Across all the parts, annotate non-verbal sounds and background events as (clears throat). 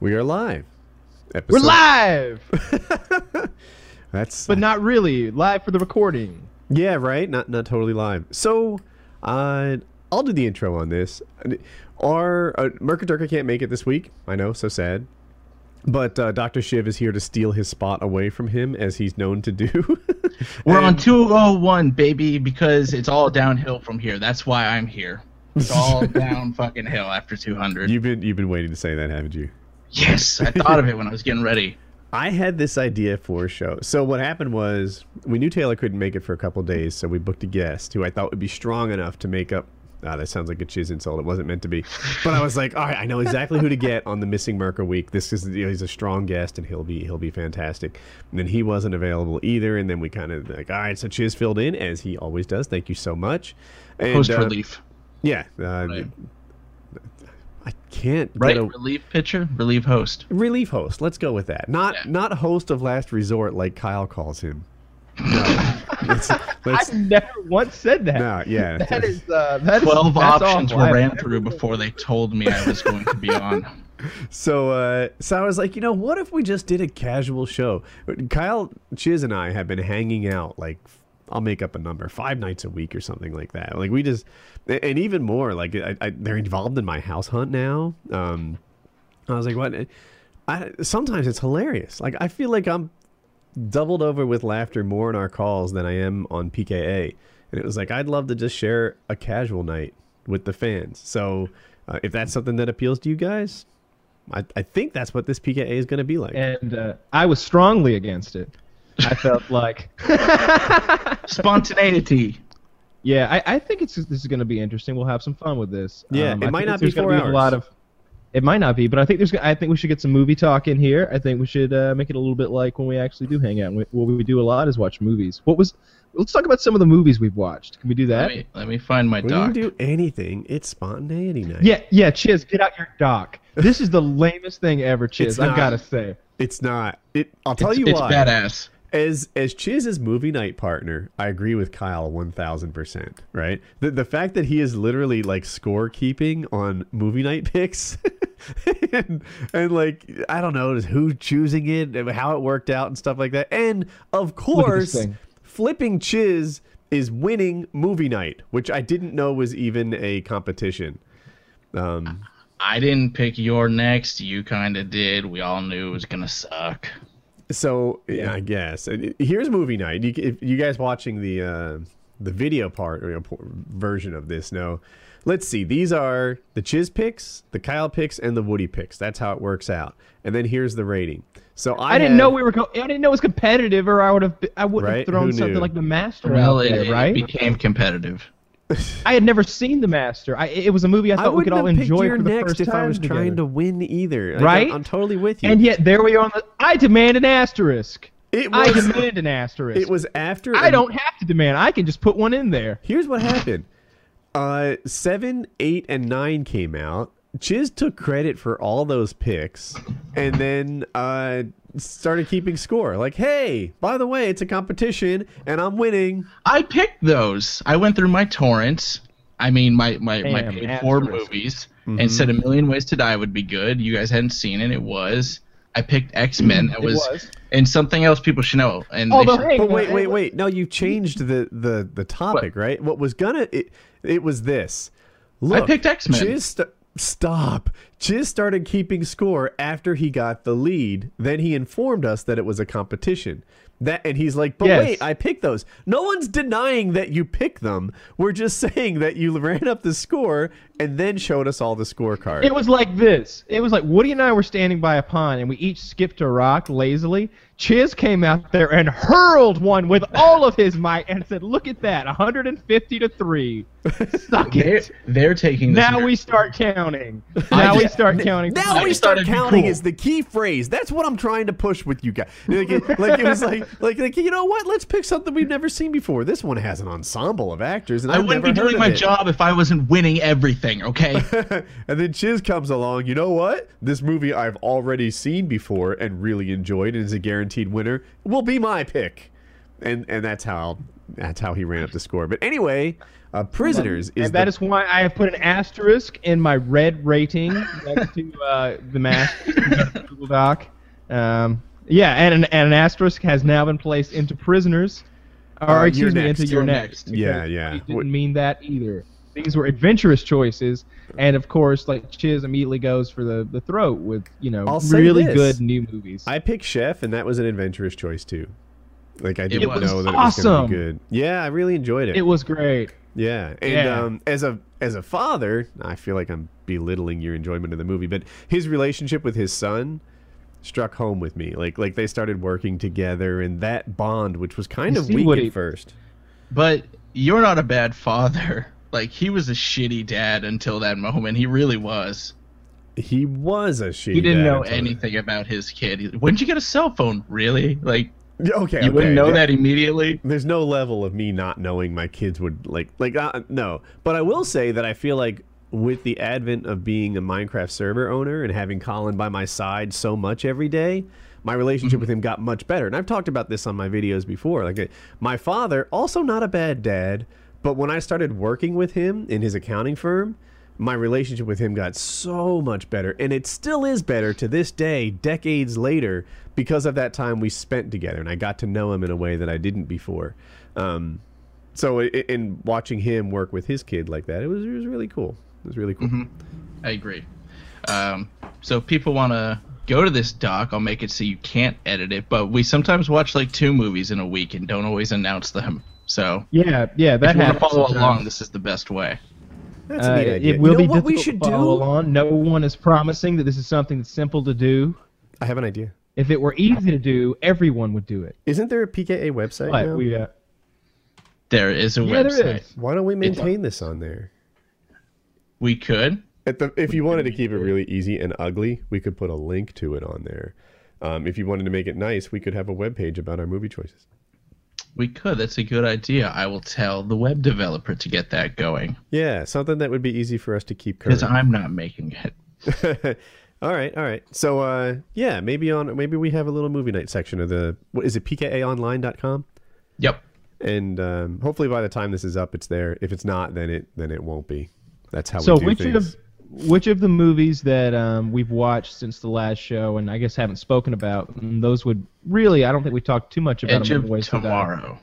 We are live. Episode- We're live, (laughs) That's but not really live for (laughs) the recording. yeah, right. Not not totally live. So, uh, I'll do the intro on this. Our uh, Mercadurka can't make it this week. I know, so sad. But uh, Doctor Shiv is here to steal his spot away from him, as he's known to do. (laughs) We're on And- 201, baby, because it's all downhill from here. That's why I'm here. It's (laughs) all down fucking hill after 200. You've been you've been waiting to say that, haven't you? yes, I thought of it when I was getting ready. I had this idea for a show. So what happened was we knew Taylor couldn't make it for a couple days, so we booked a guest who I thought would be strong enough to make up. Ah, that sounds like a chiz insult. It wasn't meant to be, but I was like, all right, I know exactly who to get on the missing Merca week. This is you know, he's a strong guest, and he'll be he'll be fantastic. And then he wasn't available either, and then we kind of like, all right, so chiz filled in as he always does. Thank you so much. And, Post uh, relief. yeah, uh, Right. I can't get Right? a- relief pitcher, relief host. relief host. Let's go with that. Not Yeah. not host of last resort like Kyle calls him. No, (laughs) let's, let's, (laughs) (laughs) I never once said that. no yeah. (laughs) That is uh, that's 12 that's options awful. were I- ran through before they told me I was going to (laughs) be on. So uh, so I was like, you know, what if we just did a casual show? Kyle, Chiz, and I have been hanging out like I'll make up a number, five nights a week or something like that. Like we just, and even more, like I, I, they're involved in my house hunt now. Um, I was like, what? I, sometimes it's hilarious. Like I feel like I'm doubled over with laughter more in our calls than I am on PKA. And it was like, I'd love to just share a casual night with the fans. So uh, if that's something that appeals to you guys, I, I think that's what this PKA is going to be like. and uh, I was strongly against it. (laughs) I felt like, Spontaneity. yeah, I, I think it's this is going to be interesting. We'll have some fun with this. Yeah, Um, it I might think not there's be gonna four A lot hours. of, it might not be, but I think there's. I think we should get some movie talk in here. I think we should uh, make it a little bit like when we actually do hang out. We, what we do a lot is watch movies. What was? Let's talk about some of the movies we've watched. Can we do that? Let me, let me find my we can doc. do anything. It's spontaneity night. Yeah, yeah, Chiz, get out your doc. This is the lamest thing ever, It's Chiz. not. I've got to say. It's not. It. I'll tell you it's why. badass. As as Chiz's movie night partner, I agree with Kyle one thousand percent. Right. The the fact that he is literally like scorekeeping on movie night picks, (laughs) and, and like I don't know who's choosing it, and how it worked out, and stuff like that. And of course, thing. flipping Chiz is winning movie night, which I didn't know was even a competition. Um, I didn't pick your next. You kind of did. We all knew it was going to suck. So yeah, I guess And it- here's movie night. You, if you guys watching the uh, the video part or you know, por- version of this, no. Let's see. These are the Chiz picks, the Kyle picks, and the Woody picks. That's how it works out. And then here's the rating. So I, I didn't have- know we were going. I didn't know it was competitive, or I would have. I would Right? have thrown Who knew? something like the Master Well, out it, there, it right? became competitive. I had never seen the Master. I, it was a movie I I thought we could wouldn't all have picked enjoy your for the next first if time I was trying to together. win either. Like, Right? I'm totally with you. And yet there we are. On the, I demand an asterisk. it (laughs) I was demand an asterisk. it was after I an- don't have to demand. I can just put one in there. Here's what happened. Uh, seven, eight, and nine came out. Chiz took credit for all those picks, and then uh, started keeping score. Like, hey, by the way, it's a competition, and I'm winning. I picked those. I went through my torrents. I mean, my my, my Damn, paid for asterisk. movies and said A Million Ways to Die would be good. You guys hadn't seen it. It was. I picked X Men. That It was, was. and something else people should know. And they Although, should- hang But on, wait, wait, hang- wait. No, you changed the the the topic, right? What was gonna it? It was this. Look, picked X-Men. Chiz st- stop. Chiz started keeping score after he got the lead. Then he informed us that it was a competition. That and he's like, but Yes. wait, I picked those. No one's denying that you picked them. We're just (laughs) saying that you ran up the score and then showed us all the scorecard. It was like this. It was like Woody and I were standing by a pond, and we each skipped a rock lazily. Chiz came out there and hurled one with all of his might, and said, "Look at that, 150 to three. Suck (laughs) they're, it." they're taking this Now very- we start counting. Now we start counting. Now we just start thought it'd be counting cool. is the key phrase. That's what I'm trying to push with you guys. Like it, like it was like, like like you know what? Let's pick something we've never seen before. This one has an ensemble of actors, and I I've wouldn't never be heard doing of my it. job if I wasn't winning everything. Okay. and then Chiz comes along. You know what? This movie I've already seen before and really enjoyed, and is a guaranteed winner. Will be my pick, and and that's how that's how he ran up the score. But anyway, Uh, prisoners is and that the- is why I have put an asterisk in my red rating next to uh, the mask (laughs) Google Doc. Um, yeah, and an, and an asterisk has now been placed into prisoners, or Uh, excuse you're me, next, into your you're next. next. because Yeah, yeah. I What- didn't mean that either. These were adventurous choices, and of course, like Chiz immediately goes for the, the throat with you know I'll say really this. good new movies. I picked Chef, and that was an adventurous choice too. Like I didn't was know that it was going awesome. to be good. Yeah, I really enjoyed it. it was great. yeah, and Yeah. Um, as a as a father, I feel like I'm belittling your enjoyment of the movie, but his relationship with his son struck home with me. Like like they started working together, and that bond, which was kind You of see weak what at he- first. But you're not a bad father. Like he was a shitty dad until that moment. He really was. He was a shitty. He didn't dad know until- anything about his kid. He- When'd you get a cell phone? Really? Like Yeah, Okay, you wouldn't okay. know Yeah. that immediately. there's no level of me not knowing my kids would like like uh, no but i will say that i feel like with the advent of being a minecraft server owner and having colin by my side so much every day my relationship with him got much better and i've talked about this on my videos before like uh, my father also not a bad dad but when i started working with him in his accounting firm my relationship with him got so much better and it still is better to this day decades later because of that time we spent together and i got to know him in a way that i didn't before um, so i- i- in watching him work with his kid like that it was, it was really cool it was really cool Mm-hmm. I agree. Um, so if people want to go to this doc, I'll make it so you can't edit it. But we sometimes watch like two movies in a week and don't always announce them. So Yeah, yeah, that if you want to happened. follow along, this is the best way. that's a neat Uh, idea It will you know be what we difficult should to do follow along. No one is promising that this is something that's simple to do. i have an idea If it were easy to do, everyone would do it. isn't there a pka website But now? we, uh, There is a yeah, website. there is. why don't we maintain this on there We could. At the, if you wanted to keep it really easy and ugly, we could put a link to it on there. Um, if you wanted to make it nice, we could have a webpage about our movie choices. We could. That's a good idea. I will tell the web developer to get that going Yeah, something that would be easy for us to keep current. because I'm not making it. (laughs) all right, all right. So uh, yeah, maybe on maybe we have a little movie night section of the what is it pkaonline.com Yep. and um, hopefully by the time this is up it's there. If it's not then it then it won't be. That's how So we do which things. of which of the movies that um, we've watched since the last show, and I guess haven't spoken about, mm, those would really? I don't think we talked too much about Edge them. of Tomorrow.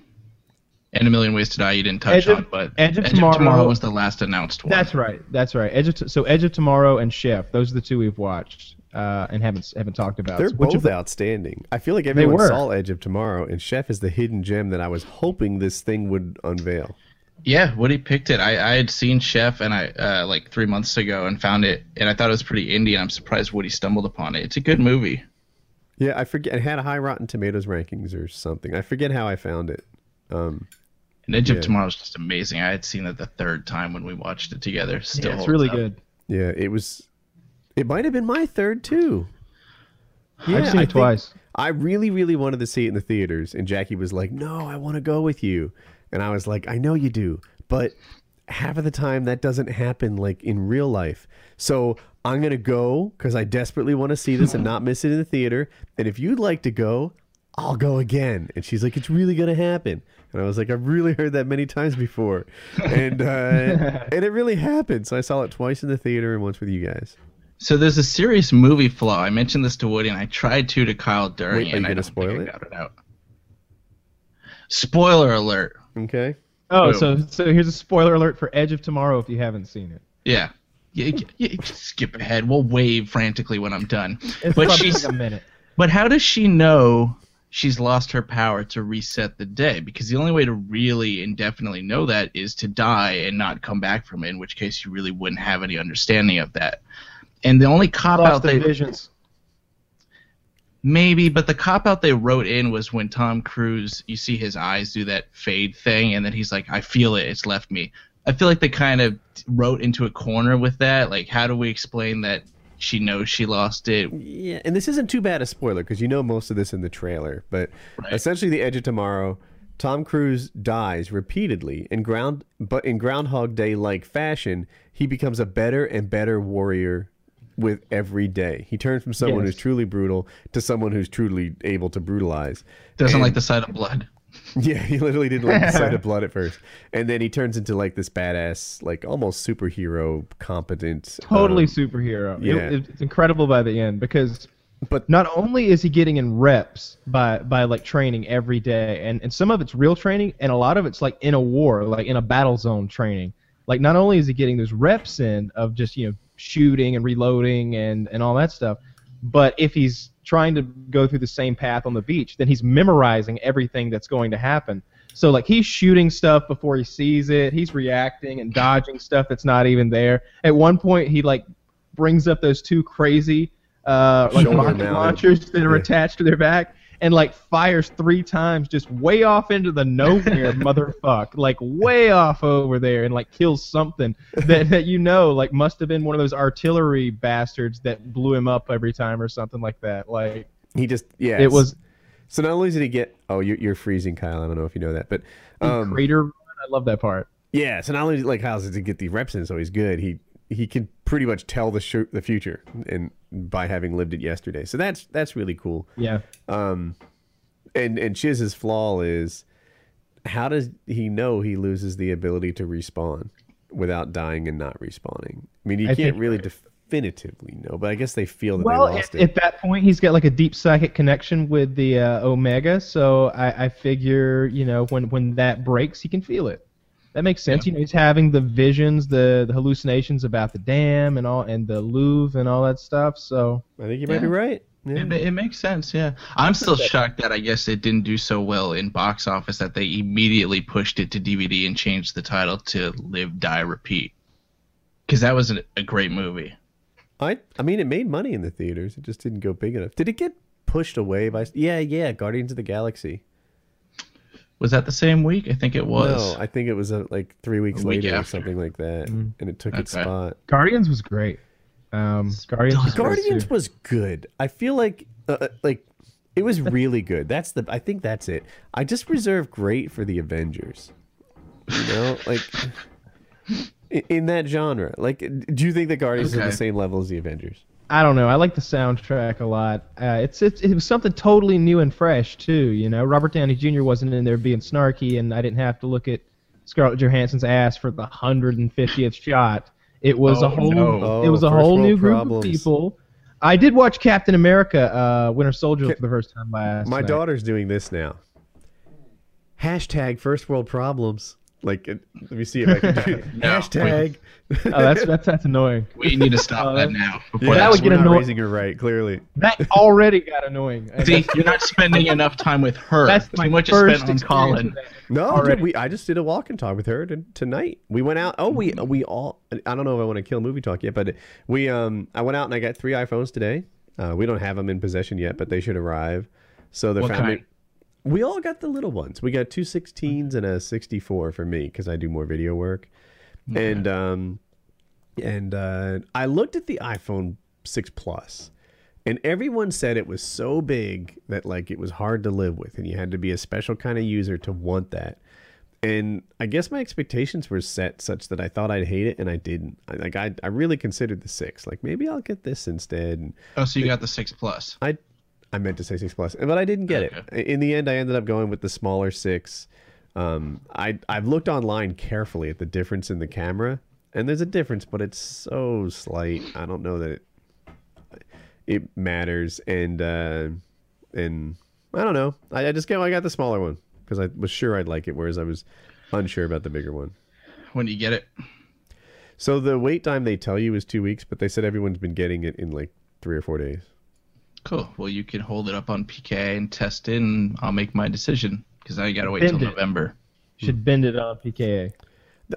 And A Million Ways to Die, you didn't touch Edge of- on, but Edge of Tomorrow, Tomorrow- was the last announced one. That's right. That's right. Edge of t- so Edge of Tomorrow and Chef. Those are the two we've watched uh, and haven't s- haven't talked about. They're So which both of the- outstanding. I feel like everyone were. saw Edge of Tomorrow, and Chef is the hidden gem that I was hoping this thing would unveil. Yeah, Woody picked it. I, I had seen Chef and I uh, like three months ago and found it, and I thought it was pretty indie. And I'm surprised Woody stumbled upon it. It's a good movie. Yeah, I forget. It had high Rotten Tomatoes rankings or something. I forget how I found it. And Edge Yeah. of Tomorrow is just amazing. I had seen it the third time when we watched it together. yeah, Still, it's holds really up. good. Yeah, it was. It might have been my third too. Yeah, I've seen I it think- twice. I really, really wanted to see it in the theaters, and Jackie was like, "No, I want to go with you," and I was like, "I know you do, but half of the time that doesn't happen like in real life. So I'm gonna go because I desperately want to see this and not miss it in the theater. And if you'd like to go, I'll go again." And she's like, "It's really gonna happen." And I was like, "I've really heard that many times before," and (laughs) uh, and it really happened. So I saw it twice in the theater and once with you guys. So there's a serious movie flaw. I mentioned this to Woody, and I tried to to Kyle Wait, are during it, and you I gonna don't think spoil I it? got it out. Spoiler alert. Okay. Oh, Boom. so so here's a spoiler alert for Edge of Tomorrow if you haven't seen it. Yeah. You, you- you skip ahead. We'll wave frantically when I'm done. It's But probably she's a minute. But how does she know she's lost her power to reset the day? Because the only way to really indefinitely know that is to die and not come back from it, in which case you really wouldn't have any understanding of that. And the only cop out Lost the they visions. maybe, but the cop out they wrote in was when Tom Cruise, you see his eyes do that fade thing, and then he's like, "I feel it. It's left me." I feel like they kind of wrote into a corner with that. Like, how do we explain that she knows she lost it? Yeah, and this isn't too bad a spoiler because you know most of this in the trailer. But essentially, the Edge of Tomorrow, Tom Cruise dies repeatedly in ground, but in Groundhog Day like fashion, he becomes a better and better warrior with every day. He turns from someone Yes. who's truly brutal to someone who's truly able to brutalize. (laughs) Doesn't And- like the sight of blood. Yeah, he literally didn't like the sight of blood at first, and then he turns into like this badass, like almost superhero competent. Totally um, superhero. It- yeah. it's incredible by the end because um, but not only is he getting in reps by by like training every day and and some of it's real training and a lot of it's like in a war like in a battle zone training like not only is he getting those reps in of just you know shooting and reloading and and all that stuff but if he's trying to go through the same path on the beach then he's memorizing everything that's going to happen so like he's shooting stuff before he sees it he's reacting and dodging stuff that's not even there at one point he like brings up those two crazy uh, like Shoulder rocket mounted. launchers that are Yeah. attached to their back and like fires three times just way off into the (laughs) nowhere motherfuck like way off over there and like kills something that, that you know like must have been one of those artillery bastards that blew him up every time or something like that like he just yeah. it was so not only did he get oh you're, you're freezing Kyle. I don't know if you know that, but a um, crater run. i love that part yeah. So not only like Kyle did he get the reps in, so he's good. He he can pretty much tell the sh- the future and by having lived it yesterday. So that's that's really cool. yeah Um, and and Chiz's flaw is how does he know he loses the ability to respawn without dying and not respawning? I mean, you I can't think- really definitively know, but I guess they feel that well they at, lost at that point he's got like a deep psychic connection with the uh, omega so I, I figure you know when when that breaks he can feel it that makes sense you know he's having the visions the, the hallucinations about the dam and all and the louvre and all that stuff so it. I think you might Yeah. be right. Yeah. It, ma- it makes sense, yeah. I'm still shocked that I guess it didn't do so well in box office that they immediately pushed it to DVD and changed the title to Live, Die, Repeat. Because that was an, a great movie. I I mean, it made money in the theaters. It just didn't go big enough. Did it get pushed away by? Yeah, yeah. Guardians of the Galaxy. Was that the same week? I think it was. No, I think it was uh like three weeks A week later or after. something like that, and it took its Okay. spot. guardians was great um, guardians was great, Guardians too. was good. I feel like uh, uh, like it was really good. That's the I think that's it. I just reserve great for the Avengers. You (laughs) know, like i- in that genre. Like do you think the Guardians are Okay. the same level as the Avengers? I don't know. I like the soundtrack a lot. Uh, it's, it's it was something totally new and fresh too. You know, Robert Downey Jr. wasn't in there being snarky, and I didn't have to look at Scarlett Johansson's ass for the hundred and fiftieth shot. It was Oh, a whole no. it was Oh, a whole first new world group problems. of people. I did watch Captain America: uh, Winter Soldier for the first time last My night. daughter's doing this now. Hashtag first world problems. Like uh, let me see if I can do (laughs) it. No, Hashtag Oh, that's that's, that's annoying. We need to (laughs) stop that Uh, now. Yeah, Before that that would we're get not annoying. raising her right, clearly. (laughs) That already got annoying. See, you're not spending enough time with her. That's Too my much is first spent on experience Colin. with that. No, dude, Already. we I just did a walk and talk with her t- tonight. We went out. Oh, we we all. I don't know if I want to kill movie talk yet, but we um I went out and I got three iPhones today. Uh, we don't have them in possession yet, but they should arrive. So the What family. kind? We all got the little ones. We got two 16s and a 64 for me because I do more video work, and um, and uh, I looked at the iPhone 6 Plus, and everyone said it was so big that like it was hard to live with, and you had to be a special kind of user to want that. And I guess my expectations were set such that I thought I'd hate it, and I didn't. I, like I, I really considered the six. Like maybe I'll get this instead. And Oh, so you got the six plus. I, I meant to say six plus, but I didn't get it. In the end, I ended up going with the smaller six. Um, I I've looked online carefully at the difference in the camera, and there's a difference, but it's so slight. I don't know that it it matters. And uh, and I don't know. I, I just got I got the smaller one because I was sure I'd like it, whereas I was unsure about the bigger one. When you get it. So the wait time they tell you is two weeks, but they said everyone's been getting it in like three or four days. Cool. Well, you can hold it up on PK and test it, and I'll make my decision because I gotta wait till Bend it. November. Should bend it on PKA. (laughs)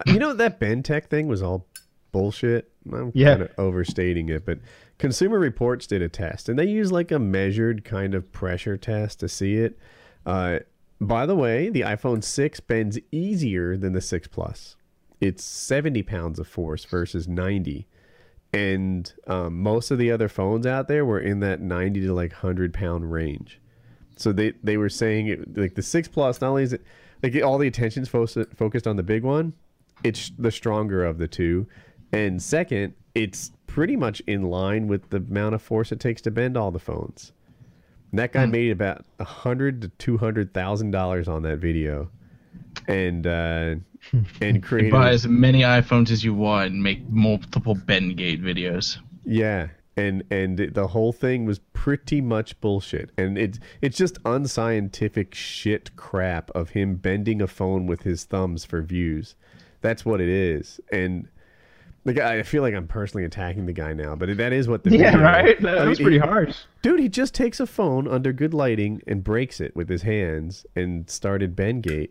You know that Bentech thing was all bullshit. I'm Yeah. kind of overstating it, but Consumer Reports did a test, and they used like a measured kind of pressure test to see it. Uh, by the way, the iPhone 6 bends easier than the 6 Plus. It's 70 pounds of force versus 90, and um, most of the other phones out there were in that 90 to like 100 pound range. So they they were saying it, like the six plus not only is it like all the attention's fo- focused on the big one, it's the stronger of the two, and second, it's pretty much in line with the amount of force it takes to bend all the phones. And that guy made about a hundred to two hundred thousand dollars on that video, and uh, and created Buy as many iPhones as you want and make multiple Bengate videos. Yeah, and and it- the whole thing was pretty much bullshit, and it's it's just unscientific shit crap of him bending a phone with his thumbs for views. That's what it is, and like I feel like I'm personally attacking the guy now, but that is what the Yeah, video- right. That, I was mean, pretty he- harsh. Dude, he just takes a phone under good lighting and breaks it with his hands and started Bengate.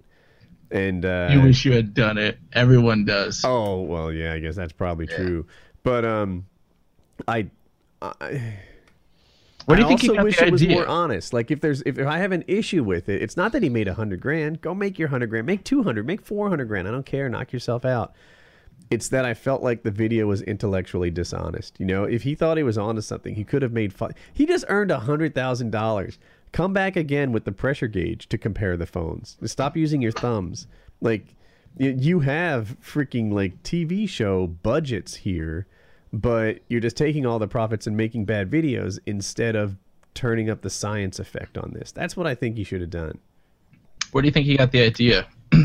And uh, You wish you had done it. Everyone does. Oh well, yeah, I guess that's probably true. But um, I, I Where do you I think he also got wish the it was idea? more honest. Like if there's if, if I have an issue with it, it's not that he made a hundred grand. Go make your hundred grand. Make two hundred. Make four hundred grand. I don't care. Knock yourself out. It's that I felt like the video was intellectually dishonest. You know, if he thought he was onto something, he could have made fun. He just earned a hundred thousand dollars. Come back again with the pressure gauge to compare the phones. Stop using your thumbs. Like y- you have freaking like TV show budgets here but you're just taking all the profits and making bad videos instead of turning up the science effect on this. That's what I think you should have done. Where do you think he got the idea? (clears throat)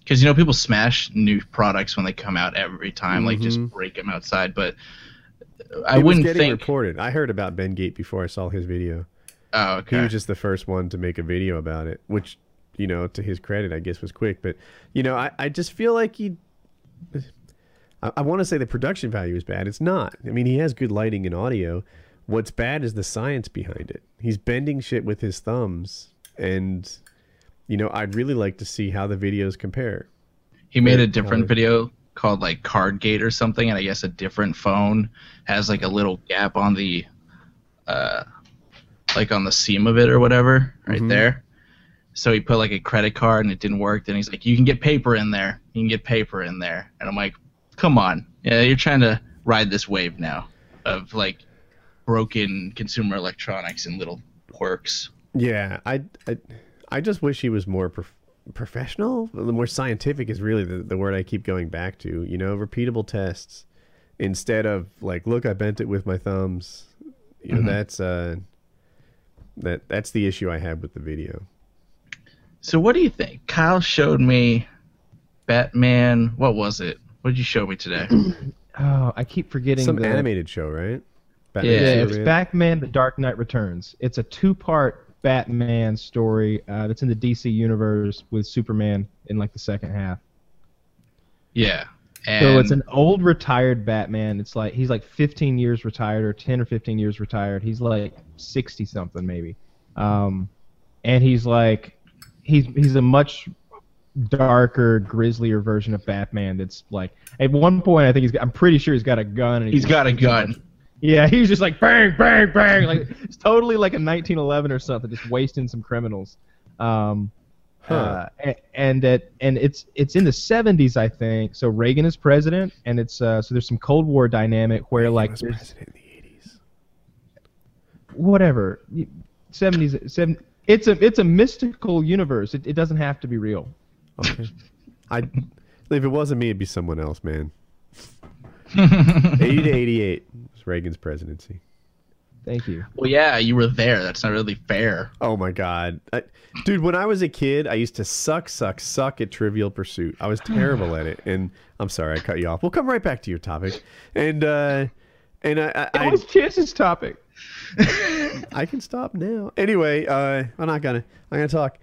Because you know people smash new products when they come out every time, like just break them outside. But I it Mm-hmm. was wouldn't getting think. reported. I heard about Ben Gate before I saw his video. oh, okay. He was just the first one to make a video about it, which, you know, to his credit, I guess was quick. But, you know, I, I just feel like he. I, I want to say the production value is bad. It's not. I mean, he has good lighting and audio. What's bad is the science behind it. He's bending shit with his thumbs. And, you know, I'd really like to see how the videos compare. He made a Very different colored. video called like Cardgate or something, and I guess a different phone has like a little gap on the, uh, like on the seam of it or whatever, right there. So he put like a credit card and it didn't work. Then he's like, "You can get paper in there. You can get paper in there." And I'm like, "Come on, yeah, you're trying to ride this wave now of like broken consumer electronics and little quirks." Yeah, I, I, I just wish he was more prof- professional. The more scientific is really the, the word I keep going back to. You know, repeatable tests instead of like, look, I bent it with my thumbs. You Mm-hmm. know, that's uh, that that's the issue I had with the video. So what do you think? Kyle showed me Batman. What was it? What did you show (clears throat) me today? Oh, I keep forgetting Some the animated show, right? Batman Yeah, Yeah, Superman? it's Batman: The Dark Knight Returns. It's a two-part Batman story uh, that's in the DC universe with Superman in like the second half. Yeah. And So it's an old retired Batman. It's like he's like 15 years retired or 10 or 15 years retired. He's like 60 something maybe. Um, and he's like he's he's a much darker, grislier version of Batman that's like at one point I think he's got, I'm pretty sure he's got a gun and he's got a gun. Yeah, he was just like bang, bang, bang, like it's totally like a 1911 or something, just wasting some criminals. Um, uh, a- and that and it's it's in the 70s, I think. So Reagan is president, and it's uh, so there's some Cold War dynamic where He like was there's president in the eighties. whatever 70s, 70, It's a it's a mystical universe. It, it doesn't have to be real. I, if it wasn't me, it'd be someone else, (laughs) man. Eighty to eighty-eight was Reagan's presidency. Thank you. Well, yeah, you were there. That's not really fair. Oh my god, I, dude! When I was a kid, I used to suck, suck, suck at Trivial Pursuit. I was terrible at it, and I'm sorry I cut you off. We'll come right back to your topic, and uh, and I I, It was Chiz's topic. I, I can stop now. Anyway, uh, I'm not gonna I'm gonna talk.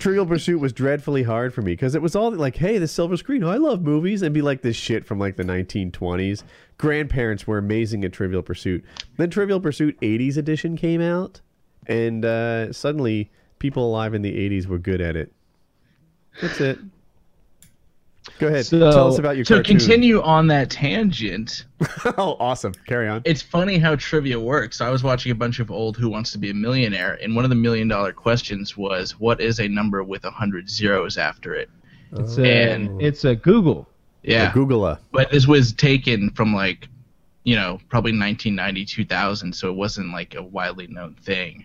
Trivial Pursuit was dreadfully hard for me because it was all like, hey, the silver screen. Oh, I love movies, and be like this shit from like the 1920s. Grandparents were amazing at Trivial Pursuit. Then Trivial Pursuit 80s edition came out, and uh, suddenly people alive in the 80s were good at it. That's it. Go ahead. So- Tell us about your To cartoon. continue on that tangent, (laughs) oh, awesome. Carry on. it's funny how trivia works. I was watching a bunch of old Who Wants to Be a Millionaire, and one of the million dollar questions was, "What is a number with a hundred zeros after it?" It's a, And- it's a Google. Yeah, Google a. but this was taken from like, you know, probably 1990, 2000, so it wasn't like a widely known thing.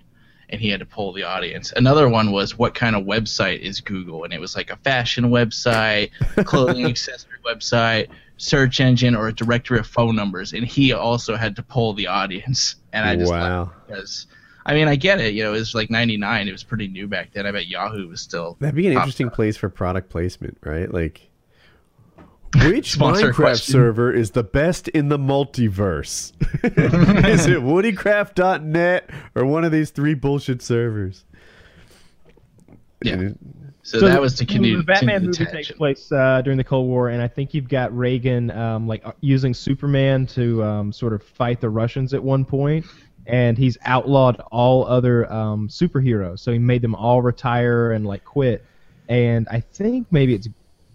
And he had to poll the audience. Another one was what kind of website is Google? And it was like a fashion website, clothing accessory website, search engine, or a directory of phone numbers. And he also had to poll the audience. And I just laughed Wow. because I mean, I get it. You know, it was like 99. It was pretty new back then. I bet Yahoo was still. That'd be an Top interesting place for product placement, right? Like, which (laughs) Sponsor Minecraft question. server is the best in the multiverse? (laughs) is (laughs) it WoodyCraft.net or one of these three bullshit servers? Yeah. And it- So, So that the- was to continue. The Batman continue movie the takes tension. place uh, during the Cold War, and I think you've got Reagan um, like uh, using Superman to um, sort of fight the Russians at one point, and he's outlawed all other um, superheroes. So he made them all retire and like quit. And I think maybe it's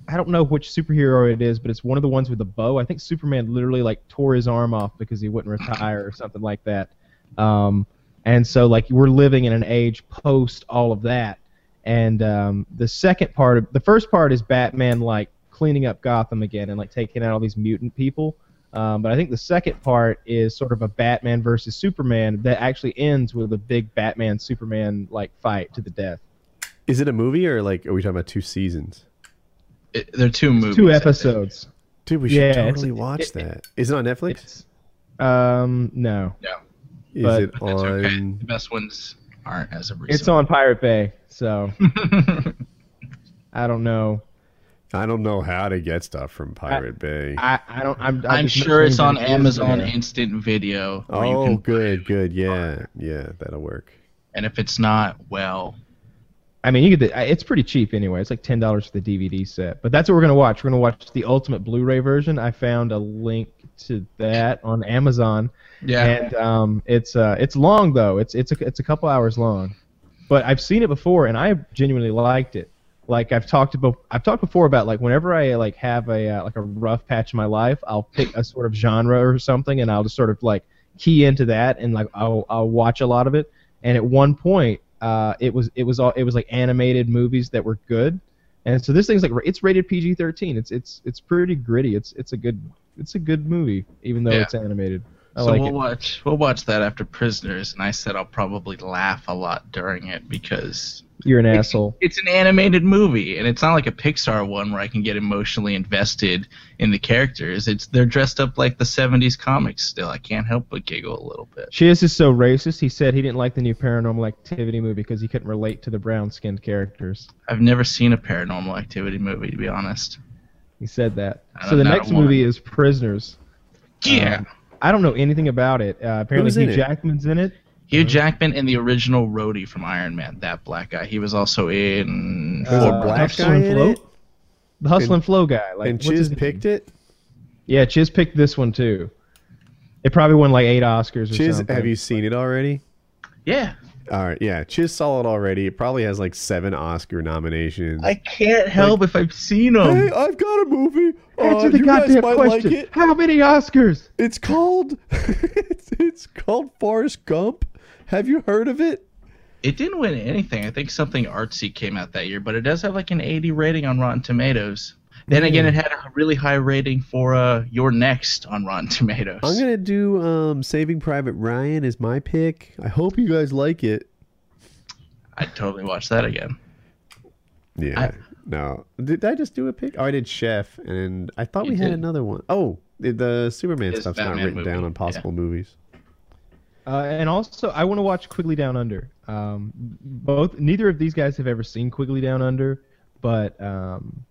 I don't know which superhero it is, but it's one of the ones with the bow. I think Superman literally like tore his arm off because he wouldn't retire or something like that. Um, and so like we're living in an age post all of that. And um, the second part, of, the first part is Batman like cleaning up Gotham again and like taking out all these mutant people. Um, but I think the second part is sort of a Batman versus Superman that actually ends with a big Batman Superman like fight to the death. Is it a movie or like are we talking about two seasons? It- there are two movies. Two I think. episodes. Dude, we should Yeah, it's- totally watch it- that. Is it on Netflix? Is It's, um, no. but- it (laughs) That's okay. The on? best ones aren't as of recent. It's (laughs) on Pirate Bay, so (laughs) I don't know. I don't know how to get stuff from Pirate Bay. I, I don't. I'm. I'm, I'm just sure it's on mentioning that it is Amazon there. Instant Video. where you oh, can- good, good. Yeah, yeah, that'll work. And if it's not, well, I mean, you get the, It's pretty cheap anyway. It's like ten dollars for the DVD set. But that's what we're gonna watch. We're gonna watch the ultimate Blu-ray version. I found a link to that on Amazon, yeah. and um, it's uh, it's long though. It's it's a, it's a couple hours long, but I've seen it before and I genuinely liked it. Like I've talked about, I've talked before about like whenever I like have a uh, like a rough patch in my life, I'll pick a sort of genre or something, and I'll just sort of like key into that, and like I'll I'll watch a lot of it. And at one point, uh, it was it was all it was like animated movies that were good, and so this thing's like ra- it's rated PG-13. It's it's it's pretty gritty. It's it's a good it's a good movie, even though Yeah. it's animated. I So like we'll it. watch we'll watch that after Prisoners, and I said I'll probably laugh a lot during it because You're an asshole. it's an animated movie, and it's not like a Pixar one where I can get emotionally invested in the characters. It's they're dressed up like the '70s comics still. I can't help but giggle a little bit. Chiz is so racist. He said he didn't like the new Paranormal Activity movie because he couldn't relate to the brown-skinned characters. I've never seen a Paranormal Activity movie to be honest. He said that. I So the don't next want- movie is Prisoners. Yeah, Um, I don't know anything about it. Uh, apparently, Who's in Hugh it? Jackman's in it. Hugh Jackman and the original Rhodey from Iron Man, that black guy. He was also in There's Uh, a black Hustle guy and in Flow? it, The Hustle And- and, Flow guy. Like, and what's his Chiz name? picked it. Yeah, Chiz picked this one too. It probably won like eight Oscars or Chiz, something. have you seen it already? Yeah, All right, yeah, Chiz saw it already. It probably has like seven Oscar nominations. I can't help if I've seen hey, him. I've got a movie. Uh, Answer the you guys goddamn might question. like it. How many Oscars? It's called. (laughs) it's, it's called Forrest Gump. Have you heard of it? It didn't win anything. I think something artsy came out that year, but it does have like an 80 rating on Rotten Tomatoes. Then again, it had a really high rating for uh, Your Next on Rotten Tomatoes. I'm gonna do um, Saving Private Ryan as my pick. I hope you guys like it. I'd totally watch that again. Yeah. I- no. Did I just do a pick? Oh, I did Chef, and I thought You we had did. another one. Oh, the, the Superman It's stuff's not Batman written movie, down on possible movies. Uh, and also, I want to watch Quigley Down Under. Um, both, neither of these guys have ever seen Quigley Down Under, but um,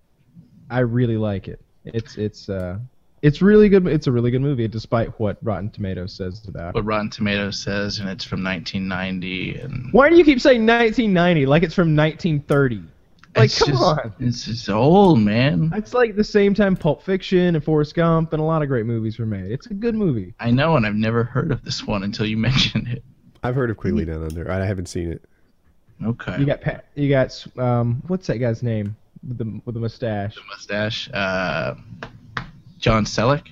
I really like it. It's it's uh, it's really good. It's a really good movie, despite what Rotten Tomatoes says about it. What Rotten Tomatoes says, and it's from 1990, and Why do you keep saying 1990 like it's from 1930? Like, It's come just- on. it's just old, man. It's like the same time Pulp Fiction and Forrest Gump and a lot of great movies were made. It's a good movie. I know, and I've never heard of this one until you (laughs) mentioned it. I've heard of Mm-hmm. Quigley Down Under. I haven't seen it. Okay. You got Pat, you got um, what's that guy's name with the with the mustache? mustache. Uh, John Selleck.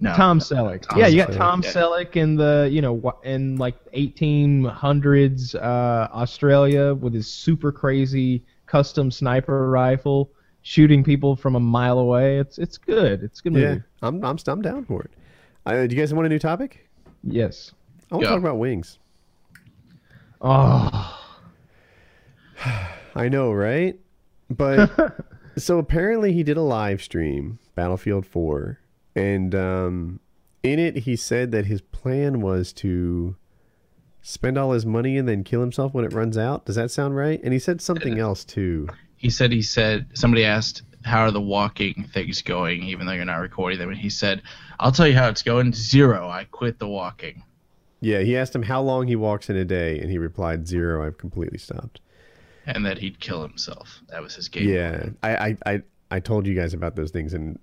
No. Tom Selleck. Tom yeah, you got Selleck. Tom Yeah. Selleck in the you know wha- in like 1800s uh, Australia with his super crazy custom sniper rifle shooting people from a mile away. It's it's good. It's a good movie. Yeah, I'm I'm I'm down for it. Uh, do you guys want a new topic? Yes. I want to Yeah. talk about wings. Oh. I know, right? But so apparently he did a live stream, Battlefield 4, and um, in it he said that his plan was to Spend all his money and then kill himself when it runs out. Does that sound right? And he said something else too. He said he said somebody asked how are the walking things going, even though you're not recording them, and he said, "I'll tell you how it's going. Zero. I quit the walking." Yeah, he asked him how long he walks in a day, and he replied, Zero, I've completely stopped. and that he'd kill himself. That was his game. Yeah. I, I, I, I told you guys about those things in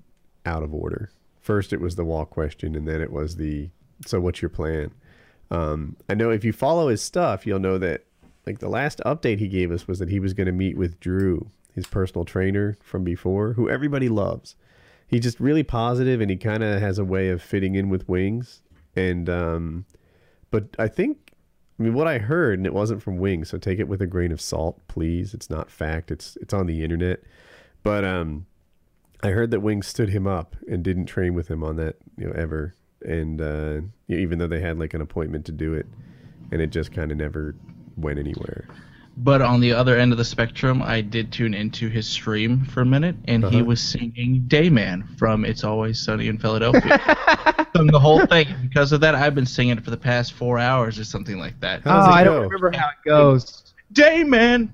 out of order. First it was the walk question and then it was the so what's your plan? Um, I know if you follow his stuff, you'll know that like the last update he gave us was that he was gonna meet with Drew, his personal trainer from before, who everybody loves. He's just really positive and he kinda has a way of fitting in with wings. And um but I think I mean, what I heard, and it wasn't from Wings, so take it with a grain of salt, please. It's not fact. It's it's on the internet, but um, I heard that Wings stood him up and didn't train with him on that, you know, ever. And uh, even though they had like an appointment to do it, and it just kind of never went anywhere. But on the other end of the spectrum, I did tune into his stream for a minute, and he Uh-huh. was singing "Dayman" from "It's Always Sunny in Philadelphia." (laughs) from the whole thing. Because of that, I've been singing it for the past four hours or something like that. How does oh, it I go? don't remember how it goes. Dayman,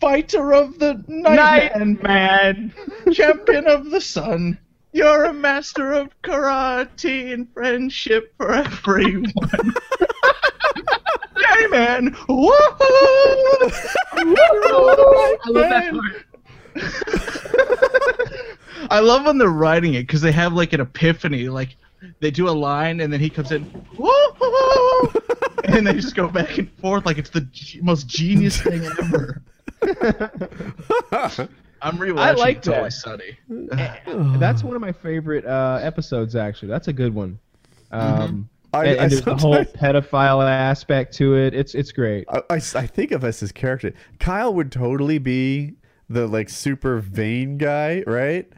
fighter of the night, Night and man. (laughs) champion of the sun. You're a master of karate and friendship for everyone. (laughs) hey man! Whoa! I I love that part. (laughs) I love when they're writing it because they have like an epiphany. Like they do a line and then he comes in, Whoa! (laughs) and they just go back and forth like it's the g- most genius thing ever. I'm rewatching. I like It's that. Always Sunny. (sighs) That's one of my favorite uh, episodes, actually. That's a good one. Um, I- and, and I there's the whole sometimes- pedophile aspect to it. It's it's great. I, I s- I think of us as character. Kyle would totally be the like super vain guy, right?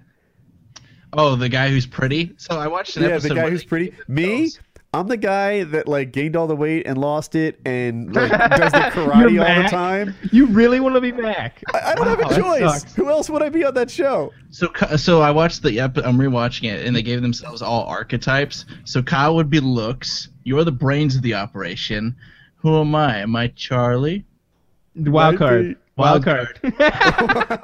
Oh, the guy who's pretty. So I watched an yeah, episode. the guy where who's they- (laughs) pretty. Me, I'm the guy that like gained all the weight and lost it, (laughs) and like does the karate You're all the Mac. time. You really want to be (laughs) Mac? I, I don't have Wow, a that choice. sucks. Who else would I be on that show? So Ky- so I watched the ep- I'm rewatching it, and they gave themselves all archetypes. So Kyle would be looks. You're the brains of the operation. Who am I? Am I Charlie? Wild Might card. be. Wild card. (laughs) I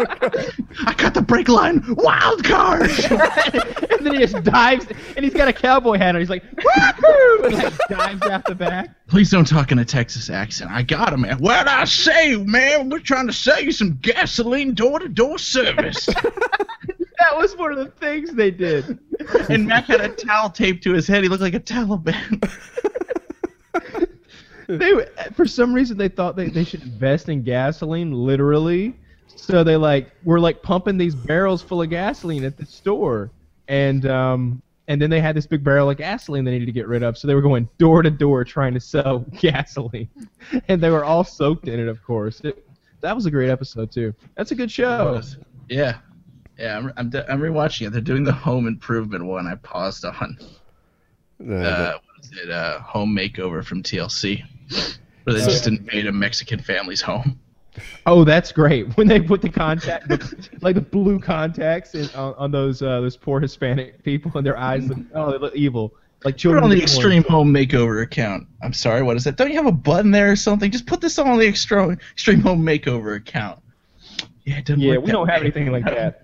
got the brake line. Wild (laughs) card. and then he just dives, and he's got a cowboy hat on. He's like, woohoo! (laughs) And like dives out the back. Please don't talk in a Texas accent. I got him, man. What'd I say, man? We're trying to sell you some gasoline door to (laughs) door service. That was one of the things they did. and Mac had a towel taped to his head. He looked like a Taliban. They for some reason they thought they, they should invest in gasoline, literally. So they like were like pumping these barrels full of gasoline at the store, and um and then they had this big barrel of gasoline they needed to get rid of. So they were going door to door trying to sell (laughs) gasoline, and they were all soaked in it, of course. It, that was a great episode too. That's a good show. Yeah. Yeah, I'm, I'm, de- I'm rewatching it. They're doing the home improvement one I paused on. No, Uh, what is it? Uh, home Makeover from TLC. Where they just invade a Mexican family's home. Oh, that's great. (laughs) When they put the contact, like the blue contacts in, on, on those uh, those poor Hispanic people, and their eyes look oh they look evil, like Put it children. on the of corn. Extreme Home Makeover account. I'm sorry, what is that? Don't you have a button there or something? Just put this on the Extreme Extreme Home Makeover account. Yeah, it doesn't Yeah, work we that don't have way. anything like that.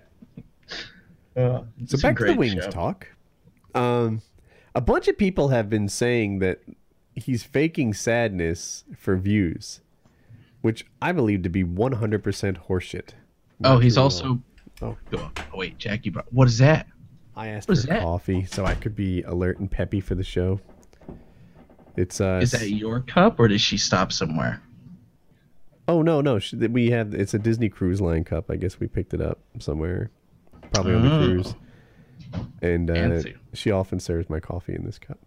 so It's a back to the great wings show. talk. Um, a bunch of people have been saying that he's faking sadness for views, which I believe to be 100% horseshit. Oh, he's also. Oh. Oh, wait, Jackie. Bro- What is that? I asked What for is that? coffee so I could be alert and peppy for the show. It's uh, Is that your cup or did she stop somewhere? Oh no, no. sh- that We had it's a Disney Cruise Line cup. I guess we picked it up somewhere, probably on the Oh. cruise. And uh, Fancy. she often serves my coffee in this cup.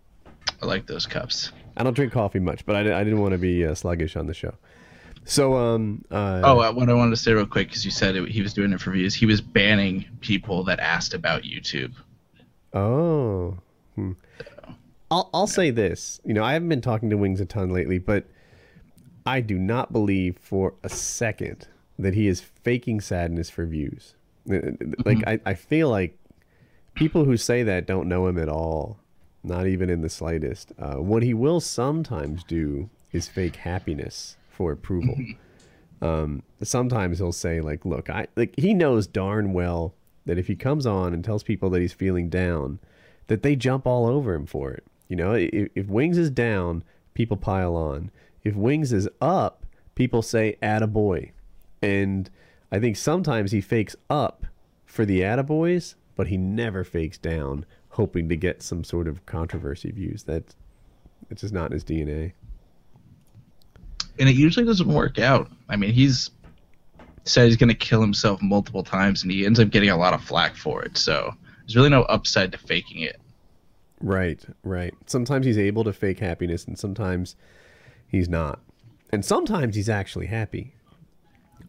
I like those cups. I don't drink coffee much, but I, di- I didn't want to be uh, sluggish on the show. So um, uh, Oh, uh, what I wanted to say real quick, because you said it, he was doing it for views, he was banning people that asked about YouTube. Oh. Hmm. I'll, I'll say this. You know, I haven't been talking to Wings a ton lately, but I do not believe for a second that he is faking sadness for views. Uh, Like, I, I feel like people who say that don't know him at all. Not even in the slightest. Uh, what he will sometimes do is fake happiness for approval. um, sometimes he'll say like, "Look, I like." He knows darn well that if he comes on and tells people that he's feeling down, that they jump all over him for it. You know, if, if Wings is down, people pile on. If Wings is up, people say "attaboy," and I think sometimes he fakes up for the attaboys, but he never fakes down, hoping to get some sort of controversy views. That's it's just not in his DNA. and it usually doesn't work out. I mean, he's said he's going to kill himself multiple times, and he ends up getting a lot of flack for it. So there's really no upside to faking it. Right, right. Sometimes he's able to fake happiness, and sometimes he's not. And sometimes he's actually happy.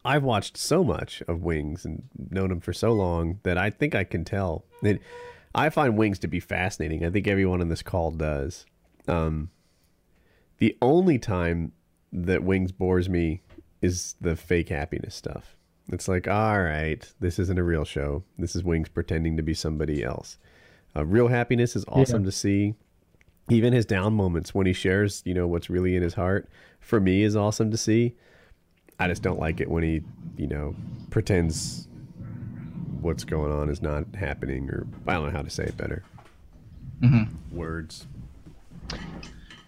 I've watched so much of Wings and known him for so long that I think I can tell that I find Wings to be fascinating. I think everyone on this call does. Um, the only time that Wings bores me is the fake happiness stuff. It's like, all right, this isn't a real show. This is Wings pretending to be somebody else. Uh, real happiness is awesome to see. Even his down moments when he shares, you know, what's really in his heart, for me is awesome to see. I just don't like it when he, you know, pretends what's going on is not happening, or I don't know how to say it better. Mm-hmm. Words.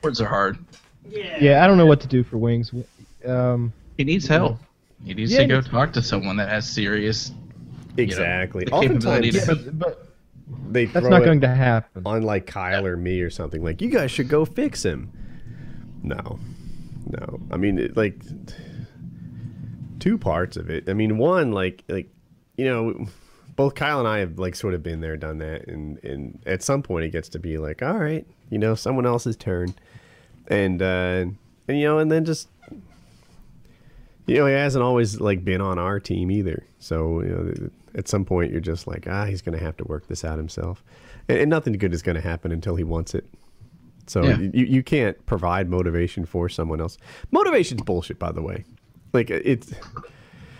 Words are hard. (laughs) Yeah, I don't know what to do for wings. Um, He needs help. He needs Yeah, to he go needs- talk to someone that has serious. Exactly. the capability Oftentimes to- but, but they that's throw not it going to happen. on like Kyle or me or something. Like you guys should go fix him. No, no. I mean, it, like two parts of it. I mean, one like like you know, both Kyle and I have like sort of been there, done that, and and at some point it gets to be like, all right, you know, someone else's turn, and uh, and you know, and then just. You know, he hasn't always like been on our team either. So you know, at some point, you're just like, ah, he's going to have to work this out himself, and, and nothing good is going to happen until he wants it. So Yeah. you, you can't provide motivation for someone else. Motivation's bullshit, by the way. Like it's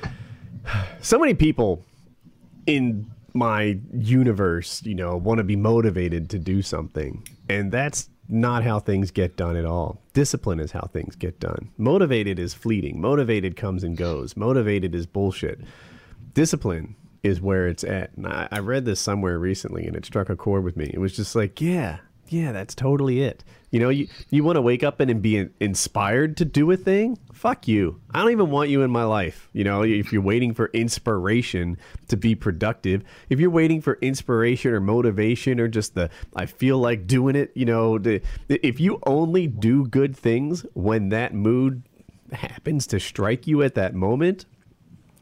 (sighs) so many people in my universe, you know, want to be motivated to do something. And that's not how things get done at all. Discipline is how things get done. Motivated is fleeting. Motivated comes and goes. Motivated is bullshit. Discipline is where it's at. And I, I read this somewhere recently and it struck a chord with me. It was just like, yeah, yeah, that's totally it. You know, you, you want to wake up and, and be in- inspired to do a thing? Fuck you. I don't even want you in my life. You know, if you're waiting for inspiration to be productive, if you're waiting for inspiration or motivation or just the, I feel like doing it, you know, the, if you only do good things when that mood happens to strike you at that moment,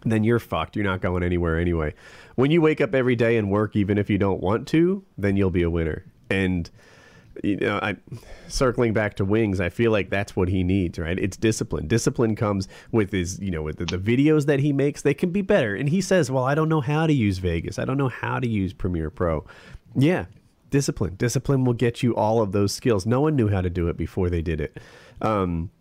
then you're fucked. You're not going anywhere anyway. When you wake up every day and work, even if you don't want to, then you'll be a winner. And you know, I circling back to wings, I feel like that's what he needs, right? It's discipline. Discipline comes with his, you know, with the, the videos that he makes, they can be better. And he says, Well, I don't know how to use Vegas. I don't know how to use Premiere Pro. Yeah. Discipline. Discipline will get you all of those skills. No one knew how to do it before they did it. Um,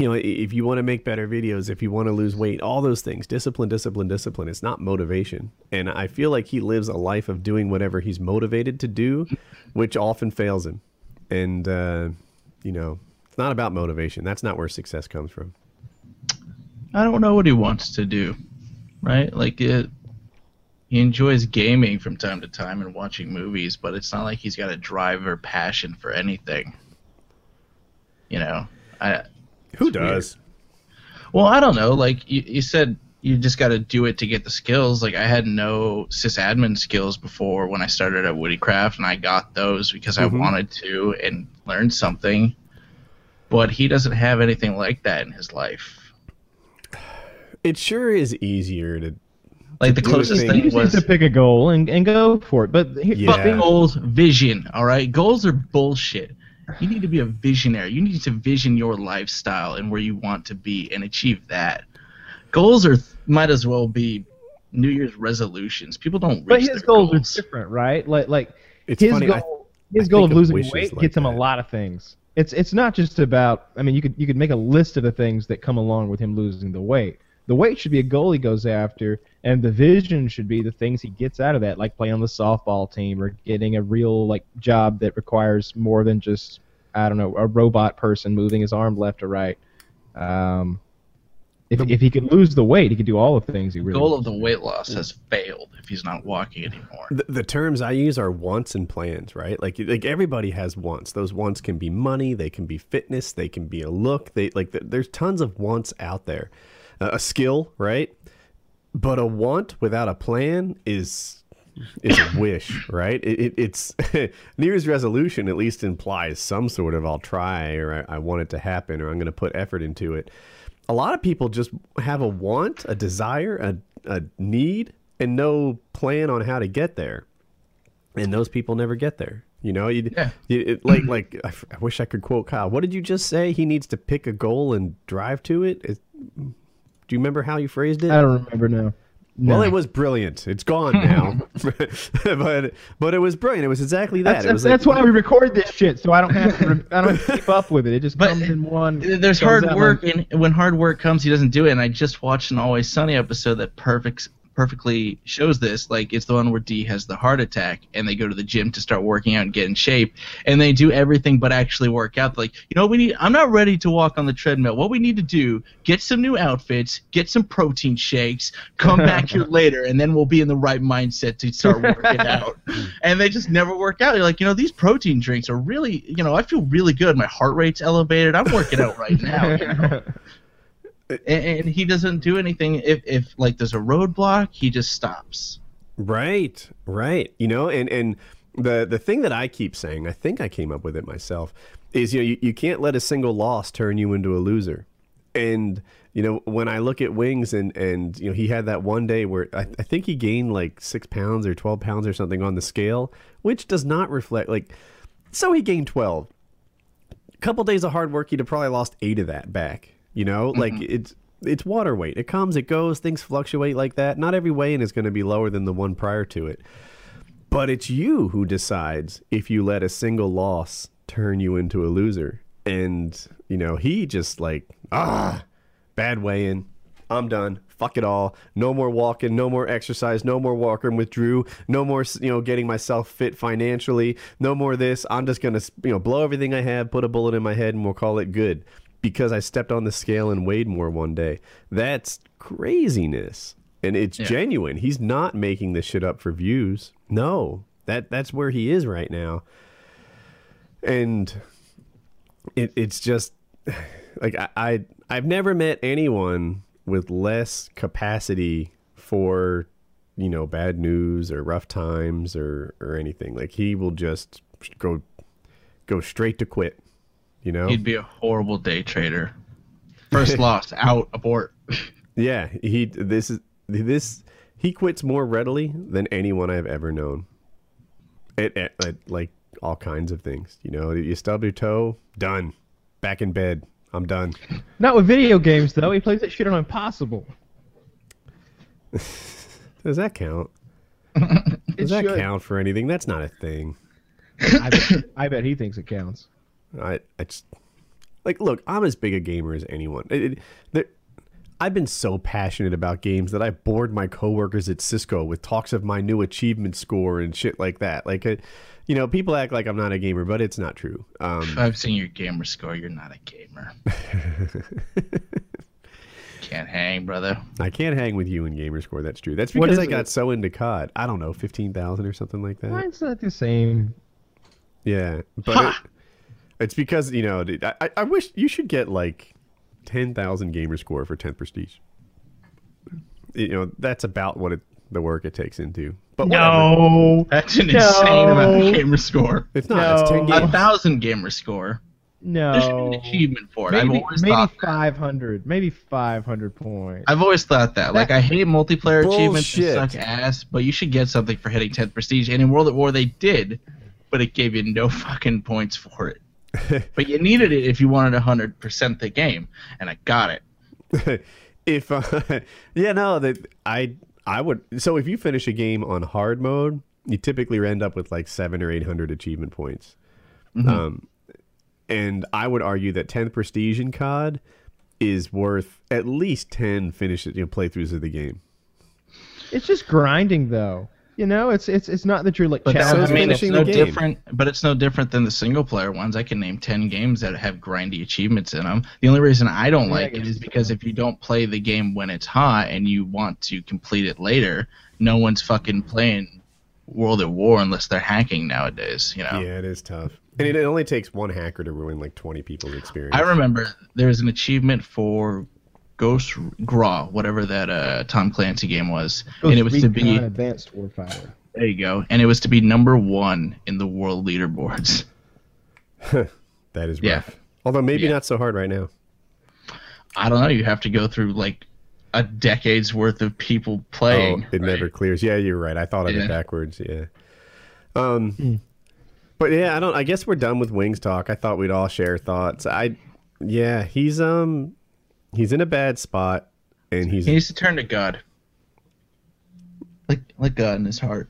you know, i- if you want to make better videos, if you want to lose weight, all those things, discipline, discipline, discipline. It's not motivation. And I feel like he lives a life of doing whatever he's motivated to do, which often fails him. And, uh, you know, it's not about motivation. That's not where success comes from. I don't know what he wants to do, right? Like it. He enjoys gaming from time to time and watching movies, but it's not like he's got a drive or passion for anything. You know, I Who weird. does? Well, I don't know. Like you, you said, you just got to do it to get the skills. Like I had no sysadmin skills before when I started at Woodycraft, and I got those because I wanted to and learned something. But he doesn't have anything like that in his life. It sure is easier to. Like the do things- closest You thing just need was to pick a goal and, and go for it. But here, Yeah. fucking goals, vision. All right, goals are bullshit. You need to be a visionary. You need to vision your lifestyle and where you want to be and achieve that. Goals are might as well be New Year's resolutions. People don't reach but his their goals, are different, right? Like like It's his funny. I- goal, his I goal think of of losing wishes weight like gets him a that. lot of things. It's it's not just about. I mean, you could you could make a list of the things that come along with him losing the weight, The weight should be a goal he goes after, and the vision should be the things he gets out of that, like playing on the softball team or getting a real like job that requires more than just I don't know a robot person moving his arm left or right. Um, if, if he could lose the weight, he could do all the things he The really. goal wants to of the do. weight loss has failed if he's not walking anymore. The, the terms I use are wants and plans, right? Like like everybody has wants. Those wants can be money, they can be fitness, they can be a look. They like th- there's tons of wants out there. Uh, a skill, right? But a want without a plan is is a wish, right? It, it, it's (laughs) New Year's resolution at least implies some sort of I'll try or I, I want it to happen or I'm going to put effort into it. A lot of people just have a want, a desire, a, a need, and no plan on how to get there. And those people never get there. You know, you, Yeah. you it, like (clears throat) like I, f- I wish I could quote Kyle. What did you just say? He needs to pick a goal and drive to it. Is- do you remember how you phrased it? I don't remember now. Well, it was brilliant. It's (laughs) gone now, (laughs) but but it was brilliant. It was exactly that. That's, it was that's like, why we record this shit, so I don't have to. Re- I (laughs) don't have to keep up with it. It just But comes in one. There's comes hard out work, and when hard work comes, he doesn't do it. And I just watched an Always Sunny episode that perfects perfectly shows this. Like it's the one where Dee has the heart attack, and they go to the gym to start working out and get in shape, and they do everything but actually work out. Like you know, what we need. I'm not ready to walk on the treadmill. What we need to do: get some new outfits, get some protein shakes, come back here later, and then we'll be in the right mindset to start working out. And they just never work out. You're like, you know, these protein drinks are really, you know, I feel really good. My heart rate's elevated. I'm working out right now. you know? on- and, and he doesn't do anything if, if like there's a roadblock he just stops Right, right. You know, and and the the thing that I keep saying, I think I came up with it myself, is you know you, you can't let a single loss turn you into a loser. And you know when I look at Wings and and you know he had that one day where I, I think he gained like six pounds or twelve pounds or something on the scale, which does not reflect like. So he gained twelve. couple days of hard work, you'd have probably lost eight of that back. You know, like it's it's water weight. It comes, it goes. Things fluctuate like that. Not every weigh-in is going to be lower than the one prior to it. But it's you who decides if you let a single loss turn you into a loser. And you know, he just like ah, bad weigh-in. I'm done. Fuck it all. No more walking. No more exercise. No more walking with Drew. No more, you know, getting myself fit financially. No more this. I'm just gonna, you know, blow everything I have, put a bullet in my head, and we'll call it good. Because I stepped on the scale and weighed more one day. That's craziness, and it's genuine. He's not making this shit up for views. No, that that's where he is right now, and it, it's just like I, I I've never met anyone with less capacity for you know bad news or rough times or or anything. Like he will just go go straight to quit. You know, he'd be a horrible day trader first loss out abort yeah. He this is this he quits more readily than anyone I've ever known. At, at, at like all kinds of things. You know, you stub your toe, done. Back in bed, I'm done. Not with video games though. He plays that shit on Impossible. Does that count? Does that count for anything? That's not a thing. I (laughs) bet, I bet he thinks it counts. I, I just like look. I'm as big a gamer as anyone. It, it, there, I've been so passionate about games that I bored my coworkers at Cisco with talks of my new achievement score and shit like that. Like, uh, you know, people act like I'm not a gamer, but it's not true. Um, if i've seen your gamer score you're not a gamer can't hang brother I can't hang with you in gamer score. That's true. That's What because is I got it? so into COD. I don't know, fifteen thousand or something like that. Mine's not the same. Yeah, but Ha! it, it's because you know. dude, I, I- I wish you should get like ten thousand gamer score for ten prestige. You know, that's about what it, the work it takes into. But whatever. No. that's an insane amount of gamer score it's not. It's ten No. games. a thousand gamer score there should be an No. achievement for it i've Maybe, always maybe thought that. 500. Maybe 500 points. I've always thought that. Like, I hate multiplayer achievements. They Bullshit. suck ass, but you should get something for hitting 10th prestige. And in World at War, they did, but it gave you no (laughs) fucking points for it. but you needed it if you wanted 100% the game, and I got it. if uh, (laughs) yeah, no, that I I would. So if you finish a game on hard mode, you typically end up with like seven or eight hundred achievement Mm-hmm. points. Um, and I would argue that tenth prestige in COD is worth at least ten finishes, you know, playthroughs of the game. It's just grinding though. You know, it's it's it's not that you're like But that, so I it's mean, it's finishing no the game. different. But it's no different than the single player ones. I can name ten games that have grindy achievements in them. The only reason I don't Yeah, I like it guess. is because if you don't play the game when it's hot and you want to complete it later, no one's fucking playing World at War unless they're hacking nowadays. You know. Yeah, it is tough, and it, it only takes one hacker to ruin like twenty people's experience. I remember there was an achievement for Ghost Graw, whatever that uh, Tom Clancy game was, and it was to be Advanced Warfighter. there you go, and it was to be number one in the world leaderboards. that is rough. Yeah. Although maybe Yeah. not so hard right now. I don't know. You have to go through like a decade's worth of people playing. Oh, it right? never clears. Yeah, you're right. I thought of Yeah. it backwards. Yeah. Um, Hmm. but yeah, I don't. I guess we're done with Wings talk. I thought we'd all share thoughts. I, yeah, he's um, he's in a bad spot, and he's He needs to turn to God. Like, like God in his heart.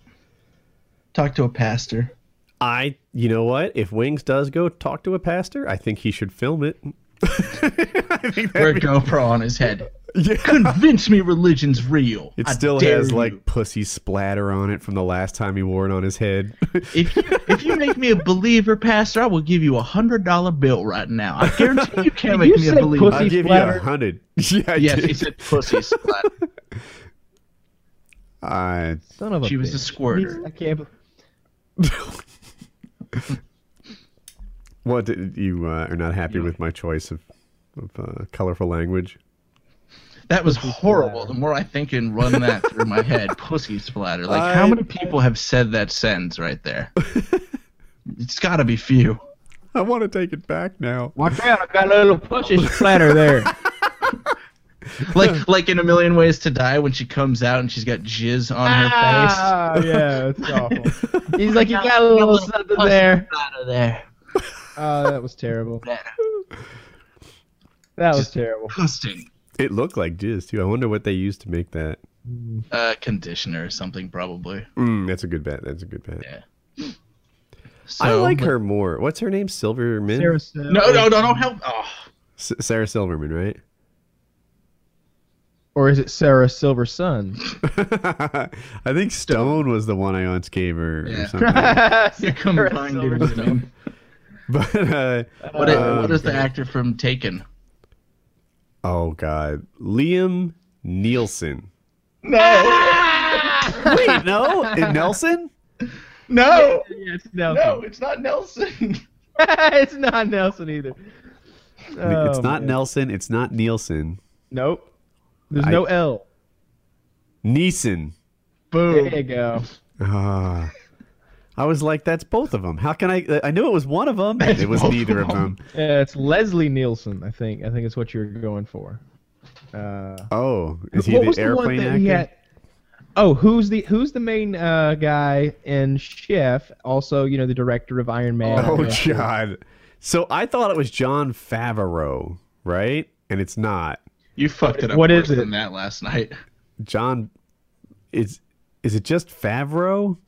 Talk to a pastor. I. You know what? If Wings does go talk to a pastor, I think he should film (laughs) it. I think Wear that a GoPro on (laughs) his head. yeah. Convince me religion's real. It I still dare has you. like pussy splatter on it from the last time he wore it on his head. (laughs) If you, if you make me a believer, pastor, I will give you a hundred dollar bill right now. I guarantee you can't make You me a said believer. I'll Pussy give you splatter? a (laughs) hundred. (laughs) Yeah, I yes, did. he said pussy splat. (laughs) (laughs) I- Son of a She was a bitch. squirter. I can't. believe- What did you uh, are not happy with my choice of of uh, colorful language? That was horrible. The more I think and run that through my head, pussy splatter. Like, how I- many people have said that sentence right there? it's got to be few. I want to take it back now. Watch out! I got a little (laughs) pussy splatter there. Like, like in a million ways to die when she comes out and she's got jizz on her face. Ah, yeah, (laughs) it's awful. He's like, you got a little something Pussy there. splatter there. Oh, that was terrible. There. That was terrible. Disgusting. It looked like jizz too. I wonder what they used to make that. Uh, conditioner or something probably. Mm, that's a good bet. That's a good bet. Yeah. So, I like her more. What's her name? Silverman. Sarah, Sarah Silverman. No, no, no, don't help. Oh, Sarah Silverman, right? (laughs) Or is it Sarah Silver (laughs) Sun? I think Stone was the one I once gave her Yeah. or (laughs) something. (laughs) (laughs) you're combined Silver with them. but uh, What, is, Um, what is the actor from Taken? oh god, Liam Nielsen. (laughs) Wait, no, It- (laughs) Nelson. No, Yeah, it's Nelson. it's not Nelson. (laughs) it's not Nelson either. it's Oh, not man. Nelson. It's not Nielsen. Nope. There's I- no L. Neeson. There you go. Ah. I was like, that's both of them. How can I? I knew it was one of them. That's It was both neither of of them. Yeah, it's Leslie Nielsen. I think. I think it's what you're going for. Uh, Oh, is he what the was the one airplane that actor? he had? Oh, who's the who's the main uh, guy in Chef? Also, you know, the director of Iron Man. Oh Uh, God! So I thought it was John Favreau, right? And it's not You fucked it up. What worse is it? Than that last night. John. Is is it just Favreau?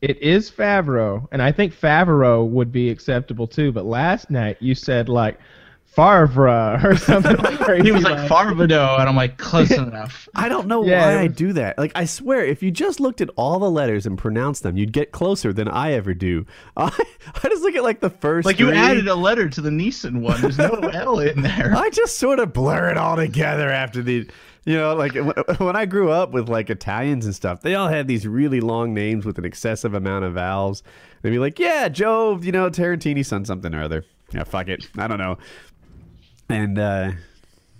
It is Favreau, and I think Favreau would be acceptable too. But last night you said like Favre (laughs) or something like crazy. He was like Farvado, and I'm like close enough. I don't know Yeah, why it I was- do that. Like I swear, if you just looked at all the letters and pronounced them, you'd get closer than I ever do. (laughs) I, I just look at like the first. Like you three. added a letter to the Neeson one. There's (laughs) no L in there. I just sort of blur it all together after the, you know, like wh- when I grew up with like Italians and stuff, they all had these really long names with an excessive amount of vowels. They'd be like, yeah, Jove, you know, Tarantini, son, something or other. Yeah, fuck it. I don't know. And uh,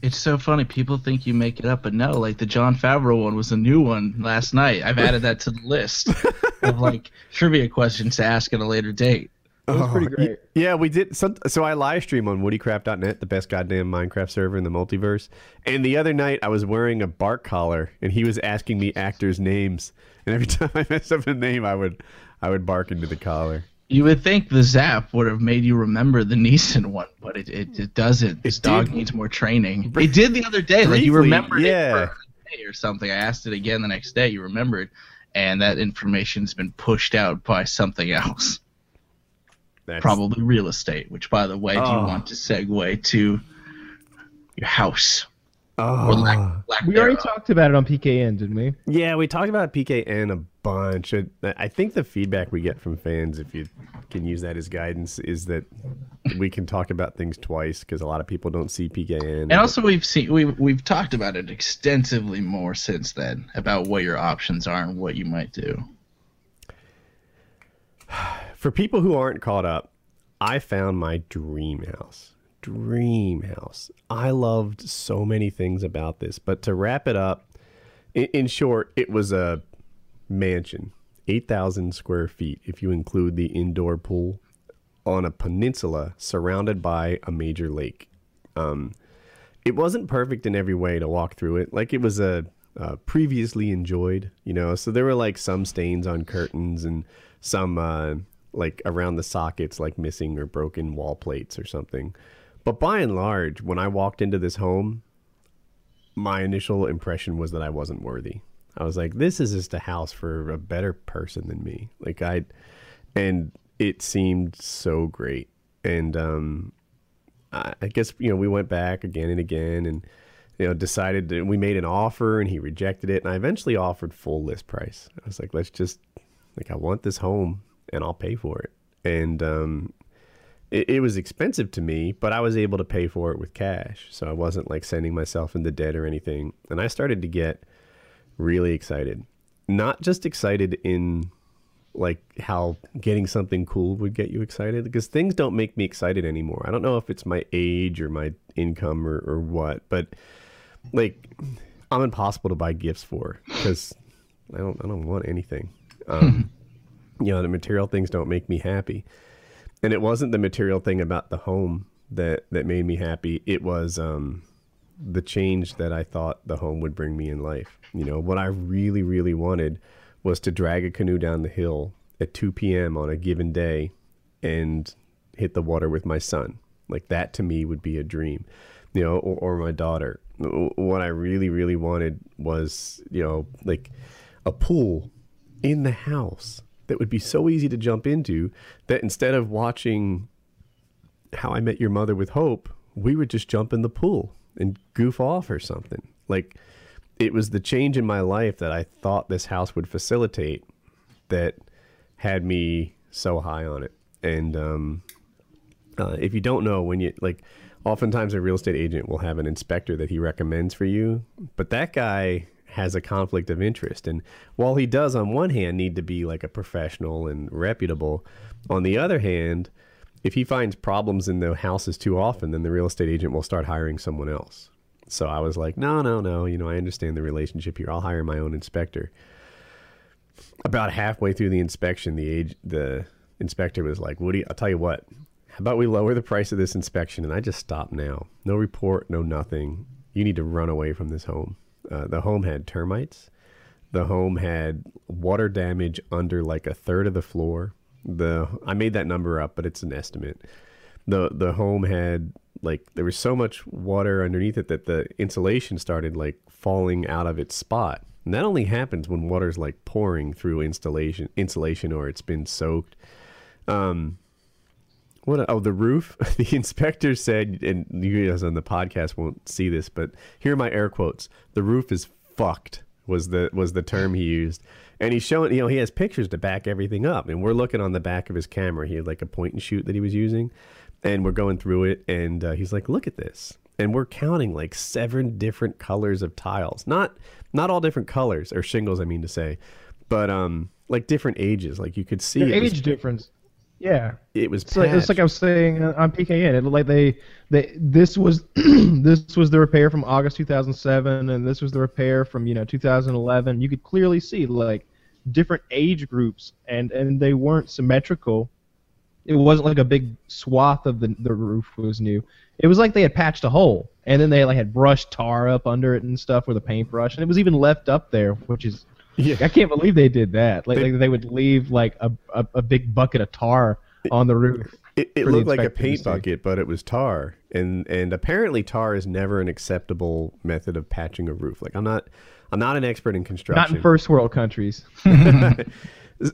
It's so funny. People think you make it up, but no. Like the John Favreau one was a new one last night. I've added that to the list (laughs) of like trivia questions to ask at a later date. It was pretty y- great. Oh, yeah, we did. Some, so I live stream on woodycraft.net, the best goddamn Minecraft server in the multiverse. And the other night I was wearing a bark collar and he was asking me actors' names. And every (laughs) time I messed up a name, I would, I would bark into the collar. You would think the Zap would have made you remember the Neeson (laughs) one, but it, it, it doesn't. This dog did. needs more training. It did the other day. like you Briefly, remembered yeah. it for a day or something. I asked it again the next day. You remembered, and that information's been pushed out by something else, That's probably real estate. Which, by the way, do you Oh. want to segue to your house. Or lack, Oh. lack We already thereof. talked about it on PKN, didn't we? Yeah, we talked about PKN a bunch. I- I think the feedback we get from fans, if you can use that as guidance, is that we can talk about things twice because a lot of people don't see PKN. And also, we've seen we've we've talked about it extensively more since then about what your options are and what you might do. for people who aren't caught up, I found my dream house. Dream house. I loved so many things about this, but to wrap it up, in, in short, it was a mansion, 8,000 square feet, if you include the indoor pool, on a peninsula surrounded by a major lake. Um, it wasn't perfect in every way to walk through it. Like it was a uh, previously enjoyed, you know. So there were like some stains on curtains and some uh, like around the sockets, like missing or broken wall plates or something. But by and large, when I walked into this home, my initial impression was that I wasn't worthy. I was like, this is just a house for a better person than me. Like I, and it seemed so great. And um, I, I guess you know we went back again and again, and you know decided that we made an offer, and he rejected it. And I eventually offered full list price. I was like, let's just like I want this home, and I'll pay for it. And um, it, it was expensive to me, but I was able to pay for it with cash. So I wasn't like sending myself into debt or anything. And I started to get really excited. Not just excited in like how getting something cool would get you excited because things don't make me excited anymore. I don't know if it's my age or my income or, or what, but like I'm impossible to buy gifts for because I don't I don't want anything. Um, you know, the material things don't make me happy and it wasn't the material thing about the home that that made me happy it was um the change that i thought the home would bring me in life you know what i really really wanted was to drag a canoe down the hill at 2 p.m on a given day and hit the water with my son like that to me would be a dream you know or, or my daughter W- what i really really wanted was you know like a pool in the house that would be so easy to jump into that instead of watching How I Met Your Mother with Hope, we would just jump in the pool and goof off or something. Like it was the change in my life that I thought this house would facilitate that had me so high on it. And um, uh, if you don't know, when you like, oftentimes a real estate agent will have an inspector that he recommends for you, but that guy has a conflict of interest. And while he does, on one hand, need to be like a professional and reputable, on the other hand, if he finds problems in the houses too often, then the real estate agent will start hiring someone else. So I was like, no, no, no. You know, I understand the relationship here. I'll hire my own inspector about halfway through the inspection, the age the inspector was like, "Woody, I'll tell you what. How about we lower the price of this inspection?" And I just stopped now. No report, no nothing. You need to run away from this home. Uh, the home had termites. The home had water damage under like a third of the floor. The I made that number up, but it's an estimate. the The home had like there was so much water underneath it that the insulation started like falling out of its spot. And that only happens when water's like pouring through installation insulation or it's been soaked. What? Oh, the roof. (laughs) The inspector said, and you guys on the podcast won't see this, but here are my air quotes. The roof is fucked. Was the was the term he used, and he's showing. You know, he has pictures to back everything up, and we're looking on the back of his camera. He had like a point and shoot that he was using, and we're going through it, and uh, he's like, "Look at this," and we're counting like seven different colors of tiles. Not not all different colors or shingles, I mean to say, but um like different ages. Like you could see The it age was, difference. Yeah. it was It's like, it's patched. like I was saying uh, on PKN. It looked like they, they this was (clears throat) this was the repair from August 2007, and this was the repair from you know 2011. You could clearly see like different age groups, and and they weren't symmetrical. It wasn't like a big swath of the the roof was new. It was like they had patched a hole, and then they like had brushed tar up under it and stuff with a paintbrush, and it was even left up there, which is yeah. I can't believe they did that. Like, like they would leave like a, a, a big bucket of tar on the roof. It, it for the looked like a inspector to paint see. bucket, but it was tar, and and apparently tar is never an acceptable method of patching a roof. Like I'm not, I'm not an expert in Not construction. in first world countries.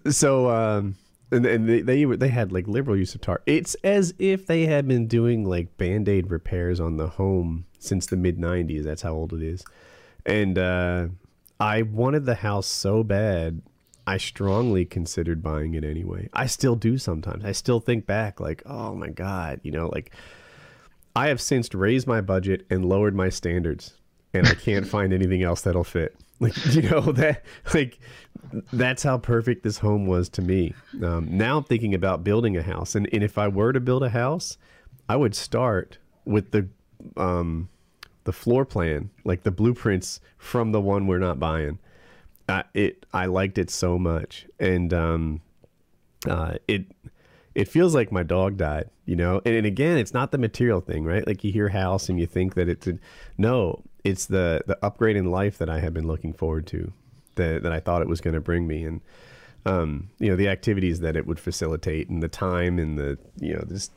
so um, and, and they, they were- they had like liberal use of tar. It's as if they had been doing like band aid repairs on the home since the mid '90s. That's how old it is. And uh, I wanted the house so bad, I strongly considered buying it anyway. I still do sometimes. I still think back, like, oh my god, you know, like I have since raised my budget and lowered my standards, and I can't find anything else that'll fit. Like you know (laughs) that like that's how perfect this home was to me. Um, now I'm thinking about building a house, and, and if I were to build a house, I would start with the um, the floor plan, like the blueprints from the one we're not buying. Uh, it I liked it so much, and um, uh, it it feels like my dog died, you know. And, and again, it's not the material thing, right? Like you hear house and you think that it's a, no, it's the the upgrade in life that I have been looking forward to, that that I thought it was going to bring me, and um, you know the activities that it would facilitate, and the time, and the you know this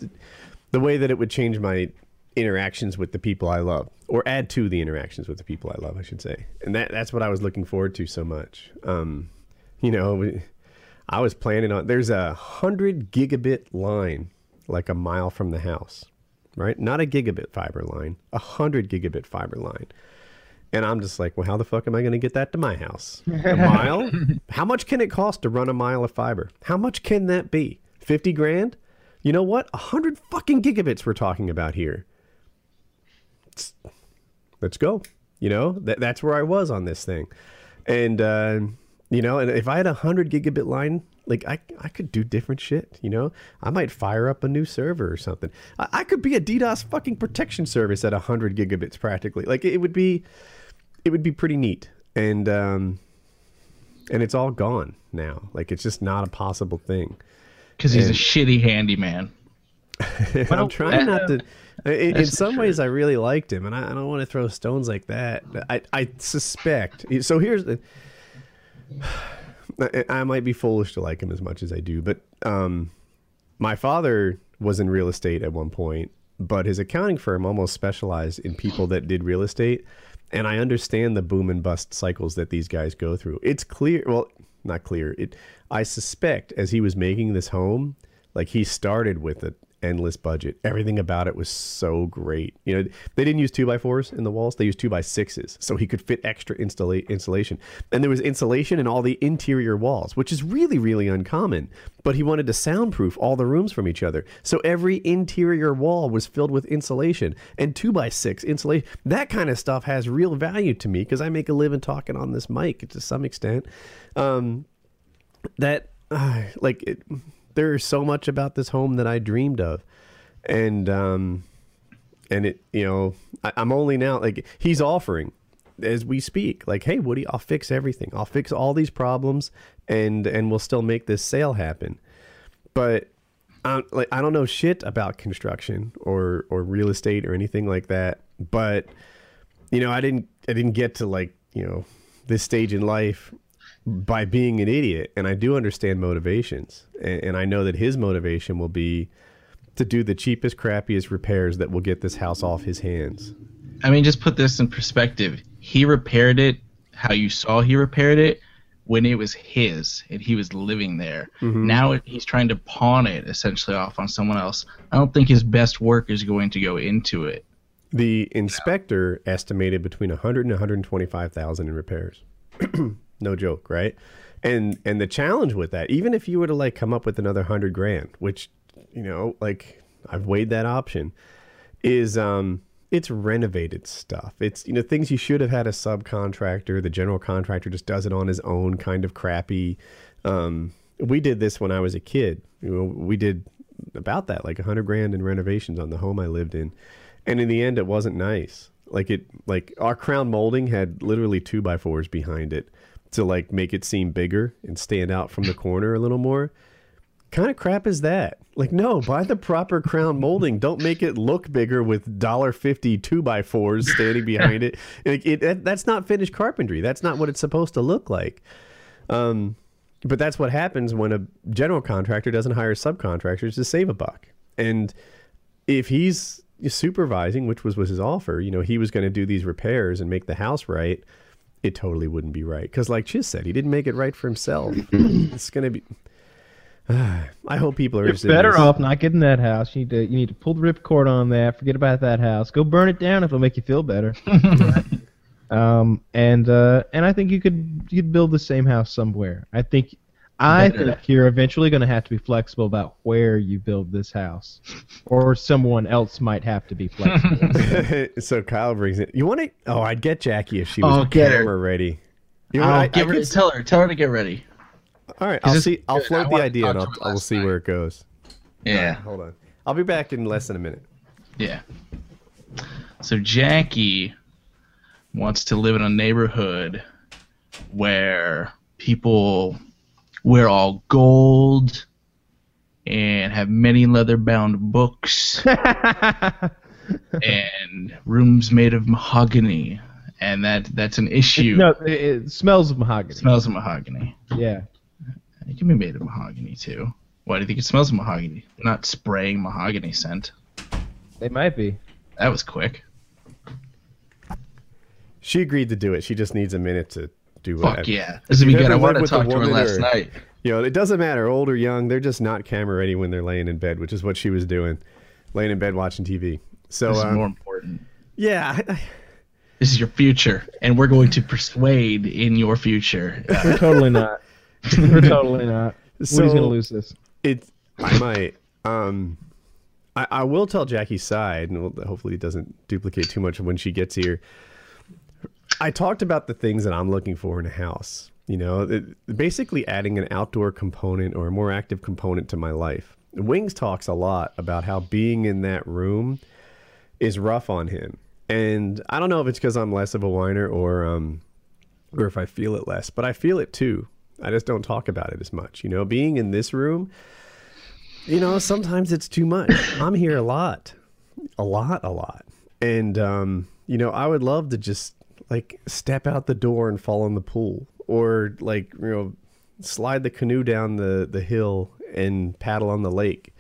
the way that it would change my interactions with the people I love, or add to the interactions with the people I love, I should say. And that that's what I was looking forward to so much. Um, you know. We, I was planning on there's a hundred gigabit line like a mile from the house, right? Not a gigabit fiber line, a hundred gigabit fiber line. And I'm just like, well, how the fuck am I going to get that to my house? A mile? how much can it cost to run a mile of fiber? How much can that be? 50 grand? You know what? A hundred fucking gigabits we're talking about here. It's- let's go. You know, that, that's where I was on this thing. And, uh, you know, and if I had a hundred gigabit line, like I, I could do different shit. You know, I might fire up a new server or something. I, I could be a DDoS fucking protection service at a hundred gigabits practically. Like it would be, it would be pretty neat. And, um, and it's all gone now. Like it's just not a possible thing. because he's a shitty handyman. (laughs) I'm trying not to. In, in some ways, I really liked him, and I, I don't want to throw stones like that. I, I suspect. So here's the. (sighs) I- I might be foolish to like him as much as I do, but um, my father was in real estate at one point, but his accounting firm almost specialized in people that did real estate. And I understand the boom and bust cycles that these guys go through. It's clear, well, not clear. It, I suspect, as he was making this home, like he started with an endless budget. Everything about it was so great. You know, they didn't use two by fours in the walls; they used two by sixes, so he could fit extra installa- insulation. And there was insulation in all the interior walls, which is really, really uncommon. But he wanted to soundproof all the rooms from each other, so every interior wall was filled with insulation and two by six insulation. That kind of stuff has real value to me because I make a living talking on this mic to some extent. Um, that (sighs) ah, like it, there's so much about this home that I dreamed of, and um, and it you know I, I'm only now like he's offering as we speak like hey Woody I'll fix everything I'll fix all these problems and and we'll still make this sale happen, but I, like I don't know shit about construction or or real estate or anything like that, but you know I didn't I didn't get to like you know this stage in life by being an idiot and i do understand motivations and, and i know that his motivation will be to do the cheapest crappiest repairs that will get this house off his hands I mean, just put this in perspective. He repaired it how you saw he repaired it when it was his and he was living there. Mm-hmm. Now it- he's trying to pawn it essentially off on someone else. I don't think his best work is going to go into it. the inspector estimated between 100 and 125000 in repairs (clears throat) no joke right and and the challenge with that even if you were to like come up with another 100 grand which you know like i've weighed that option is um it's renovated stuff. It's you know things you should have had a subcontractor. The general contractor just does it on his own, kind of crappy. Um, we did this when I was a kid. You know, we did about that, like a hundred grand in renovations on the home I lived in, and in the end, it wasn't nice. Like it, like our crown molding had literally two by fours behind it to like make it seem bigger and stand out from the corner a little more kind of crap is that? Like, no, buy the proper crown molding. Don't make it look bigger with dollar fifty two by fours standing behind it. Like, it that, that's not finished carpentry. That's not what it's supposed to look like. Um, but that's what happens when a general contractor doesn't hire subcontractors to save a buck. And if he's supervising, which was was his offer, you know, he was going to do these repairs and make the house right. (clears throat) It totally wouldn't be (sighs) right because, like Chiz said, he didn't make it right for himself. it's going to be I hope people are You're interested in better this. off not getting that house. You need to you need to pull the ripcord on that. Forget about that house. Go burn it down if it'll make you feel better. (laughs) um, and uh, and I think you could you could build the same house somewhere. I think I Better. think you're eventually going to have to be flexible about where you build this house, or someone else might have to be flexible. (laughs) so Kyle brings it. You want to? Oh, I'd get Jackie if she was Oh, get her. camera ready. You know I'll what, I- I get could ready. s- Tell her. Tell her to get ready. all right, I'll this see. I'll good? I float the wanted to idea and talk I'll, to her I'll last see where it goes. Yeah. Hold on. I'll be back in less than a minute. Yeah. So Jackie wants to live in a neighborhood where people wear all gold and have many leather bound books and rooms made of mahogany. And that that's an issue. no, it, it smells of mahogany. smells of mahogany. yeah. It can be made of mahogany too. Why do you think it smells of mahogany? They're not spraying mahogany scent. They might be. That was quick. She agreed to do it. She just needs a minute to do what. Fuck yeah. This is good. ever I lived wanted to with a talk to her woman last or- night. You know, it doesn't matter, old or young. They're just not camera ready when they're laying in bed, which is what she was doing, laying in bed watching TV. So This is um, more important. yeah, (laughs) I- I- This is your future, and we're going to persuade in your future. Uh, We're totally not. We're totally not. So- Woody's gonna lose this. it. I might. Um, I, I will tell Jackie's side, and we'll, hopefully it doesn't duplicate too much when she gets here. I talked about the things that I'm looking for in a house. You know, it- basically adding an outdoor component or a more active component to my life. Wings talks a lot about how being in that room is rough on him, and I don't know if it's because I'm less of a whiner or um, or if I feel it less, but I feel it too. I just don't talk about it as much. You know, being in this room, you know, sometimes it's too much. I'm here a lot, a lot, a lot. And, um, you know, I would love to just like step out the door and fall in the pool or like, you know, slide the canoe down the, the hill and paddle on the lake.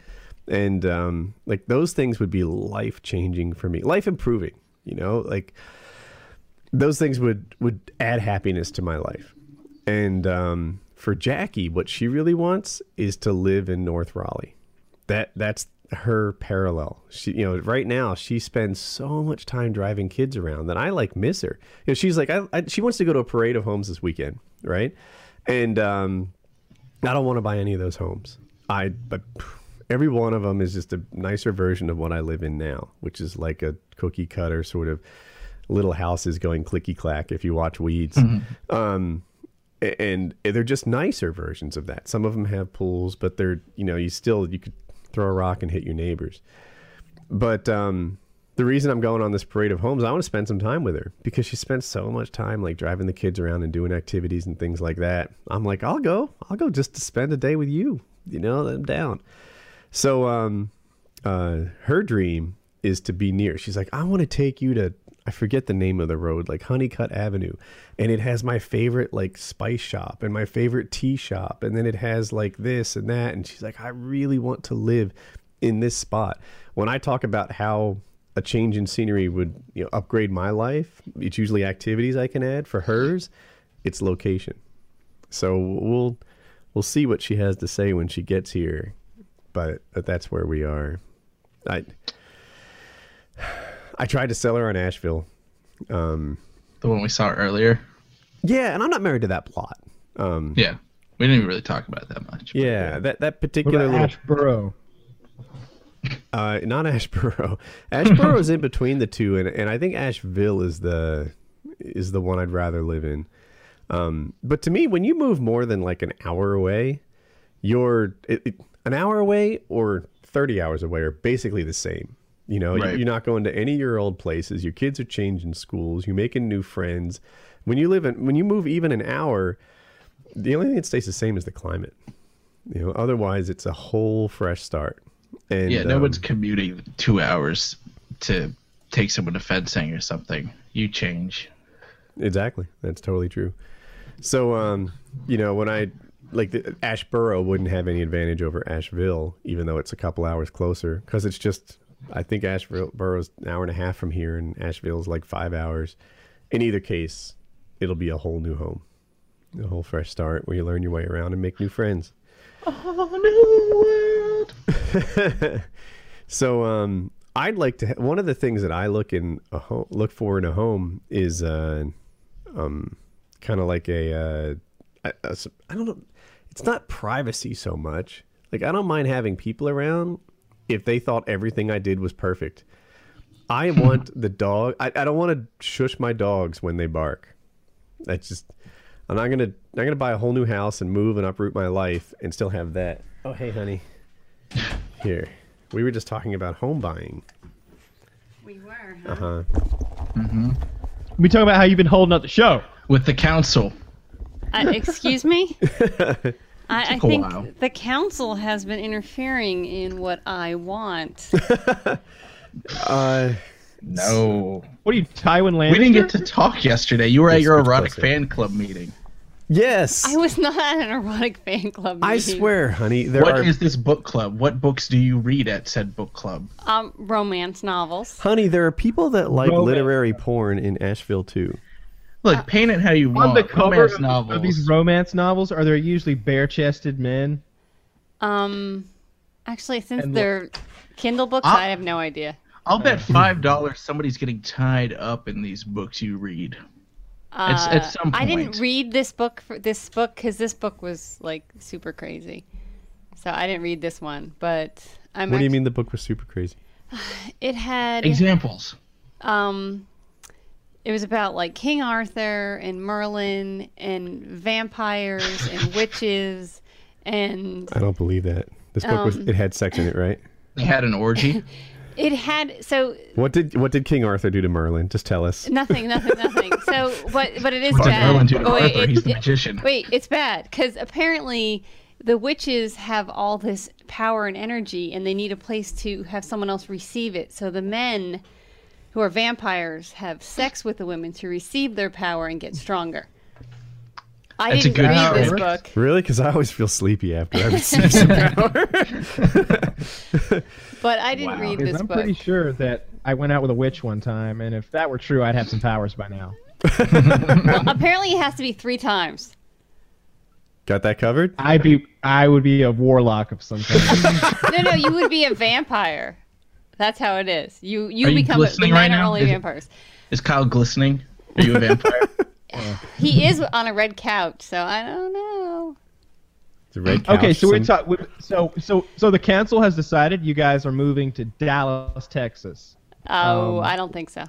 And, um, like those things would be life changing for me, life improving, you know, like those things would, would add happiness to my life. And, um, for Jackie, what she really wants is to live in North Raleigh that that's her parallel. She, you know, right now she spends so much time driving kids around that I like miss her. You know, she's like, I, I, she wants to go to a parade of homes this weekend, right? And um, I don't want to buy any of those homes. I, but every one of them is just a nicer version of what I live in now, which is like a cookie cutter sort of little houses going clicky clack. If you watch Weeds, a- and they're just nicer versions of that. Some of them have pools, but they're you know you still you could throw a rock and hit your neighbors. But um, the reason I'm going on this parade of homes, I want to spend some time with her because she spends so much time like driving the kids around and doing activities and things like that. I'm like, I'll go, I'll go just to spend a day with you. You know, I'm down. So um, uh, her dream is to be near. She's like, I want to take you to I forget the name of the road, like Honeycutt Avenue, and it has my favorite like spice shop and my favorite tea shop, and then it has like this and that, and she's like, I really want to live in this spot. When I talk about how a change in scenery would you know upgrade my life, it's usually activities I can add. For hers, it's location. So we'll we'll see what she has to say when she gets here, but that's where we are. I I tried to sell her on Asheville. the one we saw earlier. Yeah, and I'm not married to that plot. Yeah, we didn't even really talk about it that much. Yeah, that that What particular about little Ashboro? uh, not (laughs) Ashboro. Ashboro is in between the two, and and I think Asheville is the is the one I'd rather live in. Um, but to me, when you move more than like an hour away, you're it, it- an hour away or thirty hours away are basically the same. You know, you- Right. you're not going to any of your old places. Your kids are changing schools. You're making new friends. When you live in when you move even an hour, the only thing that stays the same is the climate. You know, otherwise it's a whole fresh start. And yeah. No um, one's commuting two hours to take someone to fencing or something. You change. Exactly. That's totally true. So, um, you know, when I like the, Ashboro wouldn't have any advantage over Asheville, even though it's a couple hours closer, because it's just I think Asheboro's an hour and a half from here, and Asheville's like five hours. In either case, it'll be a whole new home, a whole fresh start where you learn your way around and make new friends. Oh, no world. So um, I'd like to. Ha- one of the things that I look in a home, look for in a home is uh, um, kind of like a, uh, I, a s- I don't know. It's not privacy so much. Like I don't mind having people around if they thought everything I did was perfect. I want the dog. I, I don't want to shush my dogs when they bark. That's just. I'm not gonna. I'm gonna buy a whole new house and move and uproot my life and still have that. Oh hey honey. Here. We were just talking about home buying. We were, huh? Uh-huh. We talk about how you've been holding up the show. With the council. Uh, excuse (laughs) me? I, I Took a think while. the council has been interfering in what (laughs) I want. Uh, No. What are you, Tywin Lannister? We didn't get to talk yesterday. You were at Yes, your of erotic course, yeah. fan club meeting. yes. I was not at an erotic fan club. I meeting. swear, honey, there What is are this book club? What books do you read at said book club? Um, romance novels. honey, there are people that like Romance. literary porn in Asheville too. Look, paint it how you want. Uh, on the cover Romance of, novels. of these romance novels, are there usually bare-chested men? Um, actually, since And lo- they're Kindle books, Ah. I have no idea. I'll bet Uh, five dollars somebody's getting tied up in these books you read. Uh, at some I didn't point. read this book for this book because this book was like super crazy, so I didn't read this one. But I'm. What do you act- mean the book was super crazy? It had Examples. um, it was about like King Arthur and Merlin and vampires (laughs) and witches and I don't believe that. This book Um. was it had sex in it, right? They had an (laughs) orgy. it had so What did what did King Arthur do to Merlin? Just tell us. Nothing, nothing, nothing. So, but but it is What did bad. Merlin do to Oh, wait, Arthur? it- He's the it- magician. Wait, it's bad because apparently the witches have all this power and energy, and they need a place to have someone else receive it. So the men, who are vampires, have sex with the women to receive their power and get stronger. I That's a didn't good read this power. book. Really? Because I always feel sleepy after I (laughs) receive some power. But I didn't Wow. read 'Cause this I'm book. pretty sure that I went out with a witch one time, and if that were true, I'd have some powers by now. Well, apparently, it has to be three times. Got that covered? I'd be, I would be a warlock of some kind. No, no, you would be a vampire. That's how it is. You you Are you become a, the glistening men right are now? only Is it- vampires. Is Kyle glistening? Are you a vampire? He is on a red couch, so I don't know. The red couch, (laughs) okay, so we're some- talking. So, so, so the council has decided you guys are moving to Dallas, Texas. Oh, Um, I don't think so.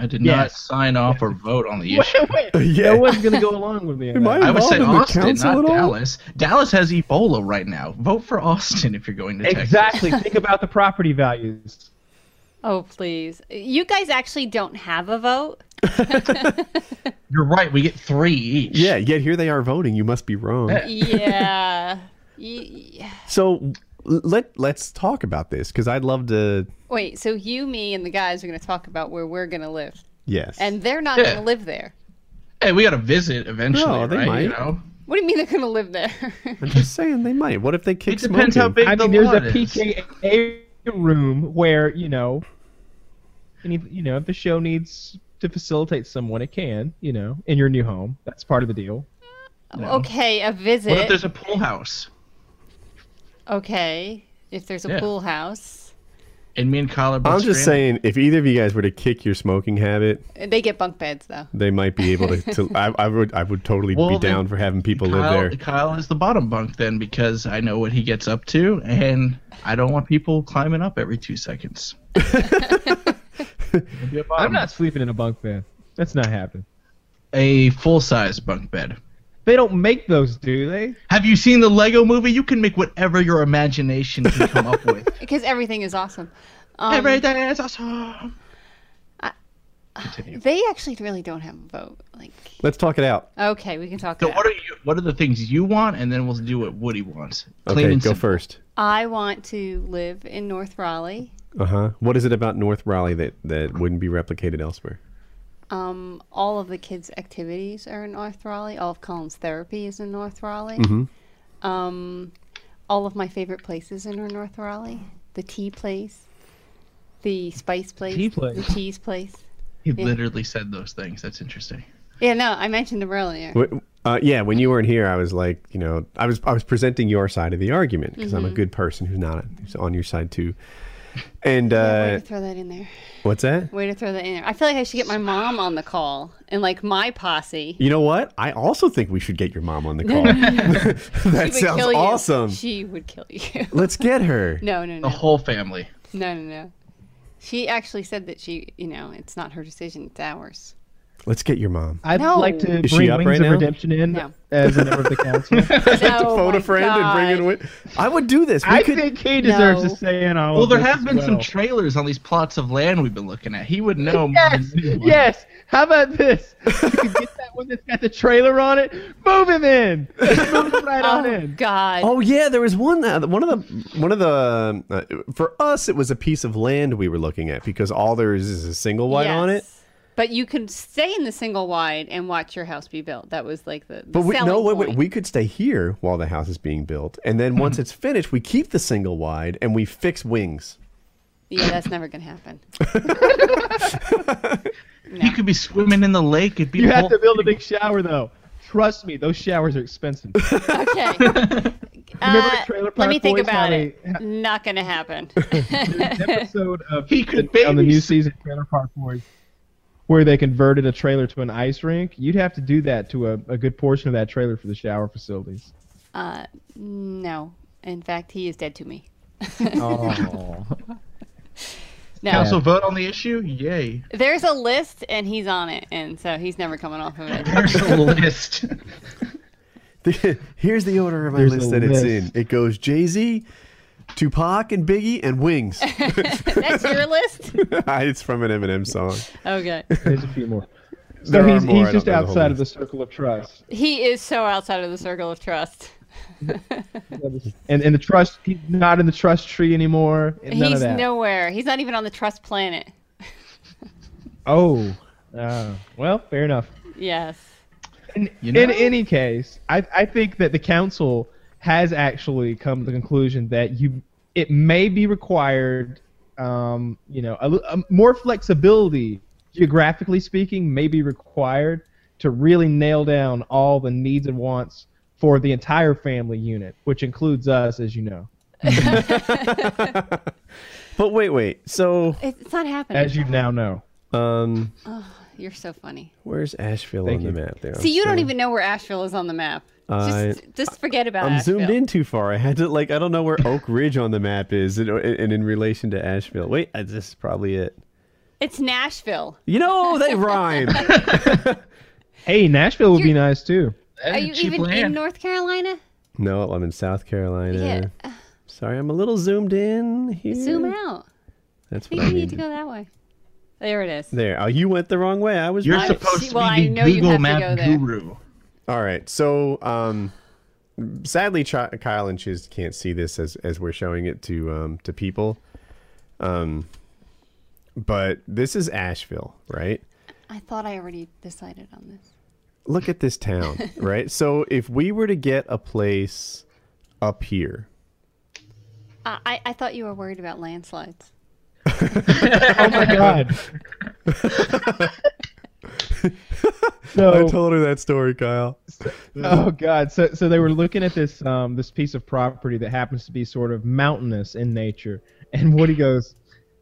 I did not Yes. sign off or vote on the Wait, issue. wait, Yeah. no one's gonna go along with (laughs) me. on might- that. I would say Involved in the Austin, council not at all? Dallas. Dallas has Ebola right now. Vote for Austin if you're going to Texas. Exactly. Think about the property values. Oh, please. You guys actually don't have (laughs) a vote? You're right. We get three each. Yeah, yet here they are voting. You must be wrong. Yeah. Y- y- So l- let let's talk about this because I'd love to. Wait, so you, me, and the guys are going to talk about where we're going to live. Yes. And they're not Yeah. going to live there. Hey, we got to visit eventually, No, they right? You might. know? What do you mean they're going to live there? I'm just saying they might. What if they kick It depends how smoking? big I the mean, there's a lot is. PKA room where you know, any you know, if the show needs to facilitate someone, it can. You know, in your new home, that's part of the deal. (laughs) No. Okay, a visit. What if there's a pool house? okay, if there's a Yeah. pool house. And me and Kyle are both I'm just stranded. saying, if either of you guys were to kick your smoking habit, They get bunk beds, though. they might be able to. to I, I would, I would totally Well, be then down for having people Kyle, live there. Kyle is the bottom bunk then because I know what he gets up to, and I don't want people climbing up every two (laughs) seconds. Be a bottom I'm not sleeping in a bunk bed. That's not happening. a full size bunk bed. They don't make those, do they? Have you seen the Lego movie? You can make whatever your imagination can come up with. (laughs) Because everything is awesome. Um, Everything is awesome. Continue. They actually really don't have a vote. Like, Let's talk it out. okay, we can talk So it out. what are you? What are the things you want, and then we'll do what Woody wants. Clean okay, and go simple. first. I want to live in North Raleigh. Uh huh. What is it about North Raleigh that that wouldn't be replicated elsewhere? Um, all of the kids' activities are in North Raleigh. All of Colin's therapy is in North Raleigh. Mm-hmm. Um, all of my favorite places are in North Raleigh. The tea place, the spice place, Tea place. the cheese place. He literally said those things. That's interesting. Yeah, no, I mentioned them earlier. Wait, Uh, yeah, when you weren't here, I was like, you know, I was I was presenting your side of the argument because I'm a good person who's not who's on your side too. And Way uh, to throw that in there. what's that? Way to throw that in there. I feel like I should get my mom on the call and like my posse. You know what? I also think we should get your mom on the call. (laughs) that She would sounds kill you. awesome. Oh. She would kill you. (laughs) Let's get her. no, no, The no. whole family. No, no, no. She actually said that she, you know, it's not her decision, (laughs) it's ours. Let's get your mom. I'd No. like to Is she bring up Wings right of now? Redemption in No. as a member of the (laughs) council. to Oh phone my a friend and bring it with. I would do this. We I could, think he deserves No. to stay in all Well, of there this have as been some well. trailers on these plots of land we've been looking at. He would know. more (laughs) Yes, than anyone. yes. How about this? You can (laughs) get that one that's got the trailer on it. Move him in. Move him right on Oh, in. God. Oh yeah, there was one that one of the one of the uh, for us it was a piece of land we were looking at because all there is is a single wide on it. Yes. But you can stay in the single wide and watch your house be built. That was like the, the But we, selling no, wait, wait, point. Hmm. we could stay here while the house is being built, and then once it's finished, we keep the single wide and we fix wings. (laughs) Yeah, that's never gonna happen. You could be swimming in the lake. It'd be You a have whole- to build a big shower though. Trust me, those showers are expensive. (laughs) Okay. Remember Uh, Trailer Park let me think Boys, how about they- it. Not gonna (laughs) happen. episode of He could on the new babysit. season of Trailer Park Boys where they converted a trailer to an ice rink. You'd have to do that to a, a good portion of that trailer for the shower (laughs) facilities. Uh, no. In fact, he is dead to me. Oh. No. Council vote on the issue. Yay! There's a list, and he's on it, and so he's never coming off of it. There's (laughs) a list. Here's the order of my There's list a that it's list. in. It goes Jay Z, Tupac, and Biggie, and (laughs) Wings. (laughs) That's your list. it's from an Eminem song. Okay. There's a few more. So There are he's, more, I he's don't just know the whole outside of the list. circle of trust. He is so outside of the circle of trust. And, and the trust, he's not in the trust tree anymore. and None he's of that. nowhere. He's not even on the trust planet. Oh. Uh, well, fair enough. Yes. In, You know? in any case, I, I think that the council has actually come to the conclusion that you it may be required, um, you know, a, li- a more flexibility geographically speaking may be required to really nail down all the needs and wants for the entire family unit, which includes us, as you know, But wait, wait. So, It's it's not happening. as you now know. um, You're so funny. where's Asheville Thank on the you. map? There. See, I'm you sorry. don't even know where Asheville is on the map. Just, just forget about I'm Asheville. zoomed in too far. I had to like I don't know where Oak Ridge on the map is, and, and in relation to Asheville. Wait, I, this is probably it. It's Nashville. You know they (laughs) rhyme. Hey, Nashville would be You're- nice (laughs) too. Are you cheap even in land. North Carolina? no, I'm in South Carolina. Yeah. Sorry, I'm a little zoomed in here. Zoom out. That's I what think I you need need. to go that way. There it is. There. Oh, you went the wrong way. I was. You're right. supposed see- to be well, I the know you Google have to go Map there. guru. All right. So, um, sadly, Ch- Kyle and Chiz can't see this as, as we're showing it to um, to people. Um, but this is Asheville, right? I thought I already decided on this. Look at this (laughs) town, right? So, if we were to get a place up here, Uh, I, I thought you were worried about landslides. Oh my (laughs) God. so, I told her that story, Kyle. Oh God! So so they were looking at this um this piece of property that happens to be sort of mountainous in nature, and Woody goes,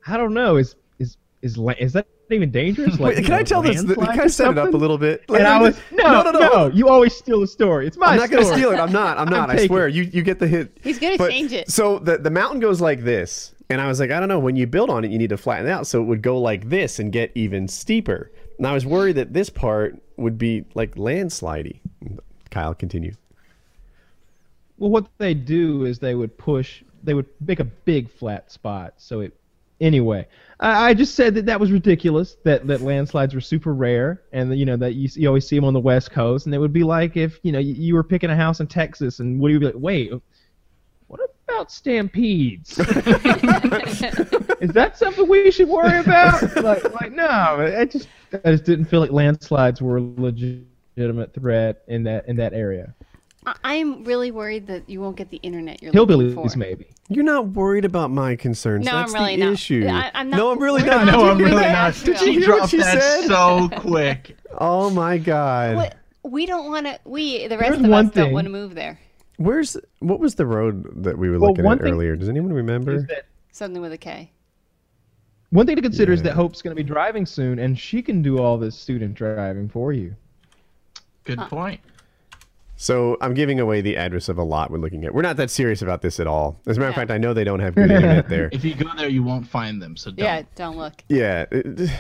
"I don't know. Is is is la- is that (laughs) even dangerous? Like, Wait, can I tell this? Can landslide I or set it up a something?" little bit? And (laughs) I was no no, no You always steal the story. It's my I'm not story. going to steal it. I'm not. I'm not. I taking swear. You you get the hit. He's gonna But- change it. So the the mountain goes like this, and I was like, I don't know. When you build on it, you need to flatten it out, so it would go like this and get even steeper. And I was worried that this part would be like landslidey. Kyle, continue. Well, what they do is they would push. They would make a big flat spot. So it. Anyway, I, I just said that that was ridiculous. That that landslides were super rare, and that, you know that you, s- you always see them on the West Coast. And it would be like if you know you, you were picking a house in Texas, and Woody would be like, "Wait, what about stampedes? (laughs) is that something we should worry about?" like, like no, I just I just didn't feel like landslides were a legitimate threat in that in that area. I, I'm really worried that you won't get the internet you're looking Hillbillies, for. maybe. You're not worried about my concerns. No, I'm That's really the not. issue. I- I'm not- No, I'm really We're not. not (laughs) Did you No, I'm hear really that? that? not. Did you hear (laughs) She what dropped she that said? so quick. Oh my god. What? we don't want to. We the rest There's of one us don't thing. want to move there. Where's what was the road that we were Well, looking one at thing- earlier? Does anyone remember? Is that Something with a K. one thing to consider is Yeah. that Hope's going to be driving soon, and she can do all this student driving for you. Good point. So I'm giving away the address of a lot we're looking at. We're not that serious about this at all. As a matter of No. fact, I know they don't (laughs) have good internet there. If you go there, you won't find them. So don't. Yeah, don't look. Yeah, it-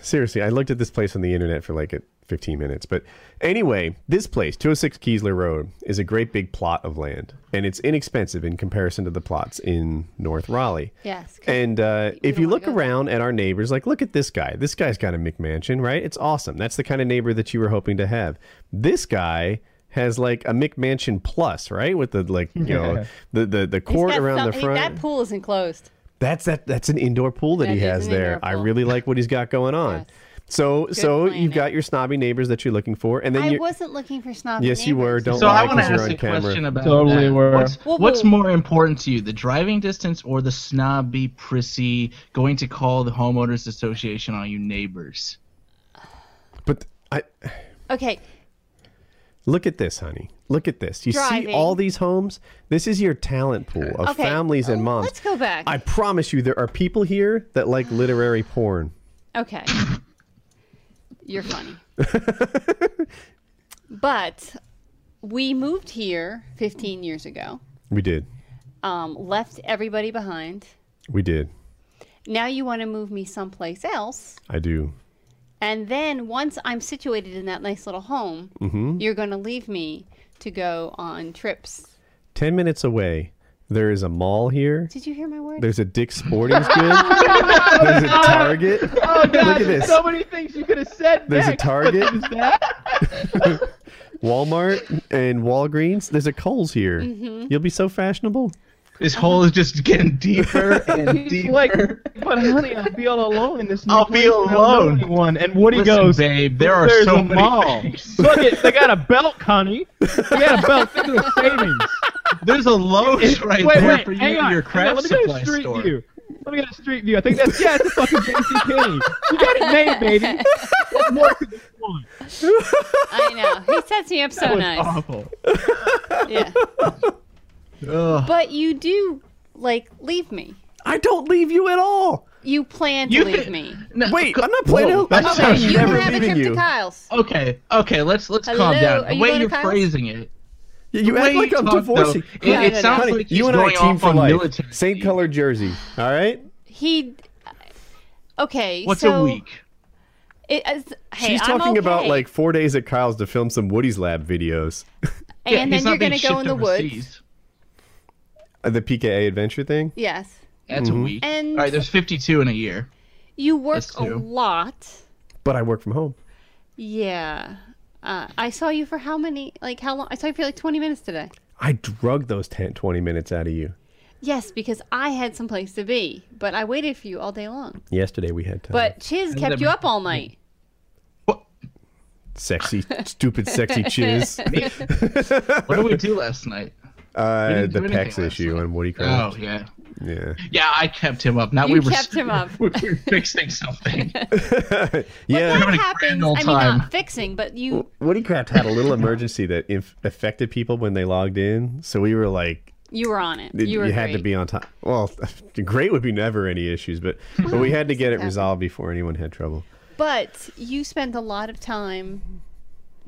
seriously, I looked at this place on the internet for like a 15 minutes. But anyway, this place, 206 Keesler Road, is a great big plot of land, and it's inexpensive in comparison to the plots in North Raleigh. Yes. 'cause And uh, if don't you wanna look go there. around at our neighbors, like, look at this guy. This guy's got a McMansion, right? It's awesome. That's the kind of neighbor that you were hoping to have. This guy has like a McMansion plus, right? With the like, you know, the the, the he's court got around some- the he- front. that pool isn't closed. That's that. That's an indoor pool that, That he is has an there. indoor I pool. really like what he's got going on. Yes. So so plan, you've yeah. got your snobby neighbors that you're looking for, and then I you. wasn't looking for snobby. Yes, you were. neighbors. Don't So lie I want because to you're ask on a camera. question about Totally that. were. What's, Well, what's well- more important to you, the driving distance or the snobby, prissy, going to call the homeowners association on you neighbors? But I Okay. look at this, honey. Look at this. You see Driving. all these homes. This is your talent pool of Okay. families and Uh, moms. Let's go back. I promise you, there are people here that like literary porn. Okay. You're (laughs) funny. but we moved here 15 years ago, We did. um, left everybody behind. We did. Now you want to move me someplace else. I do. And then once I'm situated in that nice little home, Mm-hmm. you're going to leave me to go on trips. Ten minutes away, there is a mall here. Did you hear my word? There's a Dick's Sporting (laughs) Goods. There's a Target. Oh God! Look at there's this. So many things you could have said. There's a next, Target, but there's that. (laughs) Walmart, and Walgreens. There's a Kohl's here. Mm-hmm. You'll be so fashionable. This hole is just getting (laughs) deeper and He's deeper. like, but honey, I'll be all alone in this. new I'll be place. I don't know alone." anyone." And Woody Listen, goes, babe, there are There's so a many mall. things. Look it, they got a belt, honey. They got a belt. Think of the savings. There's a Lowe's right wait, there wait, for you hang at on. your hang on, craft Let me get supply a street store. view. Let me get a street view. I think that's yeah, it's a fucking JC Penny. You got it made, baby. What more could you want? I know. He (laughs) sets me up That so was nice. awful. Yeah. Ugh. But you do, like, leave me. I don't leave you at all. You plan to You- (laughs) leave me. No, Wait, c- I'm not playing. Whoa, out- that I'm Okay, sounds not you never can have a leaving trip you. to Kyle's. (laughs) Okay, okay, let's let's calm Hello, down. are The you way going to you're Kyle's? phrasing it, You the way act like you I'm talk, though, divorcing. it, No, it no, no. sounds Honey, like he's you and I going team off for on life. military. Same leave. color jersey. All right. He. Okay. What's so a week? It, it's- hey, She's I'm talking about okay. like four days at Kyle's to film some Woody's Lab videos. And Yeah, he's then not you're being gonna go in shipped the woods. overseas. Uh, The PKA adventure thing. Yes. That's a week. And- All right, there's 52 in a year. You work That's a two. lot. But I work from home. Yeah. Uh, I saw you for how many? Like how long? I saw you for like 20 minutes today. I drug those 10, 20 minutes out of you. Yes, because I had someplace to be, but I waited for you all day long. Yesterday we had time. But Chiz kept you up all night. What, sexy, stupid, (laughs) sexy chiz. what did we do last night? We Uh, didn't the do anything pecs last issue night. on Woody Oh Craft. yeah, (laughs) Yeah. yeah. I kept him up. Not You we were kept him up. (laughs) we were fixing (laughs) something. yeah. That having a happens. grand old I mean, not time. fixing, but you. Woodycraft had a little emergency that inf- affected people when they logged in, so we were like, You were on it. it- You were. had to great. be on time. Well, (laughs) great would be never any issues, but, but we had to get it resolved before anyone had trouble. But you spent a lot of time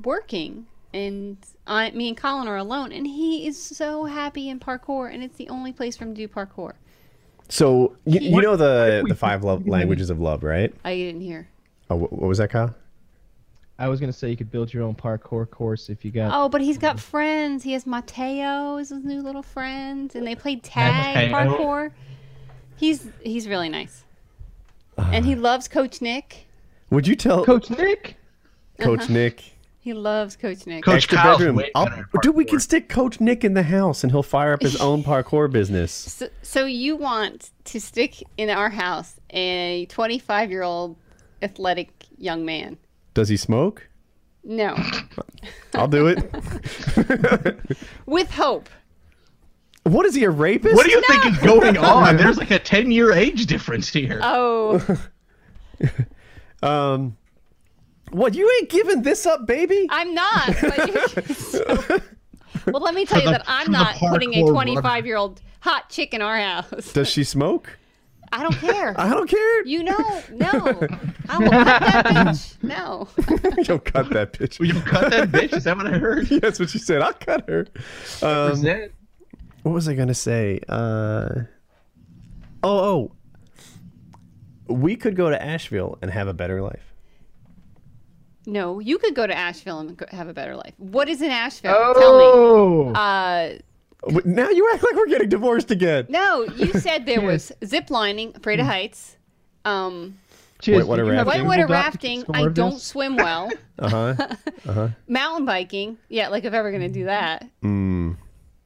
working, and I, me and Colin are alone, and he is so happy in parkour, and it's the only place for him to do parkour. So you, you What- know the the five love languages of love, right? I didn't hear. Oh, wh- what was that, Kyle? I was gonna say you could build your own parkour course if you got. Oh, but he's got friends. He has Mateo is his new little friend, and they play Mateo. tag parkour. He's he's really nice, and Uh. he loves Coach Nick. Would you tell Oh. Coach, Coach Nick. (laughs) Nick? He loves Coach Nick. Coach Extra Kyle's bedroom. way I'll- better at Dude, we can parkour. stick Coach Nick in the house, and he'll fire up his (laughs) own parkour business. So, so you want to stick in our house a 25 year old athletic young man? Does he smoke? No, I'll do it. (laughs) with hope. what is he a rapist? What do you think is going on? There's like a 10 Uh, Oh. year age difference here. Oh, Um, What? You ain't giving this up, baby? (laughs) I'm not. But (laughs) you're- so- well, let me tell you the- that I'm for the not putting a parkour 25 year old hot chick in (laughs) our house. Does she smoke? I don't care. I don't care. You know, (laughs) no. I will cut that bitch. No. (laughs) (laughs) Yo, cut that bitch. (laughs) Will you cut that bitch? Is that what I heard? That's what she said. I'll cut her. Um, Present. what was I gonna say? Uh, oh, oh. We could go to Asheville and have a better life. No, you could go to Asheville and go- have a better life. What is in Asheville? Tell me. Oh, Uh, Wait, Now you act like we're getting divorced again. (laughs) no, (laughs) you said there was zip lining, afraid of heights, um, Chiz, Whitewater did you Mm. rafting. have Googled up whitewater to rafting. score I this? don't (laughs) swim well. Uh-huh. Uh huh. Mountain biking. Yeah, like if ever gonna do that. Mm.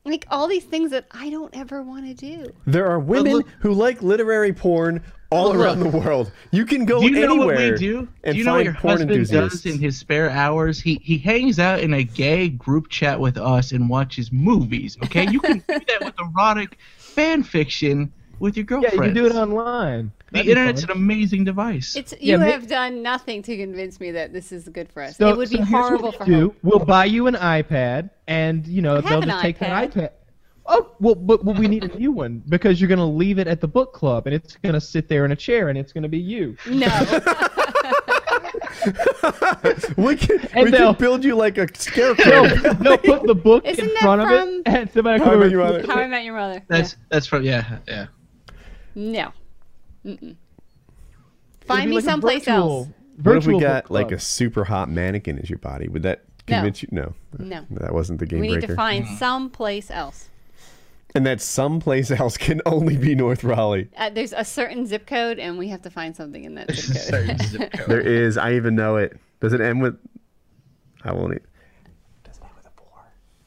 Like all these things that I don't ever want to do. There are women look- who like literary porn all Look. around the world. You can go Do you know anywhere what we do? and Do you know what find your porn husband enthusiasts. does in his spare hours? He he hangs out in a gay group chat with us and watches movies. Okay, you can do that with erotic fan fiction with your Yeah, girlfriend. you can do it online. The That'd be internet's fun. an amazing device. It's Yeah, you ma- have done nothing to convince me that this is good for us. So- it would so be here's what horrible we'll for do. her. We'll buy you an iPad, and you know I they'll have an just take that iPad. iPad. Oh well, but but we need a new one because you're gonna leave it at the book club, and it's gonna sit there in a chair, and it's gonna be you. (laughs) No, (laughs) we can, And we can they'll- build you like (laughs) a No, scarecrow. no, put the book Isn't in that front of from- it, and somebody How (laughs) I come Met over Your and- Mother. How I Met Your Mother. that's that's from yeah yeah. Yeah. No. Mm-mm. it'd Find be me like a someplace virtual- else. What if we virtual got book like a club. super hot mannequin as your body? Would that No. convince you? No, No. that wasn't the game We need breaker. to find Mm-hmm. someplace else. and that someplace else can (laughs) only be North Raleigh. Uh, there's a certain zip code, and we have to find something in that (laughs) zip code. Sorry, zip (laughs) code. There is. I even know it. Does it end with? I won't. e-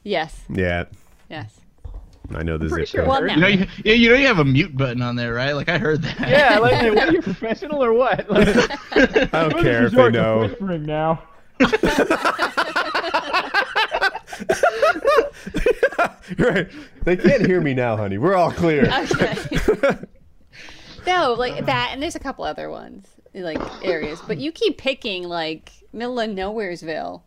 yes. Yeah, Yes. I know the zip Pretty sure. code. Well, You know, no. you, yeah, you know you have a mute button on there, right? Like I heard that. yeah, like, hey, what, are you professional or what? Like, I don't this care if is they your know. (laughs) whispering now. right? They can't hear me now, honey. We're all clear. Okay. no, like that, and there's a couple other ones, like areas. But you keep picking like middle of nowheresville.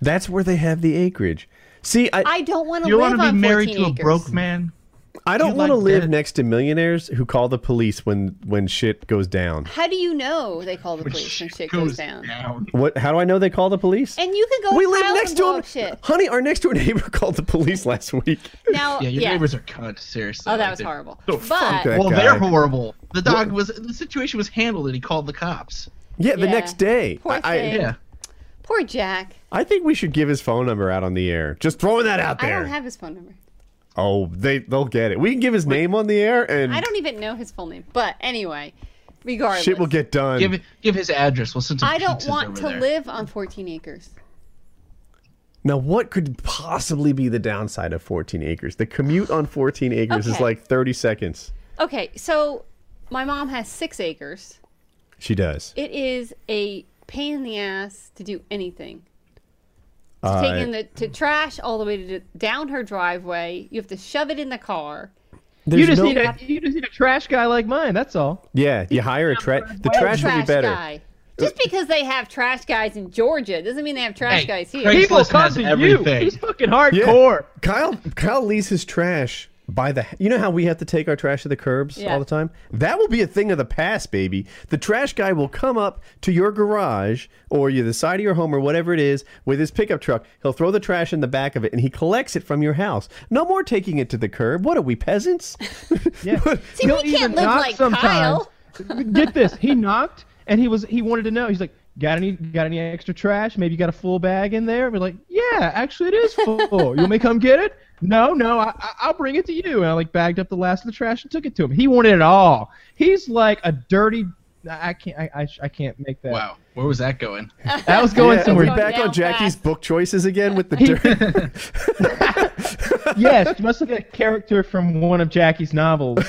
That's where they have the acreage. See, I, I don't want (laughs) to You live want to be on married 14 to a acres. broke man? I don't You want to like live that? next to millionaires who call the police when when shit goes down. How do you know they call the police when shit goes down? What? How do I know they call the police? And you can go. we to live Kyle next and to blow them. up Shit. Honey, our next door neighbor (laughs) called the police last week. (laughs) Now, Yeah, your yes. neighbors are cunts. Seriously. Oh, Like, that was they're- horrible. So but that well, guy. they're horrible. The dog was the situation was handled, and he called the cops. Yeah, the Yeah. next day. Poor I, thing. I, Yeah, poor Jack. I think we should give his phone number out on the air. Just throwing that out I there. don't have his phone number. oh, they they'll get it. We can give his name on the air, and I don't even know his full name. But anyway, regardless, shit will get done. give it, give his address. We'll send some I don't pizzas want over to there. live on 14 acres. Now, what could possibly be the downside of 14 acres? The commute on 14 acres is Okay. like 30 seconds. Okay, so my mom has six acres. She does. It is a pain in the ass to do anything. To Uh, take in the to trash all the way to down her driveway. You have to shove it in the car. You There's just no- need a you just need a trash guy like mine. That's all. yeah. You hire a trash. The trash, will be trash better. guy. Just because they have trash guys in Georgia doesn't mean they have trash Hey, guys here. Craigslist People come has to everything. you. He's fucking hardcore. Kyle Kyle leaves his trash by the. You know how we have to take our trash to the curbs Yeah. all the time. That will be a thing of the past, baby. The trash guy will come up to your garage or you the side of your home or whatever it is with his pickup truck. He'll throw the trash in the back of it and he collects it from your house. No more taking it to the curb. What are we peasants? (laughs) Yeah. See, we can't live like Kyle. Get this. He knocked and he was he wanted to know. He's like, "Got any got any extra trash? Maybe you got a full bag in there?" We're like, "Yeah, actually it is full. you want me to come get it?" No, no, I, I- I'll bring it to you. And I like bagged up the last of the trash and took it to him. He wanted it all. He's like a dirty. I can't. I, I, sh- I can't make that. Wow, where was that (laughs) going? That was going Yeah, are we (laughs) somewhere. Going back on down Jackie's fast. book choices again with the dirt? yes, it must have been a character from one of Jackie's novels.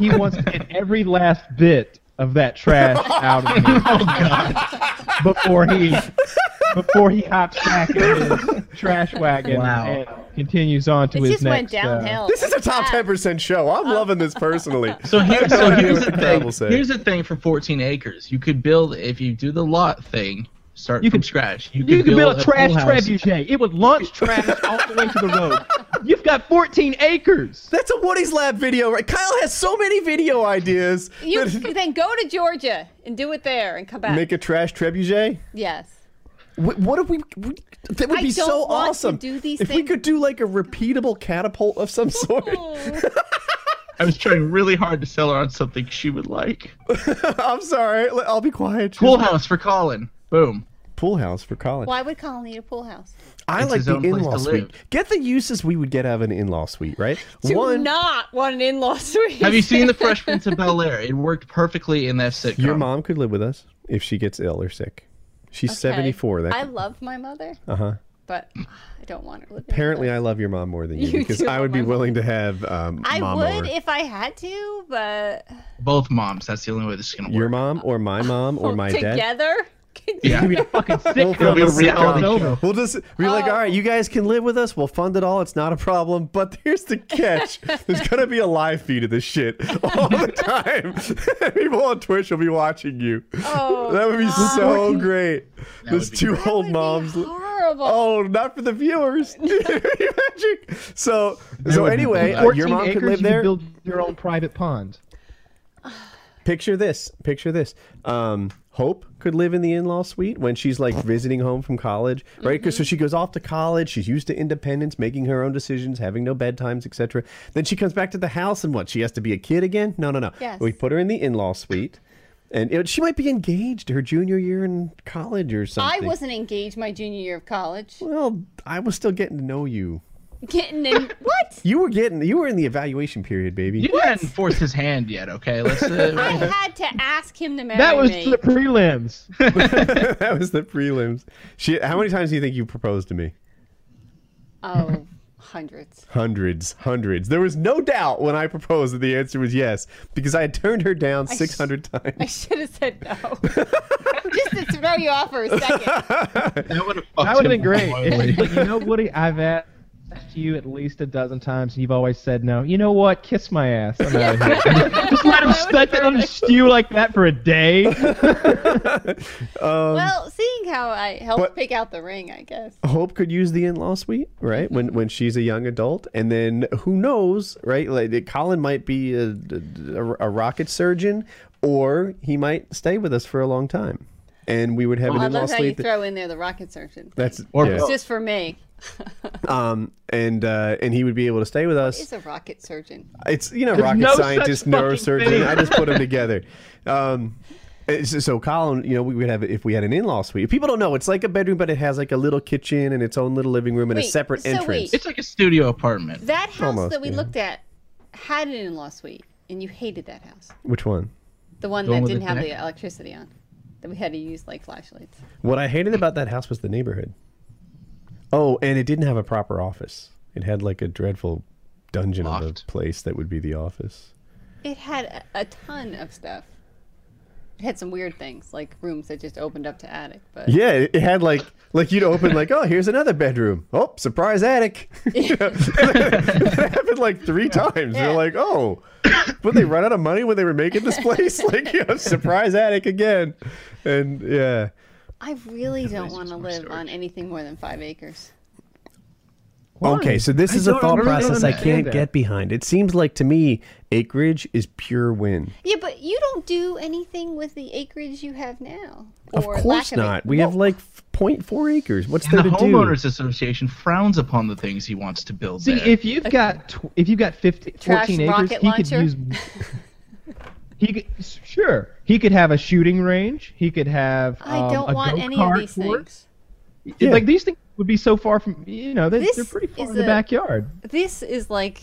He wants to get every last bit of that trash out of me before he before he hops back in his trash wagon Wow. and continues on to It his just went next. uh, (laughs) downhill. this is a top Ah. ten percent show. I'm loving this personally. So, here, so idea here's what the the Bible thing. said. Here's the thing for 14 acres. You could build if you do the lot thing. Start You from could- scratch. You, You could build a whole trash house. trebuchet. It would launch trash all the way to the road. You've got 14 acres. That's a Woody's Lab video, right? Kyle has so many video ideas. You that- (laughs) then go to Georgia and do it there and come back. make a trash trebuchet. yes. Wh- What if we? we that would I be don't so want to awesome. do these if we things. could do like a repeatable catapult of (laughs) some sort. (laughs) I was trying really hard to sell her on something she would like. I'm sorry. l- I'll be quiet. Just- Pool house for Colin. Boom. pool house for college. Why would Colin need a pool house? I It's like his the own place in-law to suite. live. Get the uses we would get out of an in-law suite, right? Do not want an in-law suite. Have you (laughs) seen (laughs) The Fresh Prince of Bel Air? It worked perfectly in that sitcom. your mom could live with us if she gets ill or sick. She's 74. That Uh-huh. I love my mother. Uh huh. But I don't want her living. with apparently us. I love your mom more than you, (laughs) You because do I would love be my mom. willing to have um, I mom would over. if I had to, but Both moms. That's the only way this is gonna work. your mom or my mom or my dad. (laughs) together. (laughs) yeah. You'd be a (laughs) fucking film sitcom. a when it's all sitcom. over. (laughs) We'll just we're like, all right, you guys can live with us. We'll fund it all. It's not a problem. But here's the catch: there's gonna be a live feed of this shit (laughs) all the time. (laughs) People on Twitch will be watching you. Oh, that would be so great. There's would be two great. old That would be moms. horrible. Oh, not for the viewers. (laughs) Magic. So, so would be anyway, uh, 14 your mom acres, could live you there. build your own private pond. picture this picture this um hope could live in the in-law suite when she's like visiting home from college right 'Cause- so Mm-hmm. she goes off to college she's used to independence making her own decisions having no bedtimes etc then she comes back to the house and what she has to be a kid again no no no Yes. we put her in the in-law suite and it, she might be engaged her junior year in college or I something wasn't engaged my junior year of college. well i was still getting to know you Getting in (laughs) what? you were getting you were in the evaluation period baby You hadn't forced his hand yet, okay? (laughs) Let's. I (laughs) Uh, had to ask him to marry That was me. the prelims. (laughs) (laughs) that was the prelims she how many times do you think you proposed to me oh, hundreds. Hundreds, hundreds. There was no doubt when I proposed that the answer was yes because I had turned her down 600 I times. should have said no. (laughs) Just to throw you off for a second. that would have. That would have been (laughs) great. But you know, Woody, I've asked you at least a dozen times, and you've always said no. You know what? Kiss my ass. I'm out of here. (laughs) Just let him let him stew like that for a day. well, seeing how I helped Um, But- Oh, pick out the ring, I guess. Hope could use the in-law suite, right? When when she's a young adult, and then who knows, right? Like that Colin might be a, a, a rocket surgeon, or he might stay with us for a long time, and we would have I an in-law love how you suite. that- throw in there the rocket surgeon. that's Or yeah. both. Just for me. um, and uh, and he would be able to stay with us. He's a rocket surgeon. It's you know rocket no such scientist, fucking neurosurgeon. thing. I just put (laughs) them together. Um, it's- so Colin, you know, we would have if we had an in-law suite. If people don't know, it's like a bedroom, but it has like a little kitchen and its own little living room and a Wait, separate so entrance. wait. It's like a studio apartment. That house Almost, that we yeah. looked at had an in-law suite, and you hated that house. Which one? The one The one that with didn't the have deck? the electricity on. That we had to use like flashlights. What I hated about that house was the neighborhood. Oh, and it didn't have a proper office. It had like a dreadful dungeon of a Loft. place that would be the office. It had a, a ton of stuff. It had some weird things, like rooms that just opened up to attic. But Yeah, it it had like like you'd open like, oh, here's another bedroom. Oh, surprise attic. (laughs) You know, that happened like three times. You're Yeah. like, oh, but they run out of money when they were making this place. (laughs) like, you know, surprise attic again. And yeah, I really don't it's want to just more live storage. on anything more than five acres. Okay, so this I is a don't- I thought really don't process I understand can't that. get behind. It seems like to me, acreage is pure win. Yeah, but you don't do anything with the acreage you have now. Of or course lack of it. not. We have like 0.4 acres. What's And there the to homeowners do? association frowns upon the things he wants to build See, there. if you've got tw- if you've got 50, Trash 14 acres, rocket he could launcher? use. He could, sure. He could have a shooting range. He could have. I um, don't a want any of go-kart these course. things. Yeah. Like these things would be so far from you know they, This they're pretty far is in the a- backyard. This is like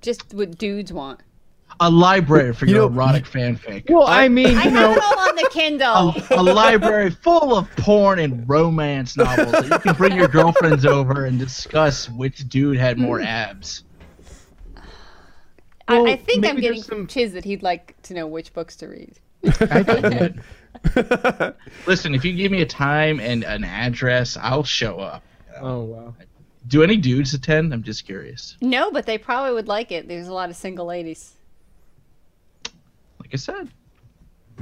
just what dudes want. a library for You your know- erotic fanfic. Well, I, mean, I you know, um, have it all on the Kindle. a, a library full of porn and romance novels that you can bring your girlfriends over and discuss which dude (laughs) had more abs. I, I Well, think I'm maybe getting there's some- some chiz that he'd like to know which books to read. (laughs) Listen, if you give me a time and an address, I'll show up. oh wow. Do any dudes attend? I'm just curious. No, but they probably would like it. There's a lot of single ladies. Like I said,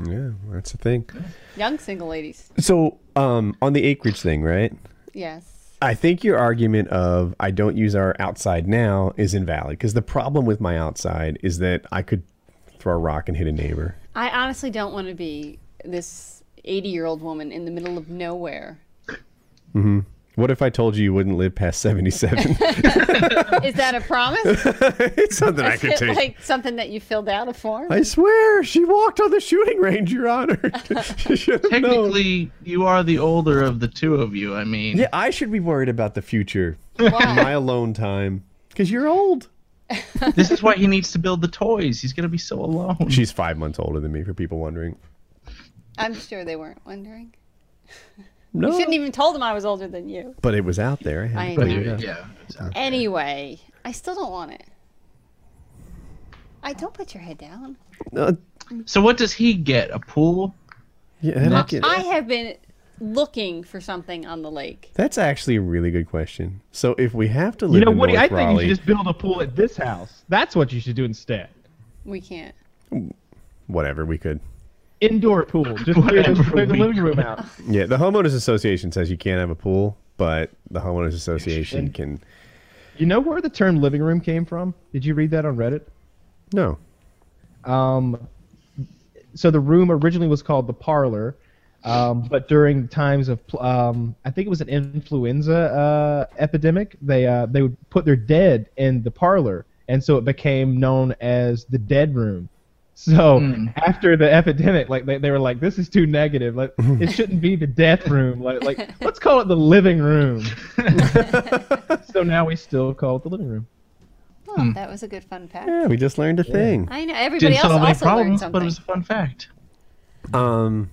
Yeah, that's the thing. Young single ladies. So, um, on the acreage thing, right? Yes. I think your argument of I don't use our outside now is invalid because the problem with my outside is that I could throw a rock and hit a neighbor. I honestly don't want to be this 80 year old woman in the middle of nowhere. What if I told you you wouldn't live past (laughs) 77? Is that a promise? it's something I (laughs) could Is it take. like something that you filled out a form? I swear, she walked on the shooting range, Your Honor. (laughs) she should have known. Technically, you are the older of the two of you. I mean, Yeah, I should be worried about the future, Why? my alone time, because you're old. this is why he needs to build the toys. He's gonna be so alone. She's five months older than me, for people wondering. I'm sure they weren't wondering. No, You shouldn't even told them I was older than you. but it was out there. I had I to know. But clear it you- up. yeah. exactly. Anyway, I still don't want it. I don't put your head down. No, So what does he get? A pool? yeah, I don't get- I have been looking for something on the lake. That's actually a really good question. So if we have to You live know, in Woody, I North think you Raleigh, should just build a pool at this house. That's what you should do instead. We can't. whatever we could. Indoor pool. (laughs) Just clear the, Whatever clear the we- living room out. Yeah, the homeowners association says you can't have a pool, but the homeowners association can. You know where the term living room came from? Did you read that on Reddit? No, Um, so the room originally was called the parlor, um, but during times of pl- um, I think it was an influenza uh, epidemic, they uh, they would put their dead in the parlor, and so it became known as the dead room. So after the epidemic, like they, they were like, this is too negative. Like it shouldn't be the death room. Like like let's call it the living room. so now we still call it the living room. Oh, that was a good fun fact. yeah, we just learned a thing. I know everybody Hmm. Didn't else solve any also learned problems, something. but it was a fun fact. Um,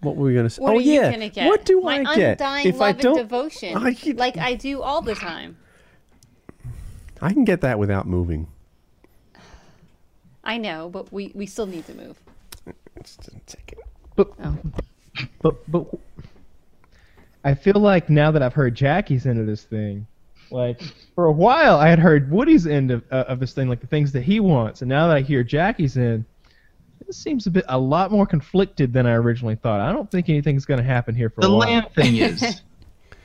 what were we gonna say? What oh are you yeah, gonna get? what do My I get Undying if love I don't? and devotion, I could- like I do all the time. I can get that without moving. I know, but we, we still need to move. Just a second. But Oh. but but I feel like now that I've heard Jackie's end of this thing, like for a while I had heard Woody's end of uh, of this thing, like the things that he wants, and now that I hear Jackie's end, it seems a bit a lot more conflicted than I originally thought. I don't think anything's going to happen here for The a while. land thing (laughs) is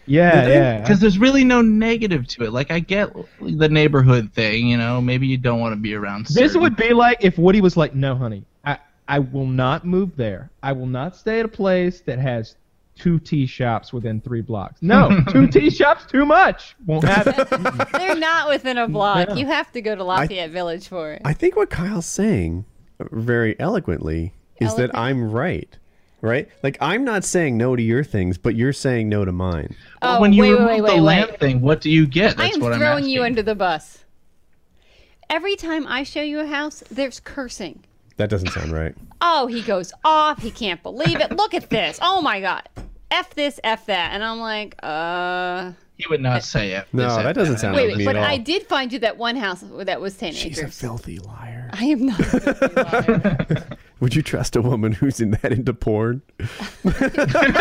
yeah, yeah. because there's really no negative to it. Like I get the neighborhood thing, you know. Maybe you don't want to be around. This certain- would be like if Woody was like, "No, honey, I I will not move there. I will not stay at a place that has two tea shops within three blocks. (laughs) No, two tea shops too much. Won't happen. They're not within a block. Yeah. You have to go to Lafayette Village for it. I think what Kyle's saying uh, very eloquently is Eloquent. that I'm right. Right? Like I'm not saying no to your things, but you're saying no to mine. oh, when you wait, remove wait, the wait, wait, land thing, what do you get? I That's am what I'm throwing you asking. under the bus. Every time I show you a house, there's cursing. That doesn't sound right. Oh, he goes off. He can't believe it. Look at this. Oh my god. F this, F that. And I'm like, uh He would not say it. No, Is that doesn't sound Wait, Not wait, me but at all. I did find you that one house that was 10 acres. filthy liar. I am not. a (laughs) filthy liar. Would you trust a woman who's in that into porn? Darn.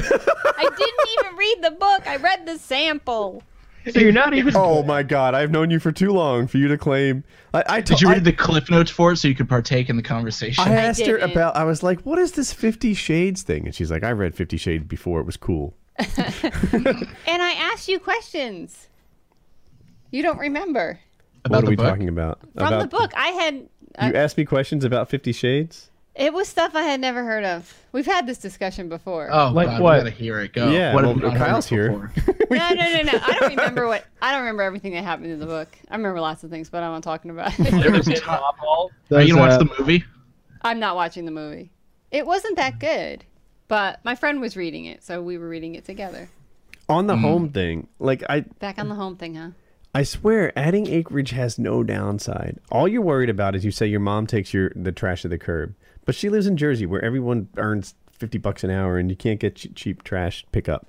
I didn't even read the book. I read the sample. so you're not even. Oh my god, I've known you for too long for you to claim. I, I Did you read the cliff notes for it so you could partake in the conversation? I asked her didn't. about. I was like, "What is this Fifty Shades thing?" And she's like, "I read Fifty Shades before it was cool." And I asked you questions. You don't remember. what About are the we book? talking about? From about the book, I had. uh, You asked me questions about Fifty Shades. It was stuff I had never heard of. We've had this discussion before. Uh, Oh, Like God, what? We gotta hear it go. Yeah, What well, have we not heard Kyle's here. before? No, no, no, no. I don't (laughs) remember what. I don't remember everything that happened in the book. I remember lots of things, but I'm not talking about it. There was a time- Are Those, you gonna uh, watch the movie? (laughs) I'm not watching the movie. It wasn't that good, but my friend was reading it, so we were reading it together. On Mm-hmm. the home thing, like I, Back on the home thing, huh? I swear, adding acreage has no downside. All you're worried about is you say your mom takes your the trash to the curb, but she lives in Jersey where everyone earns fifty bucks an hour and you can't get ch- cheap trash pickup.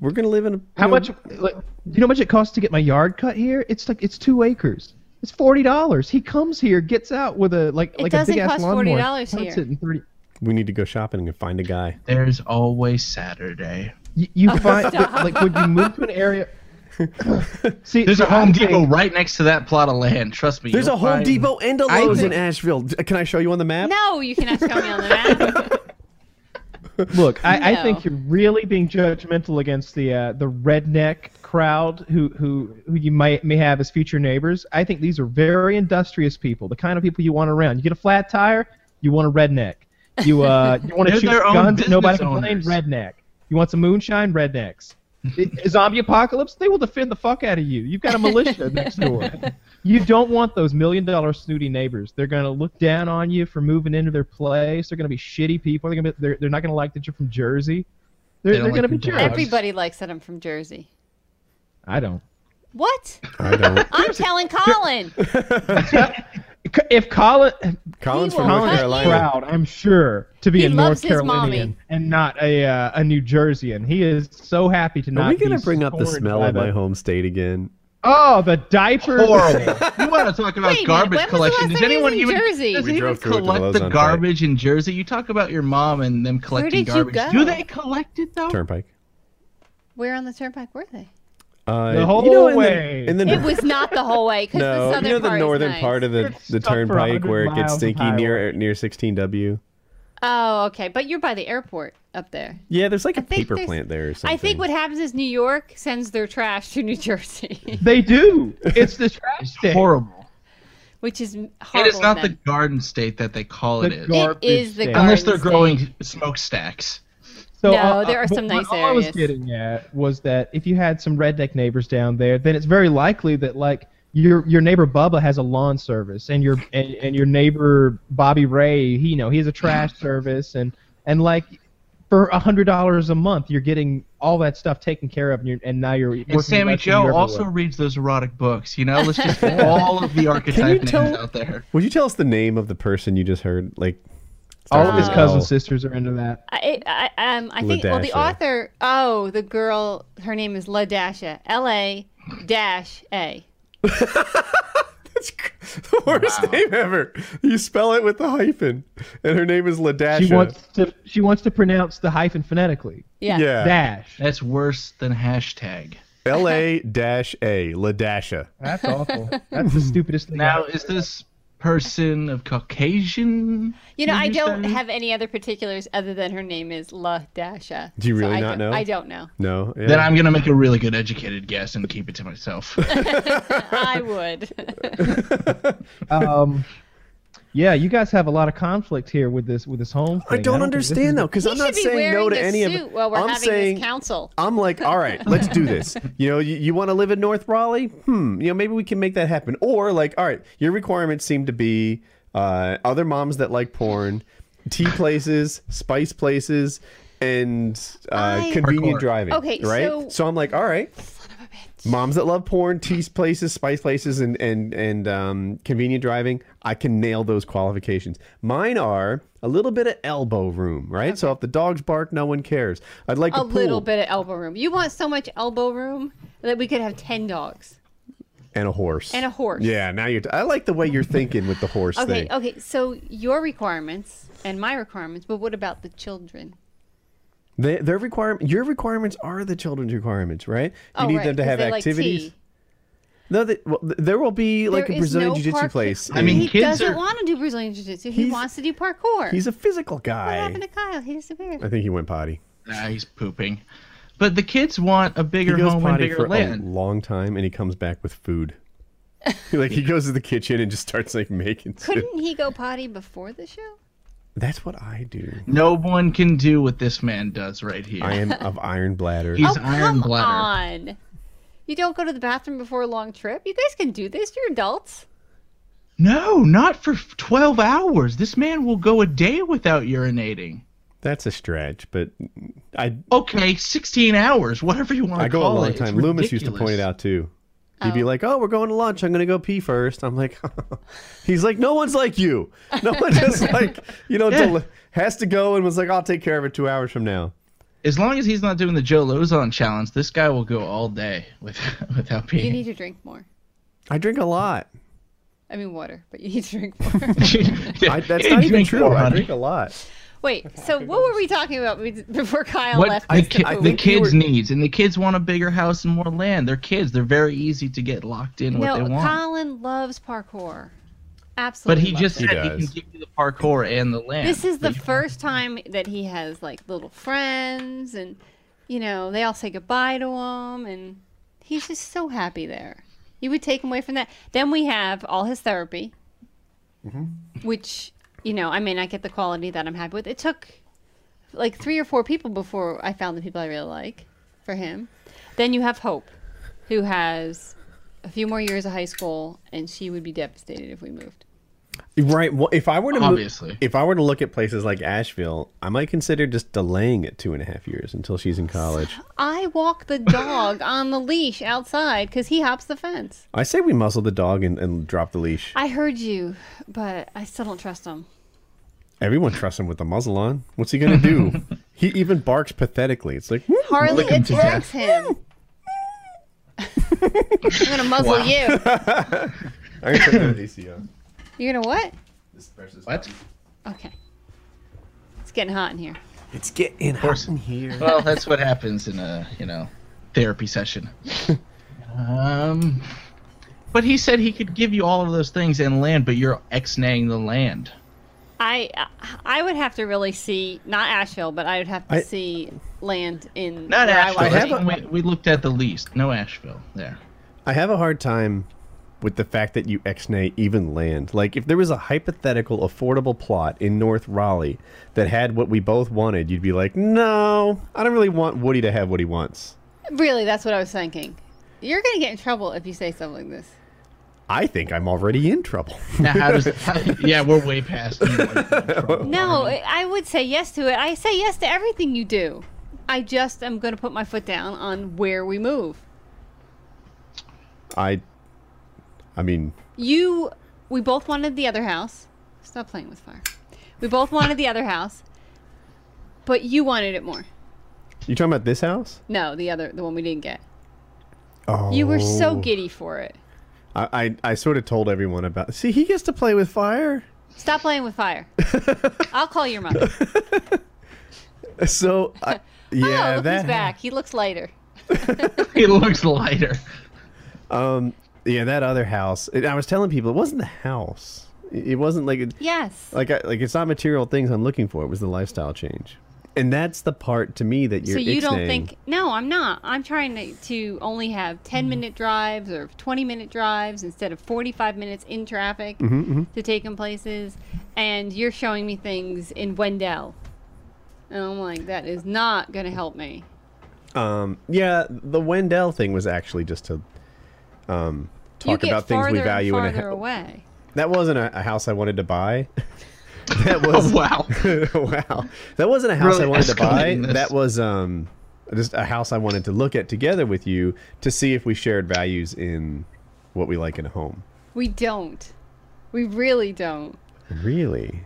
We're gonna live in a How much? Like, do you know how much it costs to get my yard cut here? It's like it's two acres. It's forty dollars. He comes here, gets out with a like like a doesn't big ass cost lawnmower. $40 cuts here. it in 30 We need to go shopping and find a guy. There's always Saturday. (laughs) (laughs) You, you find like when you move to an area, (coughs) See, There's so a Home I Depot think- right next to that plot of land. Trust me. There's you'll a Home find- Depot and a I Lowe's in think- Asheville. D- Can I show you on the map? No, you cannot show me on (laughs) the map. Look, I, I think No. you're really being judgmental against the uh, the redneck crowd who, who who you might may have as future neighbors. I think these are very industrious people, the kind of people you want around. You get a flat tire, you want a redneck. You uh you want to They're shoot their own guns, nobody business complain, owners. redneck. You want some moonshine, (laughs) rednecks. I- zombie apocalypse, they will defend the fuck out of you. You've got a militia next door. You don't want those million dollar snooty neighbors. They're gonna look down on you for moving into their place. They're gonna be shitty people. They're gonna be, they're, they're not gonna like that you're from Jersey. They're, They they are don't they are gonna like be your jerks. dogs. Everybody likes that I'm from Jersey. I don't. What? I (laughs) don't. I'm (laughs) telling Colin. If Colin Colin's He from will North cut Carolina. proud, I'm sure to be He a loves North his mommy. Carolinian and not a uh, a New Jerseyan. He is so happy to not. Are we going gonna to bring up the smell of my home state again? Oh, the diapers. (laughs) Horrible. you want to talk about Wait a minute, garbage when was the collection? last Does time he was anyone in even Jersey? does We anyone drove through it to the collect the Lozon garbage in Jersey? You talk about your mom and them collecting did you garbage. go? Do they collect it though? Turnpike. Where on the turnpike were they? Uh, The whole you know, in way. The, in the It was not the whole way because no, the you southern know the part northern is nice. part of the, It's the stuck for turnpike 100 where it gets miles of stinky near near 16W. Oh, okay. But you're by the airport up there. Yeah, there's like a think paper there's- plant there or something. I think what happens is New York sends their trash to New (laughs) Jersey, They do. It's the trash It's day. horrible. which is It horrible. is not of the them. garden state that they call it The is. gar- It is the Unless garden Unless they're state. growing smokestacks. So, No, uh, there uh, are some what- nice what I was areas. getting at was that if you had some redneck neighbors down there, then it's very likely that like your your neighbor Bubba has a lawn service, and your and, and your neighbor Bobby Ray, he, you know, he has a (laughs) trash service, and and like for a hundred dollars a month, you're getting all that stuff taken care of, and, you're, and now you're working And Sammy less than you Joe ever also would. reads those erotic books. You know, let's (laughs) just get all of the archetype names tell- out there. Would you tell us the name of the person you just heard? Like all of his Oh. cousin sisters are into that. I, I, um, I think. Well, the LaDasha. author. Oh, the girl. Her name is LaDasha. L A dash A. That's c- (laughs) the worst name ever. You spell it with the hyphen, and her name is Ladasha. She wants to she wants to pronounce the hyphen phonetically. Yeah. Dash. That's worse than hashtag. L A dash A Ladasha. That's (laughs) awful. That's the stupidest thing. Now, I've is this person of Caucasian? You know, I descent? don't have any other particulars other than her name is LaDasha. Do you really I not don't- know? I don't know. No. Yeah. Then I'm gonna make a really good educated guess and keep it to (laughs) myself. I (laughs) would. um, yeah, you guys have a lot of conflict here with this with this home. I thing. don't think this is- understand though, because He I'm should not be saying wearing no to this any suit of. while we're I'm having saying this council. I'm like, all right, let's do this. You know, you, you want to live in North Raleigh? Hmm. You know, maybe we can make that happen. Or like, all right, your requirements seem to be uh, other moms that like porn, tea places, spice places, and uh, I- convenient Parkour. driving. Okay, right. so- I'm like, all right. Moms that love porn, tea places, spice places, and and and um, convenient driving. I can nail those qualifications. Mine are a little bit of elbow room, right? So if the dogs bark, no one cares. I'd like a pool. little bit of elbow room. You want so much elbow room that we could have 10 dogs and a horse and a horse. yeah now you're t- i like the way you're thinking with the horse Okay, oh. thing okay. So your requirements and my requirements, but what about the children? they, their requirement your requirements are the children's requirements right you Oh, need right, them to 'cause have they like activities tea. no they, well, th- there will be like There a is brazilian no jiu-jitsu park- place I mean, and he kids doesn't are- want to do Brazilian jiu-jitsu. He He's- wants to do parkour. he's a physical what guy happened to Kyle? He i disappeared. think he went potty nah, he's pooping. But the kids want a he bigger goes home and potty bigger for a land. long time and he comes back with food (laughs) like he goes to the kitchen and just starts like making food. Couldn't he go potty before the show? that's what i do No one can do what this man does right here. i (laughs) am of iron bladder He's oh, iron come bladder. on. You don't go to the bathroom before a long trip? You guys can do this. You're adults. No, not for f- 12 hours. This man will go a day without urinating. that's a stretch but i Okay, 16 hours, whatever you want I to go a call it. long It's time. Loomis used to ridiculous. point it out too. He'd be like, "Oh, we're going to lunch. I'm going to go pee first. I'm like, (laughs) he's like, "No one's like you. No one just like you know Yeah. del- has to go and was like, I'll take care of it two hours from now. As long as he's not doing the Joe Lozon challenge, this guy will go all day with, (laughs) without peeing. You need to drink more. I drink a lot. I mean water, but you need to drink more. Yeah, I, that's you (laughs) (laughs) not even drink true. more, I honey. drink a lot. Wait, so what were we talking about be- before Kyle What left? the, us ki- I the think you kids were- needs, and the kids want a bigger house and more land. They're kids; they're very easy to get locked in what no, they want. Colin loves parkour. but Absolutely. he loves just it. said he can does. give you the parkour and the land. This is the But you- first time that he has like little friends, and you know they all say goodbye to him, and he's just so happy there. You would take him away from that. Then we have all his therapy, which you know I may not get the quality that I'm happy with. It took like three or four people before I found the people I really like for him. Then you have Hope, who has a few more years of high school, and she would be devastated if we moved. Right. Well, if I were to mo- Obviously. if I were to look at places like Asheville, I might consider just delaying it two and a half years until she's in college. I walk the (laughs) dog on the leash outside because he hops the fence. I say we muzzle the dog and, and drop the leash. I heard you, but I still don't trust him. Everyone trusts him with the muzzle on. What's he gonna do? he even barks pathetically. It's like "Hmm, "Whoop." Harley him to attacks him. I'm gonna muzzle Wow. you. (laughs) I can turn (laughs) the AC on. You're gonna what? what? Okay. It's getting hot in here. It's getting course. hot in here. Well, that's what happens in a you know therapy session. um, but he said he could give you all of those things and land, but you're ex-naying the land. I I would have to really see not Asheville, but I would have to I- see land in Not where Asheville. I I was. have that's when we, we looked at the least. No Asheville. There. I have a hard time with the fact that you ex-nay even land. Like, if there was a hypothetical affordable plot in North Raleigh that had what we both wanted, you'd be like, no, I don't really want Woody to have what he wants. Really, that's what I was thinking. You're gonna get in trouble if you say something like this. I think I'm already in trouble. (laughs) Now, how does? how- yeah, we're way past. you wanting to be in (laughs) trouble. No, I I would say yes to it. I say yes to everything you do. I just am going to put my foot down on where we move. I, I mean, You, we both wanted the other house. Stop playing with fire. We both wanted the other house, but you wanted it more. you talking about this house? No, the other, the one we didn't get. Oh, You were so giddy for it. I, I, I sort of told everyone about. See, he gets to play with fire. Stop playing (laughs) with fire. I'll call your mother. So, (laughs) I, oh, yeah, look that who's back. He looks lighter. It looks lighter. Um, Yeah, that other house. It, I was telling people it wasn't the house. It, it wasn't like it, Yes. like I, like it's not material things I'm looking for. It was the lifestyle change, and that's the part to me that you're. So you don't ixnaying. think? No, I'm not. I'm trying to, to only have 10 Mm-hmm. minute drives or 20 minute drives instead of 45 minutes in traffic Mm-hmm, to take them places. And you're showing me things in Wendell, and I'm like, that is not going to help me. Um, yeah, the Wendell thing was actually just to um, you talk get about things we farther value in and a farther house. away. That wasn't a, a house I wanted to buy. (laughs) that was Oh (laughs) wow. (laughs) wow. That wasn't a house Really I wanted to buy. escalating this. That was um just a house I wanted to look at together with you to see if we shared values in what we like in a home. We don't. We really don't. Really?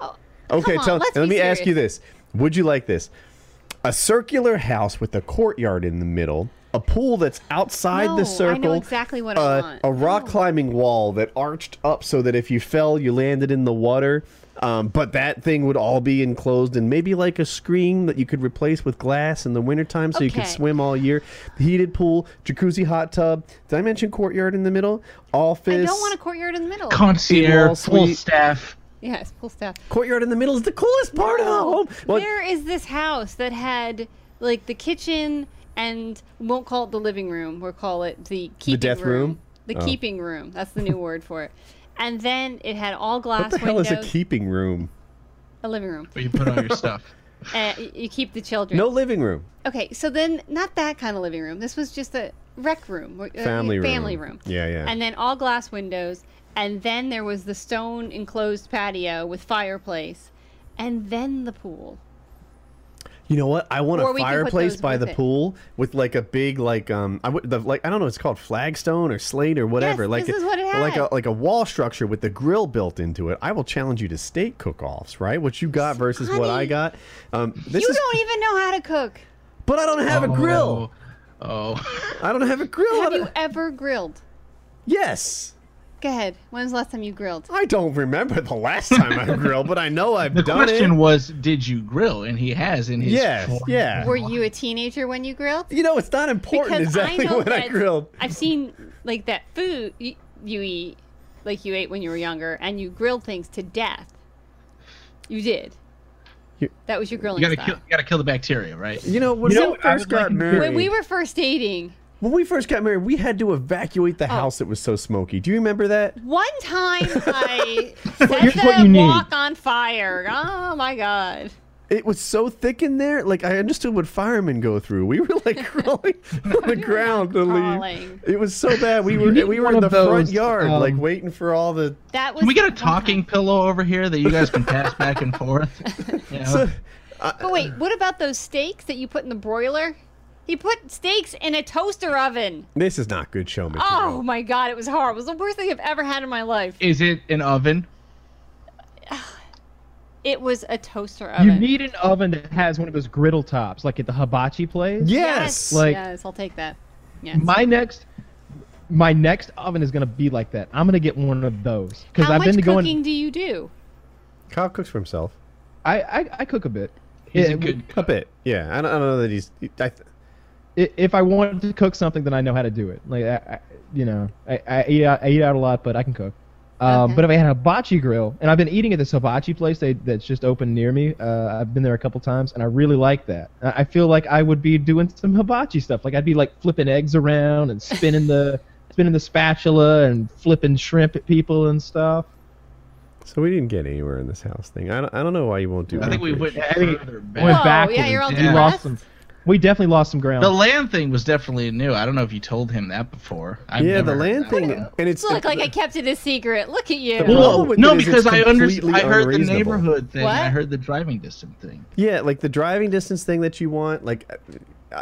Oh, Okay, come on, tell let's let be me ask serious. you this. Would you like this? A circular house with a courtyard in the middle, a pool that's outside No, I know the circle. exactly what I a, want. A rock No. climbing wall that arched up so that if you fell, you landed in the water. Um, but that thing would all be enclosed and maybe like a screen that you could replace with glass in the wintertime so you could Okay. swim all year. Heated pool, jacuzzi hot tub. Did I mention courtyard in the middle? Office. I don't want a courtyard in the middle. Concierge, Small full suite. staff. yes, full staff. courtyard in the middle is the coolest part of the home. Oh, Well, Where is this house that had like the kitchen and we won't call it the living room, we'll call it the keeping death room? The Oh. keeping room. That's (laughs) the new word for it. And then it had all what glass the hell windows. is a keeping room? a living room. Where you put all your stuff. Uh, y- you keep the children. No living room. Okay, so then not that kind of living room. This was just a rec room, or, uh, Family room. family room. Yeah, yeah. And then all glass windows, and then there was the stone enclosed patio with fireplace, and then the pool. You know what? I want Or a we can put fireplace those by with the it. pool with like a big like um I would the like I don't know it's called flagstone or slate or whatever Yes, like this a- is what it like a had. like a wall structure with the grill built into it. I will challenge you to steak cook-offs, right? What you got versus what I Honey, got. Um this you is don't even know how to cook. but I don't have (laughs) a grill. Oh. I don't have a grill. I Have don't- you ever grilled? yes. Go ahead. When was the last time you grilled? I don't remember the last time I grilled, but I know I've The done question it. was, did you grill? And he has in his. Yes, yeah. Were you a teenager when you grilled? You know, it's not important Because exactly I know when that I grilled. I've seen like that food you, you eat, like you ate when you were younger, and you grilled things to death. You did. You- that was your You grilling gotta style. kill. You gotta kill the bacteria, right? You know, when You know we what I first would got like to do- married, when we were first dating, when we first got married, we had to evacuate Oh. the house that was so smoky. Do you remember that? one (laughs) time I here's what set you the need. walk on fire. Oh my god! It was so thick in there. Like I understood what firemen go through. We were like (laughs) crawling on (laughs) the ground to leave. crawling. It was so bad. We were need we were one in the of front those, yard, like um, waiting for all the That was. Can (laughs) we get a one time. talking pillow over here that you guys can pass back and (laughs) forth? You know? But wait, what about those steaks that you put in the broiler? He put steaks in a toaster oven. This is not good show material. Oh my god, it was horrible. It was the worst thing I've ever had in my life. Is it an oven? It was a toaster oven. You need an oven that has one of those griddle tops, like at the hibachi place. Yes. Like- yes, I'll take that. Yes. My next, my next oven is gonna be like that. I'm gonna get one of those because How I've much been to cooking going. do you do? Kyle cooks for himself. I, I I cook a bit. He's Yeah, a good A cook. bit. Yeah. I don't, I don't know that he's. I, th- i- if I wanted to cook something, then I know how to do it. Like I, I you know, I, I eat out, I eat out a lot, but I can cook. Um, Okay. But if I had a hibachi grill, and I've been eating at this hibachi place they, that's just open near me, uh, I've been there a couple times, and I really like that. I I feel like I would be doing some hibachi stuff, like I'd be like flipping eggs around and spinning (laughs) the spinning the spatula and flipping shrimp at people and stuff. so we didn't get anywhere in this house thing. I don't, I don't know why you won't do. I think we recreation. went I mean, further Went back. Whoa, backwards. yeah, you're all We lost depressed? some. We definitely lost some ground. The land thing was definitely new. I don't know if you told him that before. i yeah, the land thing, and it's Look, like I it- kept it a secret. Look at you. The Well, problem with no, it is because it's I understood. completely I heard the unreasonable. neighborhood thing. I What? heard the driving distance thing. yeah, like the driving distance thing that you want. Like,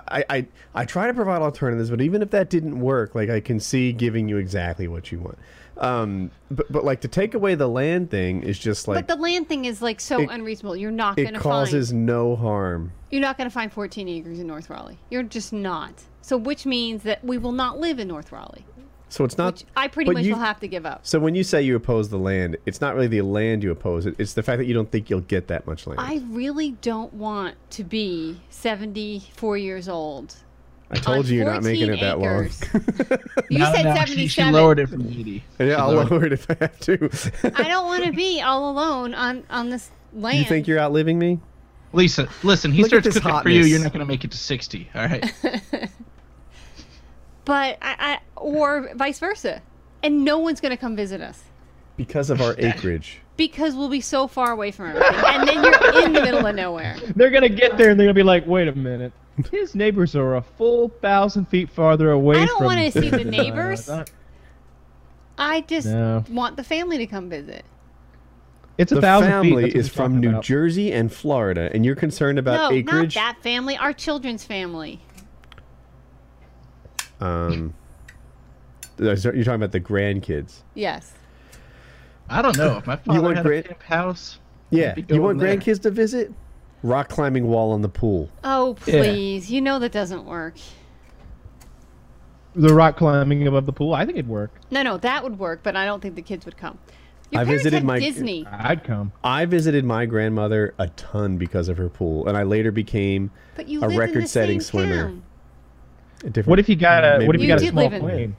I, I, I try to provide alternatives, but even if that didn't work, like I can see giving you exactly what you want. Um, but but like to take away the land thing is just like but the land thing is like so It- unreasonable. You're not it gonna causes find no harm. you're not gonna find 14 acres in North Raleigh. You're just not. So which means that we will not live in North Raleigh, So it's not. which I pretty but much you- will have to give up. So when you say you oppose the land, it's not really the land you oppose. It, it's the fact that you don't think you'll get that much land. I really don't want to be 74 years old. I told on you you're not making it 14 that long. acres. You said No, no, she- 77. She, lowered it from eighty. She (laughs) yeah, I'll lowered- lower it if I have (laughs) to. I don't want to be all alone on on this land. you think you're outliving me? Lisa, listen. He Look at starts this cooking for you. hotness. You're not gonna make it to sixty. All right. but I, I or vice versa, and no one's gonna come visit us Because of our acreage. because we'll be so far away from everything, and then you're in the middle of nowhere. They're gonna get there and they're gonna be like, wait a minute. His neighbors are a full thousand feet farther away. I don't from Uh, wanna see (laughs) the us." neighbors. I just No. want the family to come visit. It's a The thousand feet. family that's what is we're from talking New about. Jersey and Florida, and you're concerned about no, Uh, acreage? not that family. Our children's family. Um, you're talking about the grandkids. Yes. I don't know. (laughs) If my father want had great- a camp house. Yeah. I'd be You want going there. grandkids to visit? Rock climbing wall on the pool. Oh Yeah. please, you know that doesn't work. The rock climbing above the pool. I think it'd work. No, no, that would work, but I don't think the kids would come. Your I parents visited had my- Disney. I'd come. I visited my grandmother a ton because of her pool, and I later became But you a live in the record-setting same swimmer. town. a different. What if you got a What if Maybe you, got a You did small live in- plane?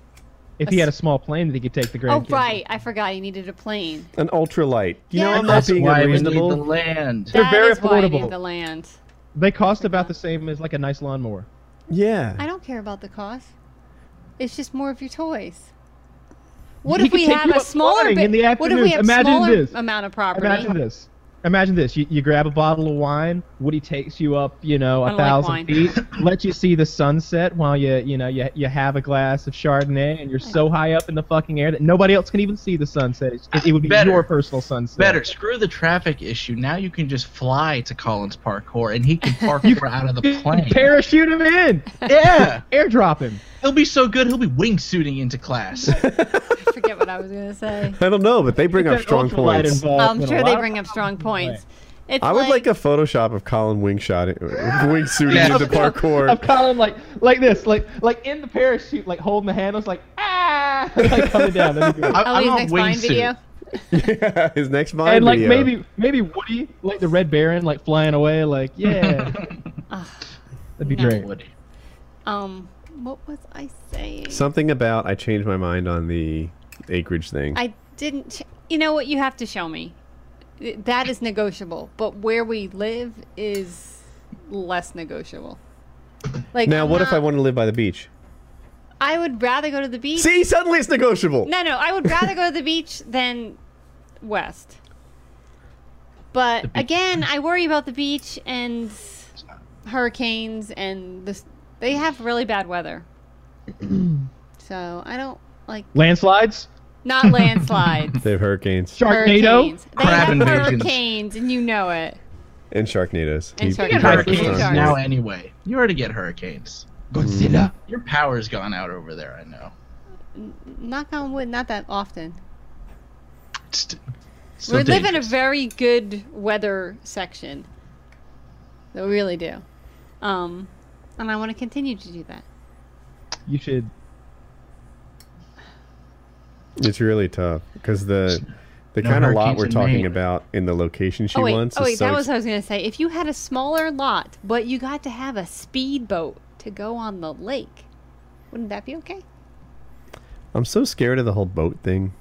If he had a small plane that he could take the Oh grandkids. right, I forgot you needed a plane. an ultralight? You know, Yeah. I'm not That's being why we need the unreasonable. land. They're That very is why I need affordable. the land. They cost about the same as like a nice lawnmower. Yeah. I don't care about the cost. It's just more of your toys. What He if could we take have you a up smaller flying bit? in the What if we afternoon. have Imagine smaller this. amount of property? Imagine this. Imagine this. You, you grab a bottle of wine. Woody takes you up, you know, I a don't like thousand wine. feet, (laughs) lets you see the sunset while you, you know, you, you have a glass of Chardonnay, and you're so high up in the fucking air that nobody else can even see the sunset. It's- It, it would be Better. your personal sunset. Better screw the traffic issue. Now you can just fly to Collins Parkour, and he can park (laughs) you out of the plane. Parachute him in. yeah, (laughs) Airdrop him. he'll be so good. He'll be wingsuiting into (laughs) class. I forget what I was going (laughs) to say. I don't know, but they bring up Get strong that ultralight points. involved I'm in a sure they lot of- bring up strong points. It's I would like, a Photoshop of Colin wingshot (laughs) wingsuiting Yeah. into parkour. of Colin like like this, like like in the parachute, like holding the handles, like ah. ah, (laughs) like coming down. That'd be great. I, Oh, I want his next Vine wingsuit. video. (laughs) Yeah, his next Vine and like video. maybe maybe Woody, like the Red Baron, like flying away, like (laughs) yeah. That'd be great. Woody. Um, what was I saying? something about I changed my mind on the acreage thing. I didn't. Ch- you know what? You have to show me. Th- That is negotiable, but where we live is less negotiable. Like now, I'm what if I not- want to live by the beach? I would rather go to the beach. See, suddenly it's negotiable. No, no, I would rather go to the beach than west. But again, I worry about the beach and hurricanes and this. They have really (clears throat) bad weather, so I don't like Landslides. not landslides. They have hurricanes Sharknado. Hurricanes. They Crab have invasions. hurricanes, and you know it. and sharknadoes. And He- he sharknadoes. practiced Hurricanes on Sharks. it. now anyway. You already get hurricanes. Mm. Godzilla. Your power's gone out over there. I know. Knock on wood, not that often. It's st- still we live in a dangerous. very good weather section. We really do. Um, and I want to continue to do that. You should. It's really tough because the the No kind of lot hurricanes we're in talking Maine. about in the location she oh wait, wants oh is wait, so that was ex- what I was gonna say. If you had a smaller lot, but you got to have a speedboat to go on the lake, wouldn't that be okay? I'm so scared of the whole boat thing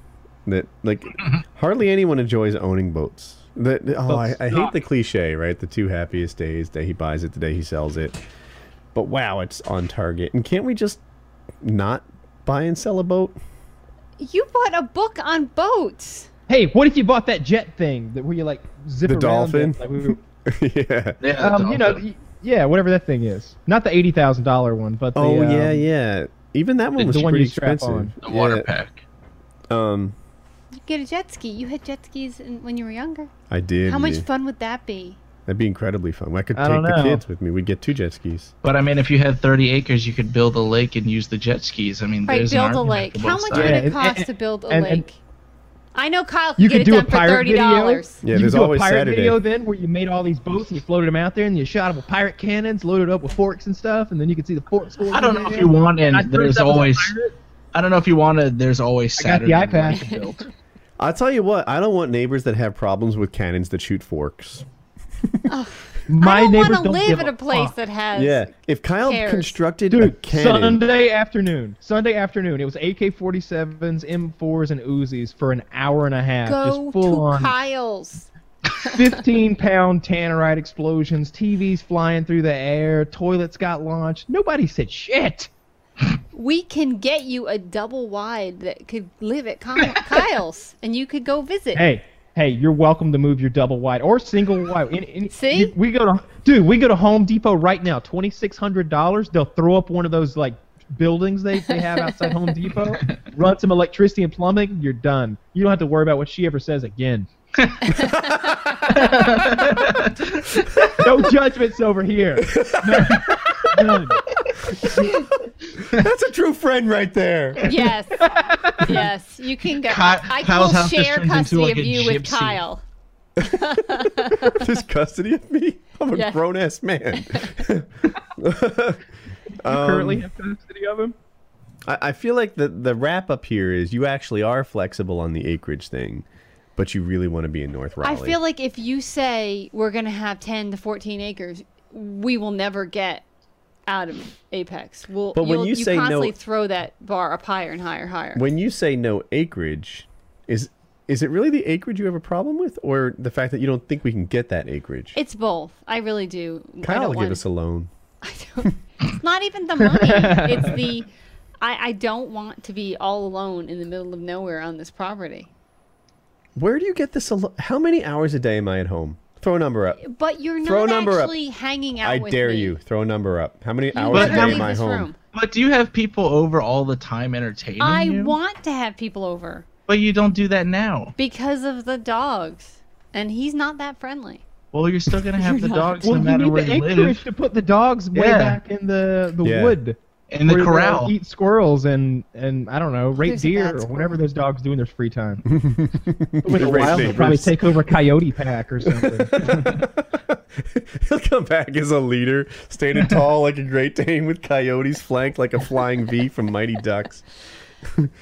that like Mm-hmm. hardly anyone enjoys owning boats. That oh, I, Boats I hate suck. the cliche, right? The two happiest days: day he buys it, the day he sells it. But wow, it's on target. And can't we just not buy and sell a boat? (laughs) You bought a book on boats. Hey, what if you bought that jet thing that where you like zip The around dolphin? it, Like (laughs) we were, yeah. Yeah, um, you know, dolphin. y- yeah, whatever that thing is. Not the eighty thousand dollar one, but the, Oh um, yeah, yeah. Even that one the was one you pretty strap expensive. on. the water yeah, pack. um, You could get a jet ski. You had jet skis in, when you were younger. I did. How much yeah. fun would that be? That'd be incredibly fun. I could I take don't the know. kids with me. We'd get two jet skis. But I mean, if you had 30 acres, you could build a lake and use the jet skis. I mean, Right, there's an build argument a lake. for How both much sides. would it and- cost and- to build a and- lake? and- I know Kyle can You get could it do a done for pirate thirty video. dollars. Yeah, you there's could do always a pirate Saturday. video then where you made all these boats and you floated them out there and you shot them with pirate cannons, loaded up with forks and stuff, and then you could see the forks. going I don't in know if there. you want, and I there's first I was a always. pirate. I don't know if you want to. There's always I got Saturday. the morning iPad. to build. I'll tell you what. I don't want neighbors that have problems with cannons that shoot forks. My I don't neighbors want to don't live give in a place fuck. that has. Yeah. If Kyle cares? constructed a Dude, cannon, (laughs) Sunday afternoon. Sunday afternoon. It was AK-47s, M4s, and Uzis for an hour and a half. Go just full to on Kyle's. 15-pound tannerite explosions, TVs flying through the air, toilets got launched. Nobody said shit. We can get you a double wide that could live at (laughs) Ky- Kyle's, and you could go visit. Hey, hey, you're welcome to move your double wide or single wide. Any- any- See? you- we go to dude. We go to Home Depot right now. Twenty six hundred dollars. They'll throw up one of those like buildings they, they have outside Home (laughs) Depot. Run some electricity and plumbing. You're done. You don't have to worry about what she ever says (laughs) again. no judgments over here. No, none. that's a true friend right (laughs) there. (laughs) Yes, yes, you can go. Ky- I Kyle's will house just share turns into custody like of a you with gypsy. Kyle. Just custody of me. I'm a Yeah. grown ass (laughs) man. Um, Currently have custody of him. I, I feel like the the wrap up here is you actually are flexible on the acreage thing, but you really want to be in North Raleigh. I feel like if you say we're gonna have ten to fourteen acres, we will never get out of Apex. We'll, But when you'll- you say no- constantly throw that bar up higher and higher, higher. when you say no acreage, is is it really the acreage you have a problem with, or the fact that you don't think we can get that acreage? It's both. I really do. I Kyle don't will give want- us a loan. (laughs) I don't, it's not even the money. It's the I, I don't want to be all alone in the middle of nowhere on this property. Where do you get this? Al- how many hours a day am I at home? Throw a number up. But you're not Throw a number up. actually hanging out I with dare me. you. Throw a number up. How many You hours a better day leave am I this home? room. But do you have people over all the time entertaining I you? want to have people over But you don't do that now. because of the dogs, and he's not that friendly. Well, you're still gonna have (laughs) You're the not. dogs Well, no you matter need where the you acreage live. to put the dogs way Yeah. back in the the Yeah. wood. In the where they'll corral. Eat squirrels and and I don't know, rape There's a bad deer or squirrel. whatever those dogs do in their (laughs) free time. When they're Rape wild, they'll neighbors. probably take over coyote pack (laughs) or something. He'll come back as a leader, standing tall like a Great Dane with coyotes flanked like a flying V from Mighty Ducks.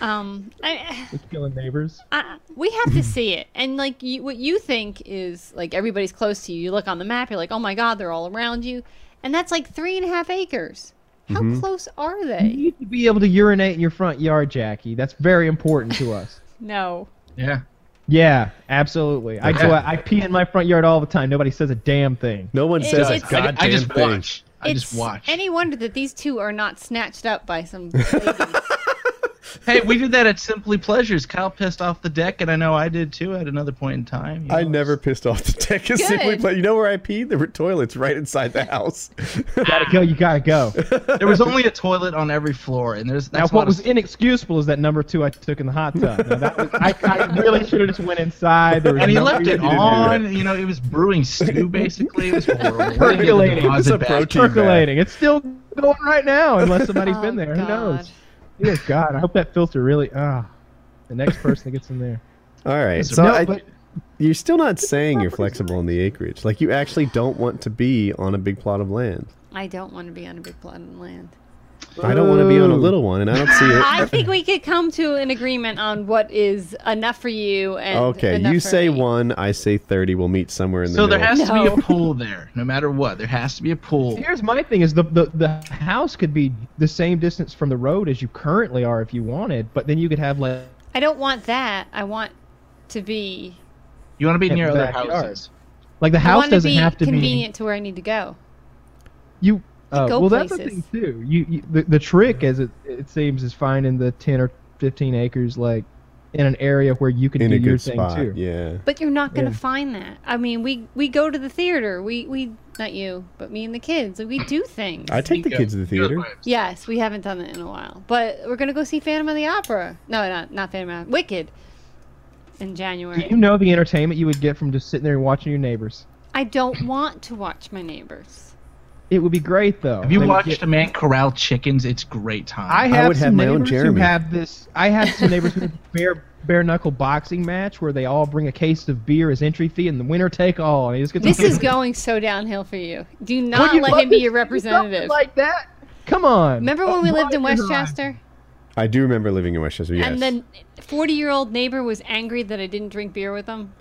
Um, I, It's killing neighbors. I, we have to see it. And like you, what you think is like everybody's close to you. You look on the map, you're like, oh my god, they're all around you, and that's like three and a half acres. How close are You they? need to be able to urinate in your front yard, Jackie. That's very important to us. No. Yeah. Yeah, absolutely. I do. I, I pee in my front yard all the time. Nobody says a damn thing. No one It- says a it's- goddamn I, I just thing. watch. I just watch. Any wonder that these two are not snatched up by some. lady. hey, we did that at Simply Pleasures. Kyle pissed off the deck, and I know I did too at another point in time. you I know. never pissed off the deck. It's Simply Good. play. You know where I peed? There were toilets right inside the house. Gotta go. You gotta (laughs) go. There was only a toilet on every floor, and there's Now, that's what not a- was inexcusable is that number two I took in the hot tub. Now, that was, I, I really should have just went inside. There was and he no left reason it to do that. on. You know, it was (laughs) brewing stew basically. It was horrible. Percolating. It was It's a a bad- protein. Percolating. It's still going right now, unless (laughs) somebody's been Oh, there. Who God. knows? Dear God, I hope that filter really. Ah, the next person that gets in there. All right. (laughs) So no, I, but you're still not saying you're flexible on the acreage. Like you actually don't want to be on a big plot of land. I don't want to be on a big plot of land. I don't want to be on a Ooh. little one, and I don't see it. (laughs) I think we could come to an agreement on what is enough for you and Okay, enough you for say me. one, I say thirty. We'll meet somewhere in the So there middle. has to No. be a pool there, no matter what. There has to be a pool. here's my thing: is the, the the house could be the same distance from the road as you currently are if you wanted, but then you could have like I don't want that. I want to be. You want to be In near the other backyard. houses. like the I house want to doesn't be have to be convenient to where I need to go. You uh, go well, that's the places. thing too. You, you the, the trick, as it it seems, is finding the ten or fifteen acres like in an area where you can in do a your good thing spot. too. Yeah. But you're not gonna Yeah. find that. I mean, we we go to the theater. We we not you, but me and the kids. We do things. I take the Bingo. kids to the Good theater. vibes. yes, we haven't done that in a while. But we're gonna go see Phantom of the Opera. No, not not Phantom of Wicked. In Do January. you know the entertainment you would get from just sitting there and watching your neighbors? I don't want to watch my neighbors. It would be great though. Have you They would watched get- a man corral chickens? It's great time. I have would some have my own neighbors who Jeremy. have this. I have some neighbors who (laughs) have bare bare knuckle boxing match where they all bring a case of beer as entry fee, and the winner take all. And he just gets This is going so downhill for you. Do Would not you let love him be to see your something representative. like that. Come on. Remember when we lived in Broaden your horizon. Westchester? I do remember living in Westchester. Yes. And then 40 year old neighbor was angry that I didn't drink beer with him.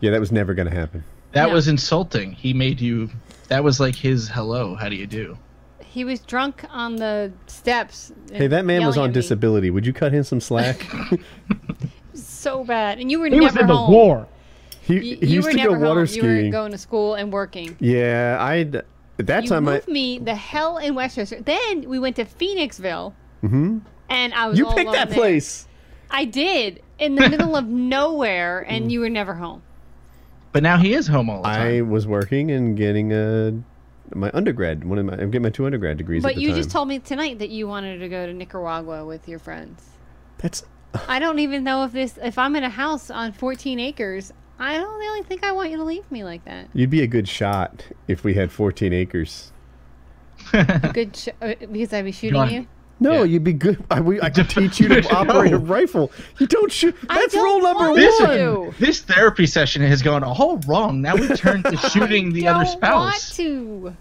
yeah, that was never gonna happen. that No. was insulting. He made you. That was like his hello. How do you do? He was drunk on the steps. and Hey, that man was on yelling at me. disability. Would you cut him some (laughs) slack? (laughs) So bad. And you were He never was in the (laughs) home. war. He, You, he you used were to go never water home. You were skiing. going to school and working. yeah, I. At that You time, I. moved me the hell in Westchester. Then we went to Phoenixville. hmm And I was You all picked alone that there. place. I did in the (laughs) middle of nowhere, Mm. and you were never home. But now he is home all the time. I was working and getting a my undergrad. One of my I'm getting my two undergrad degrees. at But the you time. just told me tonight that you wanted to go to Nicaragua with your friends. That's I don't even know if this if I'm in a house on 14 acres. I don't really think I want you to leave me like that. you'd be a good shot if we had 14 acres. Good sh- uh, because I'd be shooting John, you. No, Yeah. you'd be good. I, we, I (laughs) could teach you No. to operate a rifle. You don't shoot. I That's don't rule number want one. This, Ew. this therapy session has gone all wrong. Now we turn to shooting the don't other want spouse. to.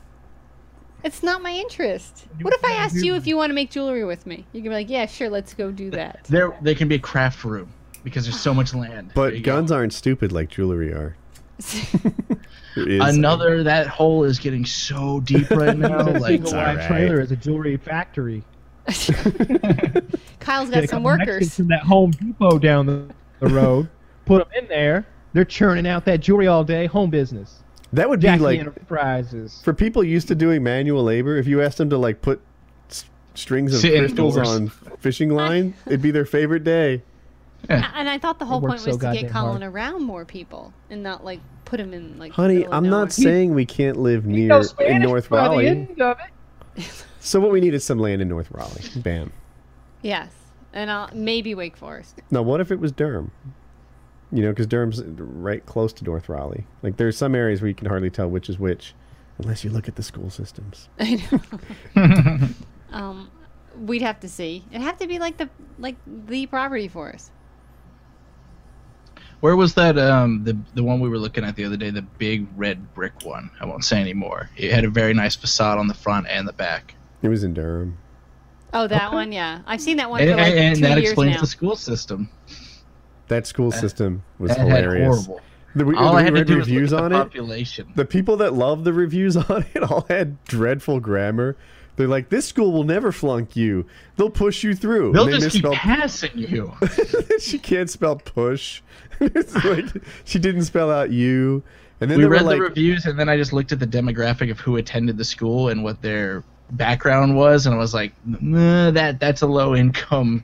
It's not my interest. What if I asked you if you want to make jewelry with me? You can be like, yeah, sure, let's go do that. There, there can be a craft room because there's so much land. There But you go. guns aren't stupid like jewelry are. It is- Another that hole is getting so (laughs) deep right now. That like single alright. wide trailer is a jewelry factory. (laughs) Kyle's Get got a some couple Mexicans workers. from that Home Depot down the, the road. (laughs) put them in there. They're churning out that jewelry all day. Home business. That would be Jackie like Enterprises. for people used to doing manual labor. If you asked them to like put s- strings of Sit crystals indoors. on fishing line, it'd be their favorite day. And I thought the whole work point so was to get goddamn Colin hard. around more people and not like put him in like. Honey, middle of I'm nowhere. not saying we can't live near in North Raleigh. So what we need is some land in North Raleigh. Bam. Yes, and I'll maybe Wake Forest. Now, what if it was Durham? You know, because Durham's right close to North Raleigh. Like, there's some areas where you can hardly tell which is which, unless you look at the school systems. (laughs) I know. (laughs) um, we'd have to see. It'd have to be like the like the property for us. Where was that? Um, the the one we were looking at the other day, the big red brick one. I won't say anymore. It had a very nice facade on the front and the back. It was in Durham. Oh, that one, yeah. I've seen that one And, for like and- and two that years explains now. the school system. That school system was That had hilarious. horrible. The, we, All the I had to weird do was reviews look at on the it. population. The people that love the reviews (laughs) on it all had dreadful grammar. They're like, "This school will never flunk you. They'll push you through." They'll And they just keep misspelled- passing (laughs) you. she can't spell push. (laughs) It's like, she didn't spell out you. And then we there were read like, the reviews and then I just looked at the demographic of who attended the school and what their background was, and I was like, nah, that that's a low income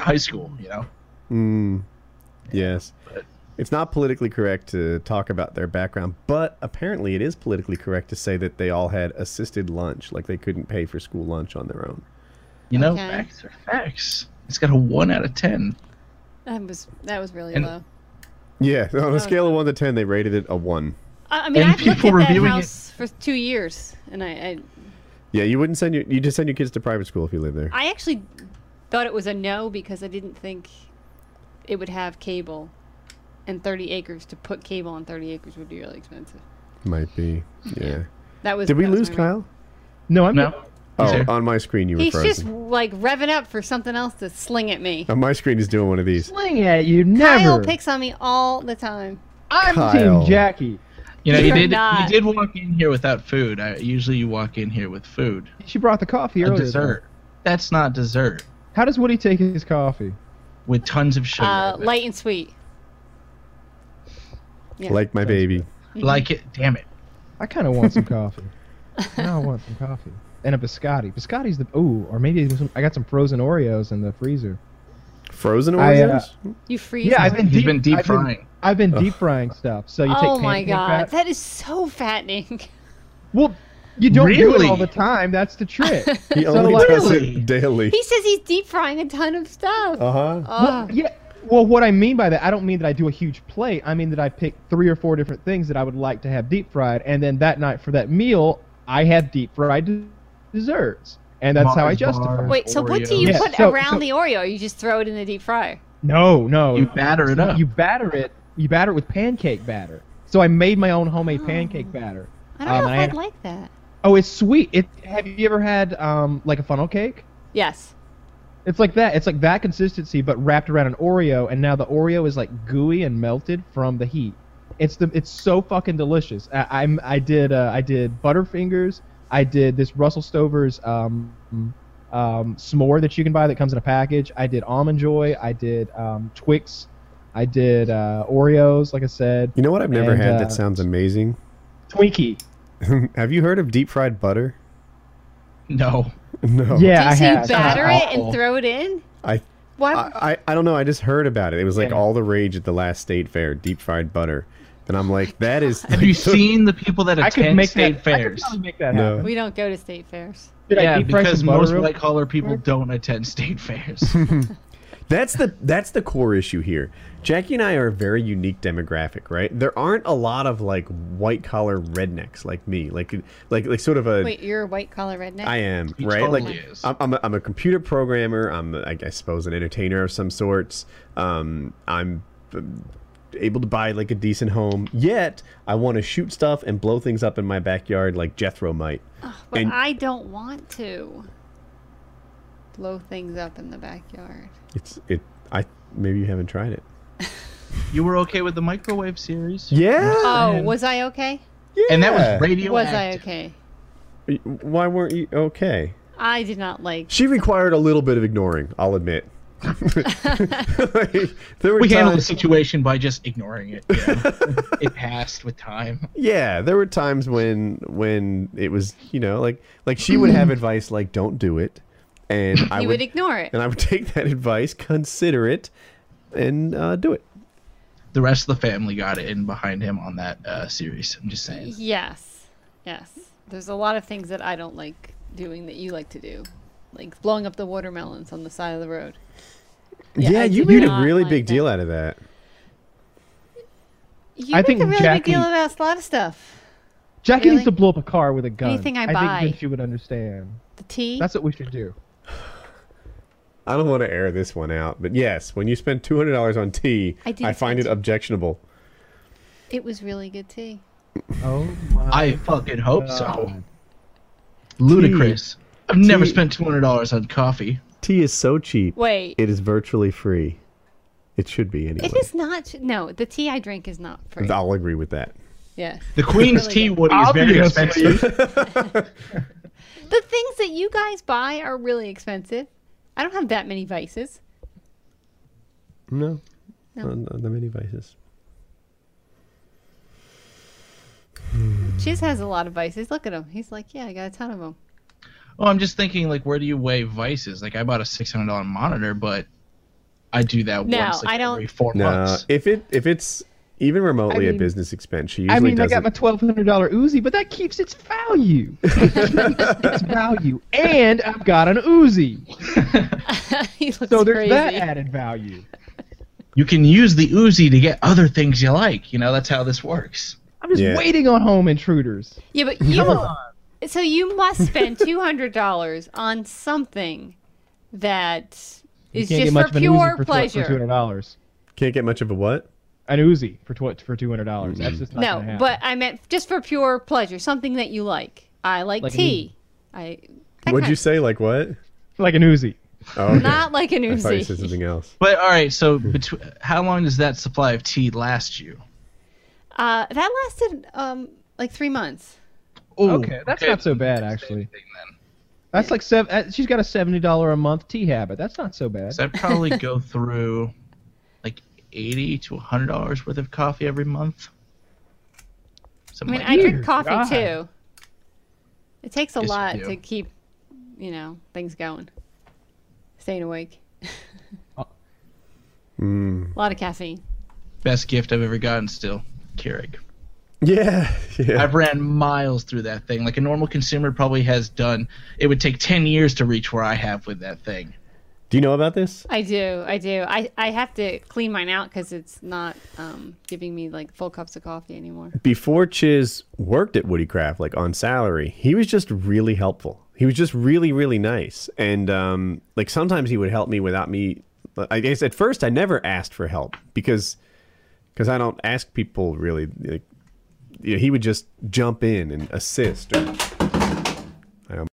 high school, you know. Mm, yes. But- It's not politically correct to talk about their background, but apparently it is politically correct to say that they all had assisted lunch, like they couldn't pay for school lunch on their own. You know, Okay. facts are facts. It's got a one out of ten. That was that was really And- low. Yeah, (laughs) on a scale of 1 to 10, they rated it a 1. I, I mean, and I've looked people at that reviewing it- house for two years, and I, I Yeah, you wouldn't send your you just send your kids to private school if you live there. I actually thought it was a no because I didn't think it would have cable, and 30 acres to put cable on 30 acres would be really expensive. Might be. Yeah. That was. Did we that was lose my- Kyle? No, I'm No. Oh, He's here. on my screen you were He's frozen. just like revving up for something else to sling at me. On my screen he's doing one of these. sling at you. Kyle Never. picks on me all the time. I'm Kyle. Team Jackie. You know, you You're did not. you did walk in here without food. I, usually you walk in here with food. She brought the coffee A earlier. dessert. That's not dessert. How does Woody take his coffee? With tons of sugar. Uh, in it. light and sweet. Yeah. Like my baby. like it. Damn it. I kind of want some coffee. Now I want some coffee and a biscotti. Biscotti's the ooh, or maybe some, I got some frozen Oreos in the freezer. Frozen I, uh, Oreos? You freeze. Yeah, I them. think- He's been deep I've been- frying. I've been Ugh. deep frying stuff, so you oh take my pancake god, fat. that is so fattening. (laughs) Well, you don't do Really? it all the time. That's the trick. (laughs) He So, only like- does Really? it daily. he says he's deep frying a ton of stuff. Oh. Uh, Uh-huh. Ugh. yeah. Well, what I mean by that, I don't mean that I do a huge plate. I mean that I pick three or four different things that I would like to have deep fried, and then that night for that meal, I have deep fried des- desserts, and that's how I Mars justify. bars. it. Wait, so what do you Oreos. put Yeah, so- around so- the Oreo? You just throw it in the deep fryer. No, no. You batter it up. You batter it. You batter it with pancake batter. So I made my own homemade pancake batter. I don't Um, know if I- I'd like that. Oh, it's sweet. It. Have you ever had um like a funnel cake? Yes. It's like that. It's like that consistency, but wrapped around an Oreo, and now the Oreo is like gooey and melted from the heat. It's the. It's so fucking delicious. I, I'm. I did. Uh, I did Butterfingers. I did this Russell Stover's um, um, s'more that you can buy that comes in a package. I did Almond Joy. I did um, Twix. I did uh, Oreos. Like I said, You know what I've never And, had uh, that sounds amazing? (laughs) Twinkie. Have you heard of deep fried butter? (laughs) No. No. Yeah, I uh, do you say have. you batter Sounds it and awful. throw it in? I, Why? Uh, I, I- I don't know. I just heard about it. It was like Yeah. all the rage at the last state fair, deep fried butter. And I'm like, that is. Have you seen the people that I could attend make state that, I could fairs? probably make that (laughs) happen. No. we don't go to state fairs. Did I yeah, deep fry some because butter most real- white collar people don't attend state fairs. (laughs) That's the that's the core issue here. Jackie and I are a very unique demographic, right? There aren't a lot of like white collar rednecks like me, like like like sort of a Wait, you're a white collar redneck. I am He right. totally like is. I'm, I'm, a, I'm a computer programmer. I'm, I guess, suppose, an entertainer of some sorts. Um, I'm um, able to buy like a decent home. Yet I want to shoot stuff and blow things up in my backyard like Jethro might. but and- I don't want to blow things up in the backyard. It's it. I maybe you haven't tried it. you were okay with the microwave series? Yeah. Oh, was I okay? yeah. And that was radioactive. Was I okay? Why weren't you okay? I did not like. She required a little bit of ignoring. I'll admit. (laughs) Like, there were We handled the times- situation by just ignoring it. you know? (laughs) it passed with time. Yeah, there were times when when it was you know like like she would have advice like don't do it, and I You would, would ignore it. and I would (laughs) take that advice, consider it, and uh, do it. The rest of the family got in behind him on that uh, series. I'm just saying. Yes. Yes. There's a lot of things that I don't like doing that you like to do. Like blowing up the watermelons on the side of the road. Yeah, I you did made a not really like big that. deal out of that. You I make think a really big Jackie- deal about a lot of stuff. Jackie Really? needs to blow up a car with a gun. Anything I buy. think that she would understand. The tea. That's what we should do. I don't want to air this one out, but yes, when you spend two hundred dollars on tea, I did I find it spend- objectionable. It was really good tea. Oh my I fucking hope so. God. Ludicrous. I've never spent two hundred dollars on coffee. Tea is so cheap. Wait. It is virtually free. It should be anyway. It is not. No, the tea I drink is not free. I'll agree with that. Yeah. The Queen's tea, Woody, is very Obviously. expensive. The things that you guys buy are really expensive. I don't have that many vices. No. No. Not, not that many vices. Chiz has a lot of vices. Look at him. He's like, yeah, I got a ton of them. (laughs) Well, I'm just thinking, like, where do you weigh vices? Like, I bought a six hundred dollar monitor, but I do that No, once like, I don't- every four No. months. If it if it's even remotely mean- a business expense, she usually I mean, I doesn't. got my twelve hundred dollar Uzi, but that keeps its value. its value, and I've got an Uzi, (laughs) he looks so there's crazy. that added value. You can use the Uzi to get other things you like. You know, that's how this works. I'm just Yeah. waiting on home intruders. Yeah, but you. so you must spend two hundred dollars on something that You is can't get just much of for an Uzi pure for, pleasure. two hundred dollars. Can't get much of a what? An Uzi for tw- for two hundred dollars. That's just not gonna no, happen. but I meant just for pure pleasure, something that you like. I like, Like an tea. I. that What'd kind you of- say? Like what? like an Uzi. Oh, okay. Not like an I thought you said Uzi. something (laughs) else. But all right, so between how long does that supply of tea last you? Uh, that lasted um like three months. Ooh, Okay, that's not so bad actually. Thing then. That's like seven. uh, She's got a seventy dollar a month tea habit. That's not so bad. So I'd probably (laughs) go through like eighty to hundred dollars worth of coffee every month. I Something mean, like I that. drink coffee God. too. It takes a Yes, you lot do. to keep, you know, things going. Staying awake. (laughs) Oh. Mm. A lot of caffeine. best gift I've ever gotten. Still, Keurig. Yeah. (laughs) Yeah. I've ran miles through that thing. Like a normal consumer probably has done. It would take ten years to reach where I have with that thing. Do you know about this? I do, I do. I, I have to clean mine out because it's not um, giving me like full cups of coffee anymore. before Chiz worked at Woody Craft, like on salary, he was just really helpful. He was just really, really nice. And um, like sometimes he would help me without me. I guess at first I never asked for help because because I don't ask people really. Like, you know, he would just jump in and assist. Or, I don't-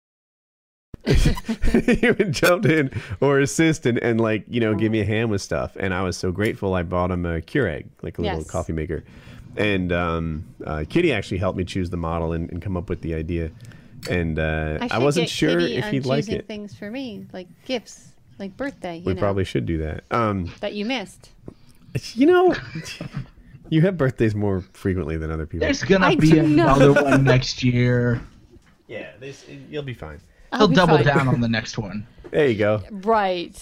(laughs) he would jump in or assist and, and like you know give me a hand with stuff and i was so grateful i bought him a keurig like a little Yes. coffee maker and um, uh, kitty actually helped me choose the model and, and come up with the idea and uh, I, I, should wasn't get sure Kitty if on he'd like choosing it Things for me, like gifts, like birthday. You we know, probably should do that um, (laughs) that you missed. you know you have birthdays more frequently than other people There's gonna I be do not- another one next year. yeah you'll be fine (laughs) I'll He'll be double fine. down on the next (laughs) one. there you go (laughs) Right.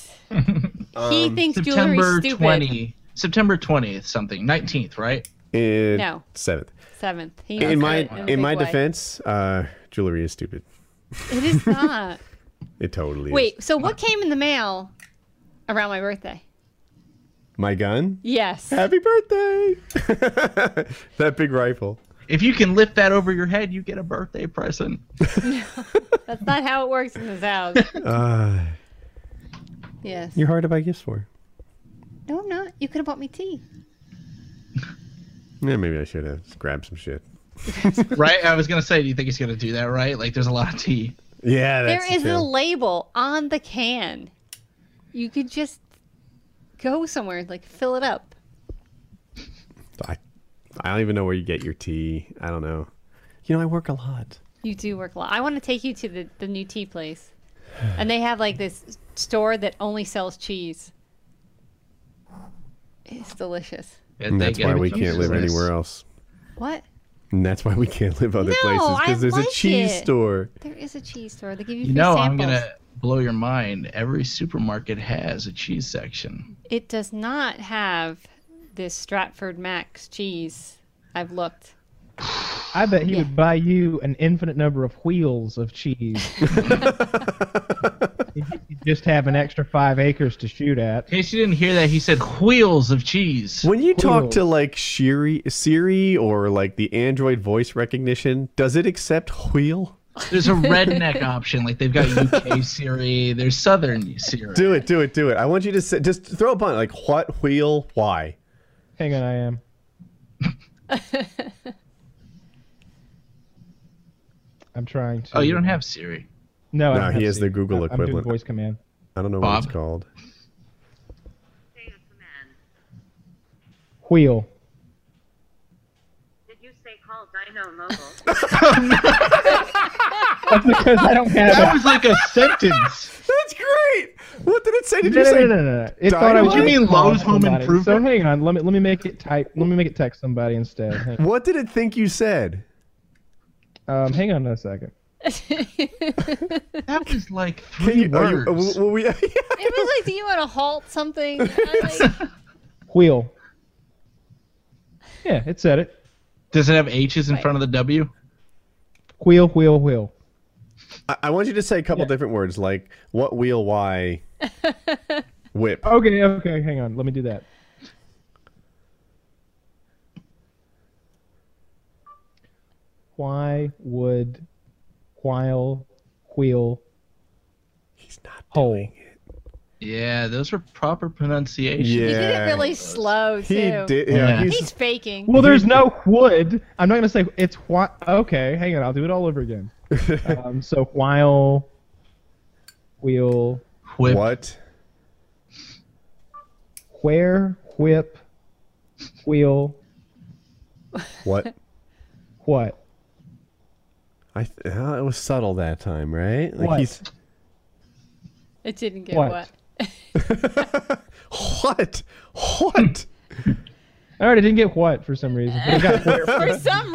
he thinks Um, September jewelry's stupid. twenty. September twentieth, something. Nineteenth, right? It- No. seventh Seventh. He in knows my it a in big my way. defense, uh, jewelry is stupid. it (laughs) is not. It totally is. Wait, so what came in the mail around my birthday? My gun? Yes. Happy birthday! (laughs) that big rifle. If you can lift that over your head, you get a birthday present. That's not how it works in (laughs) this house. Uh, Yes. you're hard to buy gifts for. No, I'm not. You could have bought me tea. Yeah, maybe I should have grabbed some shit. right? I was gonna say, do you think he's gonna do that? Right? Like, there's a lot of tea. Yeah, that's there is a the label on the can. You could just go somewhere and like fill it up. thing. I, I don't even know where you get your tea. I don't know. You know, I work a lot. You do work a lot. I want to take you to the, the new tea (sighs) place. And they have like this store that only sells cheese. It's delicious. And that's why we can't live anywhere else. What? And that's why we can't live other No, places I because there's like a cheese it. store. There is a cheese store. They give you You free know, I'm samples. gonna blow your mind. Every supermarket has a cheese section. It does not have this Stratford Max cheese. I've looked. I bet he Yeah. would buy you an infinite number of wheels of (laughs) cheese. If you just have an extra five acres to shoot at. In case you didn't hear that, he said wheels of cheese. When you talk Cool. to like Siri, Siri or like the Android voice recognition, does it accept wheel? (laughs) There's a redneck option. Like they've got UK Siri. There's Southern Siri. Do it, do it, do it. I want you to say, just throw a bunch like what wheel, why? Hang on, I (laughs) am. I'm trying to. Oh, you don't Oh, have Siri. No, I No, don't he have is the Siri. Google I- I'm doing equivalent. voice command. I don't know what Bob? it's called. Say a command. Wheel. Did you say call Dino Mobile? That's because (laughs) I don't have That that. was like a sentence. That's great. What did it say? Did No, you no, say? no, no, no, no. It thought I Dynamite? was Did you mean calling Lowe's Home somebody. So Improvement? hang on, let me let me make it type. Let me make it text somebody instead. Hang on, What did it think you said? um, hang on a second. That was like Can three you, uh, are you, words. will (laughs) we, It was like, do you want to halt (laughs) something? I, like, Wheel. Yeah, it said it. Does it have H's in front of the W? Wheel, wheel, wheel. I- I want you to say a couple Yeah. different words like what wheel, (laughs) why, whip. Okay, okay, hang on. Let me do that. Why would while wheel He's not hole? Yeah, those were proper pronunciations. Yeah. he did it really slow too. He did. Yeah, Yeah. He's, He's faking. Well, there's no would. I'm not gonna say it's why. Okay, hang on. I'll do it all over (laughs) again. um, so while wheel Whip. what? where whip wheel What? what I th- oh, it was subtle that time, right? Like What? he's It didn't get What? what. what? What? all right i didn't get what for some reason but, I got (laughs) where. For (laughs) some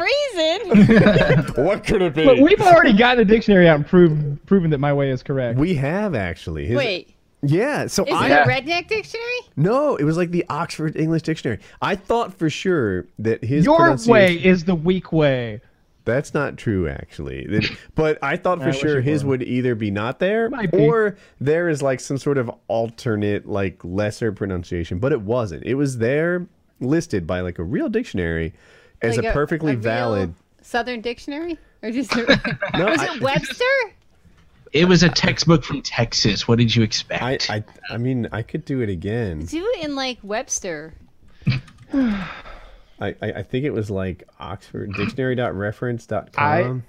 (laughs) reason, what could it be? But we've already gotten the dictionary out and proved proven that my way is correct we have actually. His- wait, Yeah. So is I it a redneck dictionary? no, it was like the Oxford English Dictionary. I thought for sure that his your pronunciation- way is the weak way That's not true, actually. (laughs) It- but I thought for I wish sure it his were. would either be not there Might be. or there is like some sort of alternate, like lesser pronunciation. But it wasn't. It was there listed by like a real dictionary as Like a, perfectly real (laughs) valid. Southern dictionary, (laughs) or just a, No, was I- it Webster? It was a textbook from Texas. What did you expect? I, I, I mean, I could do it again. Do it in like Webster. I, I, I think it was like Oxford I- Dictionary.reference.com.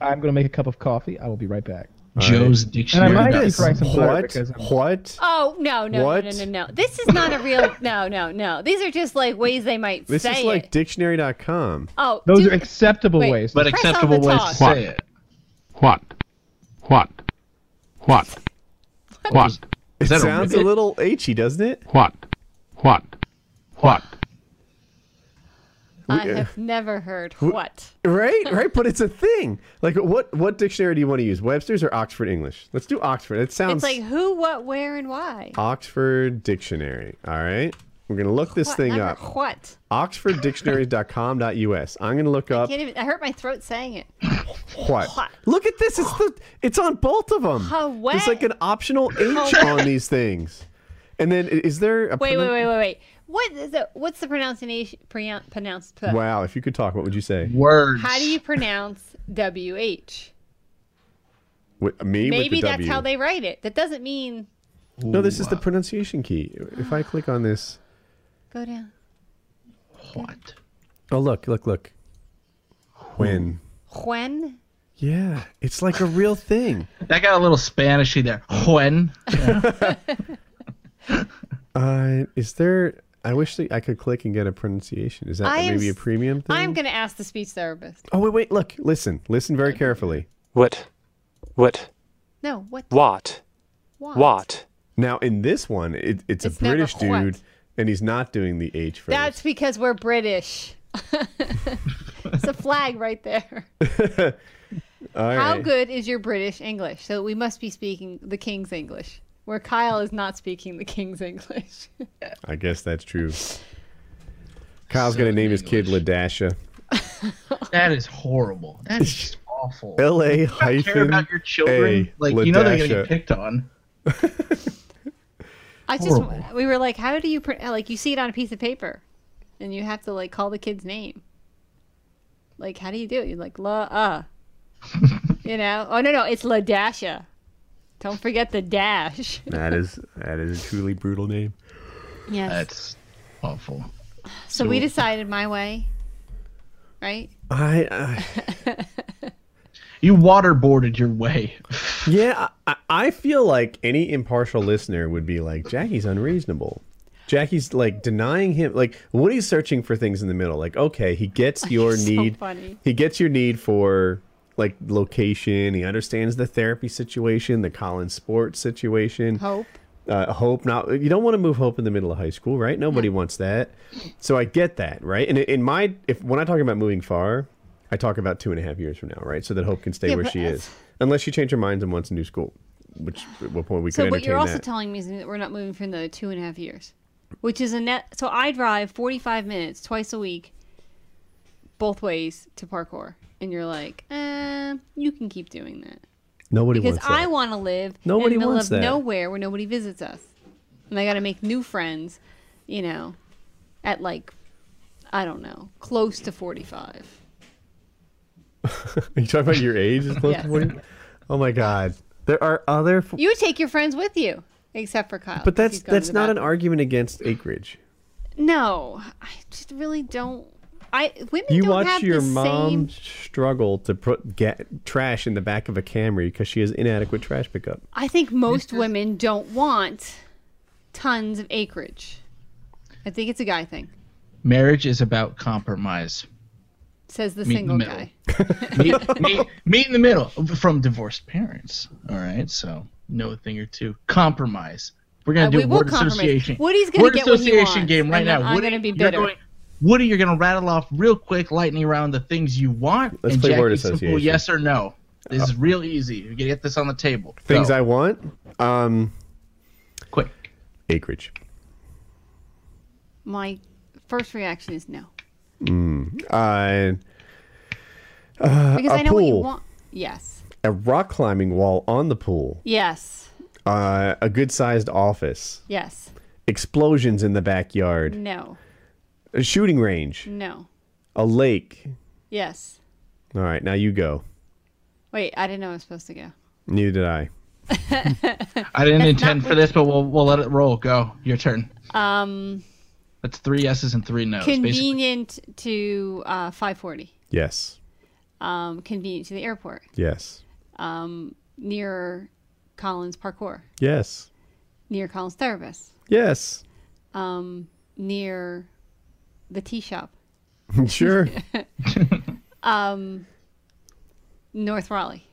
i'm gonna make a cup of coffee i will be right back Joe's and i dictionary. might dot- be correct some butter What? because I'm- What? Oh no no What? no no no no! This is not a real no no no. These are just like ways they might This say is like it. dictionary.com. oh, those do- are acceptable wait. ways but Press acceptable on the ways top. to say it. What? What? What? What? It that a sounds a ribbit? little H y, doesn't it? What? What? What? I have never heard what. Right, right, but it's a thing. Like, what what dictionary do you want to use? Webster's or Oxford English? Let's do Oxford. It sounds It's like who, what, where, and why. Oxford Dictionary. All right, we're gonna look this What, thing never up. What? OxfordDictionaries.com.us. I'm gonna look up Can't even. I hurt my throat saying it. what. Look at this. It's the it's on both of them. How There's like wet. an (laughs) optional H wet. on these things. And then i- is there a Wait, wait, pronun- wait, wait, wait. What is the, What's the pronunciation? Pronounce. pronounce p- Wow, if you could talk, what would you say? Words. How do you pronounce WH? With, me with Maybe the that's W. how they write it. That doesn't mean No, this is the pronunciation key. If I click on this, go down. What? oh look, look, look. When. When? Yeah, it's like a real thing. That got a little Spanishy there. When? (laughs) Uh, is there? I wish that I could click and get a pronunciation. Is that I am maybe a s- premium thing? I'm gonna ask the speech therapist. oh wait, wait, look, listen, listen very carefully. What? What? No, what? What? What? What? Now in this one, it, it's, It's a never British what. dude, and he's not doing the H first. That's because we're British. (laughs) it's a flag right there. All right. How good is your British English? So we must be speaking the King's English, where Kyle is not speaking the King's English. (laughs) I guess that's true. Kyle's gonna name his kid Ladasha. That is horrible. That is (laughs) just awful. L A Don't care hyphen. about your children. A, like you know they're gonna Ladasha. get picked on. I just Horrible. we were like, how do you print? Like you see it on a piece of paper, and you have to like call the kid's name. Like how do you do it? You're like la uh, you know? Oh no no, it's la dasha. Don't forget the dash. (laughs) That is that is a truly brutal name. Yes. That's awful. so we decided my way, right? I. I You waterboarded your way. (laughs) Yeah, I, I- I feel like any impartial listener would be like, Jackie's unreasonable. Jackie's like denying him, like Woody's searching for things in the middle. Like, okay, he (laughs) gets your so need. funny. He gets your need for like location. He understands the therapy situation, the Collins sports situation. Hope. Uh, hope not. You don't want to move hope in the middle of high school, right? Nobody wants that. So I get that, right? And in my, if when I talk about moving far, I talk about two and a half years from now, right? So that hope can stay Yeah, where but she as- is, unless she changed her mind and wants a new school, which at what point we So could what entertain you're also that. telling me is that we're not moving for another two and a half years, which is a net. So I drive 45 minutes twice a week, both ways to parkour, and you're like, um, you can keep doing that Nobody because wants I that. want to live Nobody in the middle wants of that. nowhere where nobody visits us, and I got to make new friends, you know, at like, I don't know, close to 45. Are (laughs) you talking about your age? Is close Yes. to 40? Oh my God! There are other, f- You would take your friends with you, except for Kyle. but that's that's not an argument against acreage. an. No, I just really don't. I women You don't watch have your the mom same. struggle to put get trash in the back of a Camry because she has inadequate trash pickup. I think most women don't want tons of acreage. I think it's a guy thing. Marriage is about compromise. Says the Meet in the single middle. guy. meet, (laughs) meet, meet in the middle from divorced parents. All right, so know a thing or two. Compromise. We're gonna Uh, do we a will word compromise. association. Woody's gonna word get what he association wants, game right and then now. I'm Woody, gonna be you're bitter. going- Woody, you're gonna rattle off real quick, lightning round, the things you want, Let's and play word Jackie's simple association. Uh, yes or no. This is real easy. You're gonna get this on the table. Things Go. I want, um, quick. acreage. My first reaction is no, Uh, a because I know what you pool. want. Yes, a rock climbing wall on the pool. yes, Uh, a good sized office. yes. Explosions in the backyard. No, A shooting range. no, A lake. yes. All right, now you go. Wait, I didn't know I was supposed to go. Neither did I. I didn't intend for this, but we'll we'll let it roll. Go. Your turn. Um, That's three yeses and three no's. Basically, convenient to uh, 540. Yes. Um, convenient to the airport Yes. near Collins Parkour, Yes. near Collins Therapist, Yes. (laughs) um, near the tea shop, sure. North Raleigh.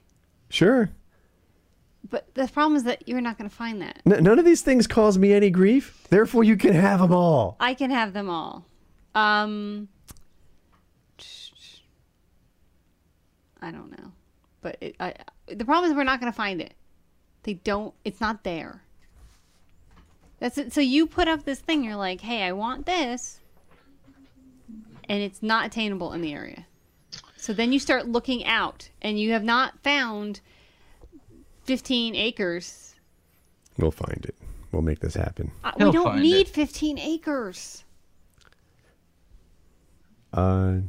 Sure. But the problem is that you're not going to find that. N- none of these things cause me any grief. Therefore, you can have them all. I can have them all. Um, I don't know, but it, I, the problem is we're not going to find it. They don't. It's not there. That's it. So you put up this thing. You're like, hey, I want this, and it's not attainable in the area. So then you start looking out, and you have not found 15 acres We'll find it. We'll make this happen. I- we He'll don't find need it. 15 acres. Uh,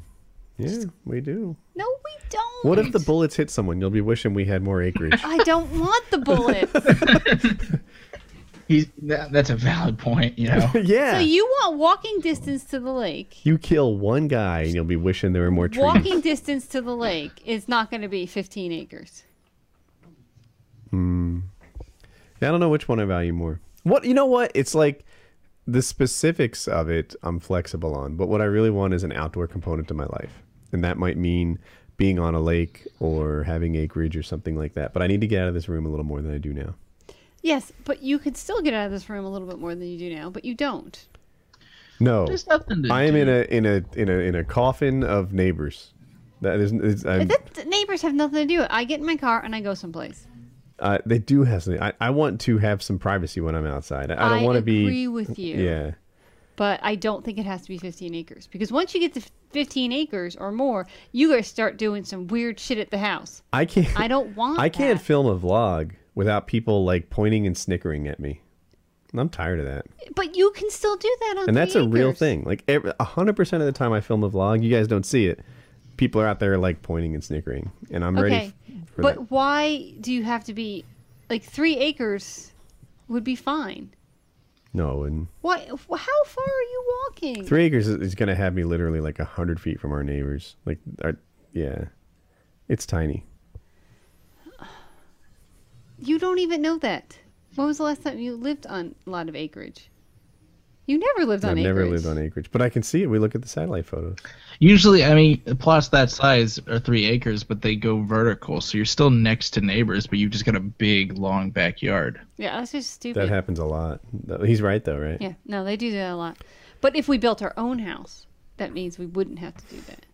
yeah, we do. No, we don't. What if the bullets hit someone? You'll be wishing we had more acreage. I don't want the (laughs) bullets. he's, that, that's a valid point. (laughs) You know. yeah. so you want walking distance to the lake. You kill one guy and you'll be wishing there were more trees. Walking distance to the lake is not going to be 15 acres. I don't know which one I value more. What you know what? It's like the specifics of it I'm flexible on, but what I really want is an outdoor component to my life. And that might mean being on a lake or having acreage or something like that. But I need to get out of this room a little more than I do now. Yes, but you could still get out of this room a little bit more than you do now, but you don't. No. There's nothing to I am do. in a in a in a in a coffin of neighbors. That is, is I'm, That, the neighbors have nothing to do with it. I get in my car and I go someplace. uh, they do have something. I, I want to have some privacy when I'm outside. I, I don't want to be. agree with you, Yeah. but I don't think it has to be 15 acres because once you get to f- 15 acres or more, you guys start doing some weird shit at the house. I can't. I don't want. I can't that. film a vlog without people like pointing and snickering at me. And I'm tired of that. But you can still do that on And that's a three real acres. thing. Like every, 100% of the time I film a vlog, you guys don't see it. People are out there like pointing and snickering. And I'm ready Okay. f- for But that. why do you have to be like 3 acres would be fine. No, and What how far are you walking? three acres is, is going to have me literally like 100 feet from our neighbors. Like, our, yeah. It's tiny. You don't even know that. When was the last time you lived on a lot of acreage? You never lived on I've acreage. never lived on acreage, but I can see it. We look at the satellite photos. Usually, I mean, plots that size are three acres, but they go vertical, so you're still next to neighbors, but you've just got a big, long backyard. Yeah, that's just stupid. That happens a lot. Th- He's right though, right? yeah, no, they do that a lot. But if we built our own house, that means we wouldn't have to do that.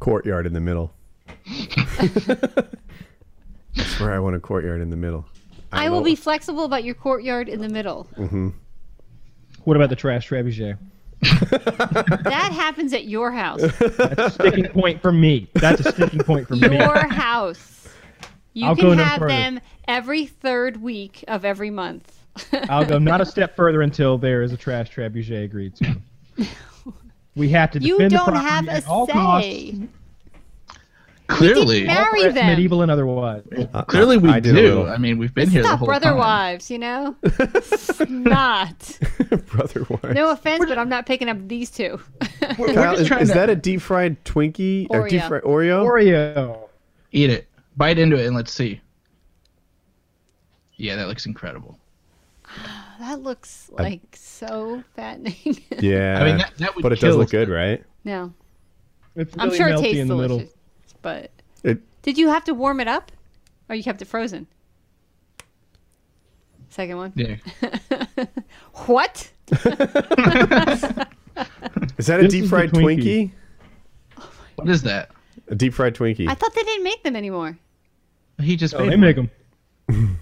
Courtyard in the (laughs) middle. That's where I want a courtyard in the middle. (laughs) I don't will know- be flexible about your courtyard in (laughs) the middle. What about the trash trebuchet? That happens at your house. Sticking point for me. That's a sticking point for me. (laughs) Your house. You I'll go can no have further. them every third week of every month. I'll go not a step further until there is a trash trebuchet agreed to. We have to (laughs) You defend the don't property have a at all say. costs, Clearly, marry- threats, them. medieval and otherwise. clearly we Uh, I did a do. little- I mean, we've been here the Stop whole brother time. wives, you know? It's not. brother wife. No offense, but I'm not picking up these two. (laughs) Kyle, is, trying is to- that a deep fried Twinkie or Oreo. deep fried Oreo? Oreo. Eat it, bite into it, and let's see. Yeah, that looks incredible. that looks like so fattening. (laughs) Yeah. I mean, that- that would but it does kill look us. good, right? no. It's I'm really sure it melty tastes in the delicious. middle. But It, did you have to warm it up? Or you kept it frozen? Second one? Yeah. What? is that a This deep is the fried Twinkie. Twinkie. What is that? A deep fried Twinkie. I thought they didn't make them anymore. He just Oh, made they one. make them.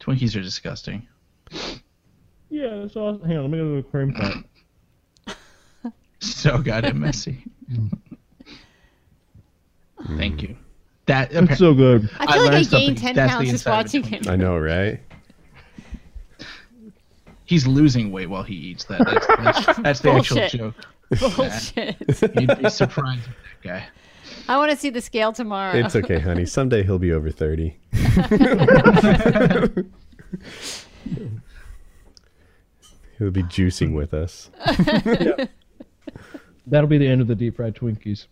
Twinkies are disgusting. (laughs) Yeah, that's awesome. Hang on, let me go to the cream part. So goddamn (laughs) messy. Thank you. That apparently, It's so good. I feel I like I learned gained something. 10 That's the pounds just inside of a watching (laughs) him. I know, right? he's losing weight while he eats that. That's, (laughs) that's, that's the actual Bullshit. joke. Bullshit. You'd be surprised with that guy. I want to see the scale tomorrow. It's okay, (laughs) honey. Someday he'll be over 30. he'll be juicing with us. That'll be the end of the deep fried Twinkies.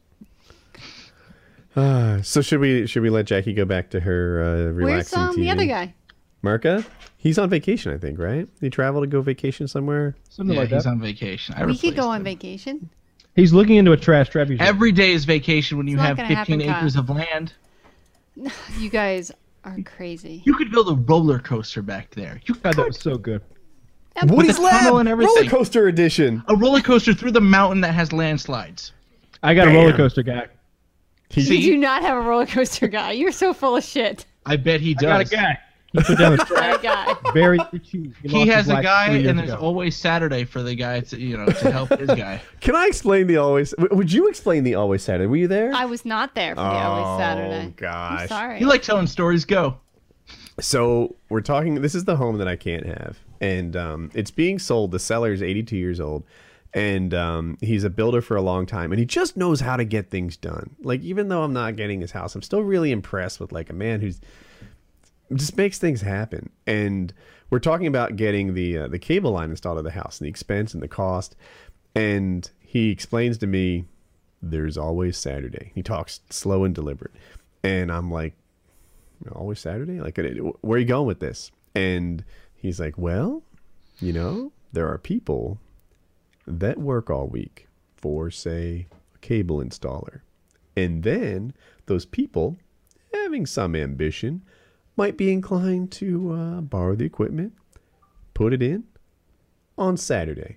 Uh, so should we should we let Jackie go back to her uh, Where's relaxing um, TV? the other guy? Marka? He's on vacation, I think, right? He traveled to go vacation somewhere. Something yeah, like he's that. on vacation. I We could replaced go on him. vacation. He's looking into a trash trebuchet. Every day is vacation when you not have gonna 15 happen, Kyle. acres of land. You guys are crazy. You could build a roller coaster back there. You God, that was so good. Woody's Lab! tunnel and everything. Roller coaster edition! a roller coaster through the mountain that has landslides. I got a roller coaster guy. You See, do not have a roller coaster guy. You're so full of shit. I bet he Got a does. guy. He put down a (laughs) My guy. very cheap. He has a guy, and there's always Saturday for the guy to you know to help his guy. Can I explain the always? w- Would you explain the always Saturday? Were you there? I was not there for the Always Saturday. gosh. I'm sorry. Oh, You like telling stories? Go. So we're talking. This is the home that I can't have, and um, it's being sold. The seller is 82 years old, and um, he's a builder for a long time, and he just knows how to get things done. Like even though I'm not getting his house, I'm still really impressed with like a man who's just makes things happen. And we're talking about getting the uh, the cable line installed at the house and the expense and the cost. And he explains to me, "There's always Saturday." He talks slow and deliberate, and I'm like, "Always Saturday? Like, it- it- where are you going with this?" And he's like, "Well, you know, there are people that work all week for, say, a cable installer, and then those people." Having some ambition, might be inclined to uh, borrow the equipment, put it in on Saturday.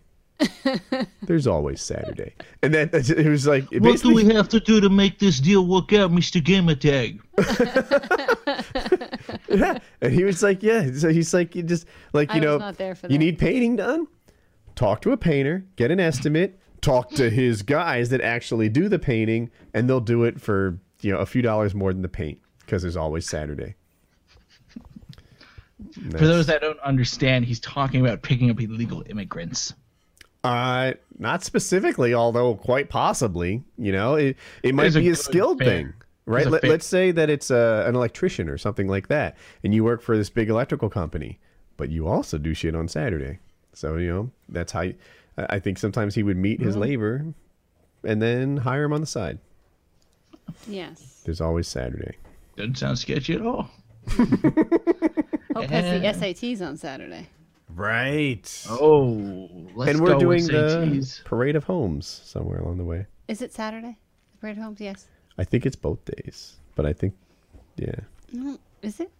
There's always Saturday, and that (laughs) that's- it was like it What do basically we have to do to make this deal work out, Mister Gamertag? yeah. (laughs) And he was like, yeah. So he's like, you just like you I was know, not there for you that. need painting done. Talk to a painter, get an estimate, talk to his guys that actually do the painting, and they'll do it for you know a few dollars more than the paint because there's always Saturday. For those that don't understand, he's talking about picking up illegal immigrants. Uh, not specifically, although quite possibly. You know, it it might There's a be a good skilled fair. thing, right? a Let, fair- let's say that it's uh an electrician or something like that, and you work for this big electrical company, but you also do shit on Saturday. So you know that's how. You, I I think sometimes he would meet his Mm-hmm. labor, and then hire him on the side. Yes. There's always Saturday. Doesn't sound sketchy at all. Hope has Oh, the SATs on Saturday. Right. Oh, let's and we're go doing SATs. the parade of homes somewhere along the way. Is it Saturday? The parade homes? Yes. I think it's both days, but I think, yeah. No, Mm, is it?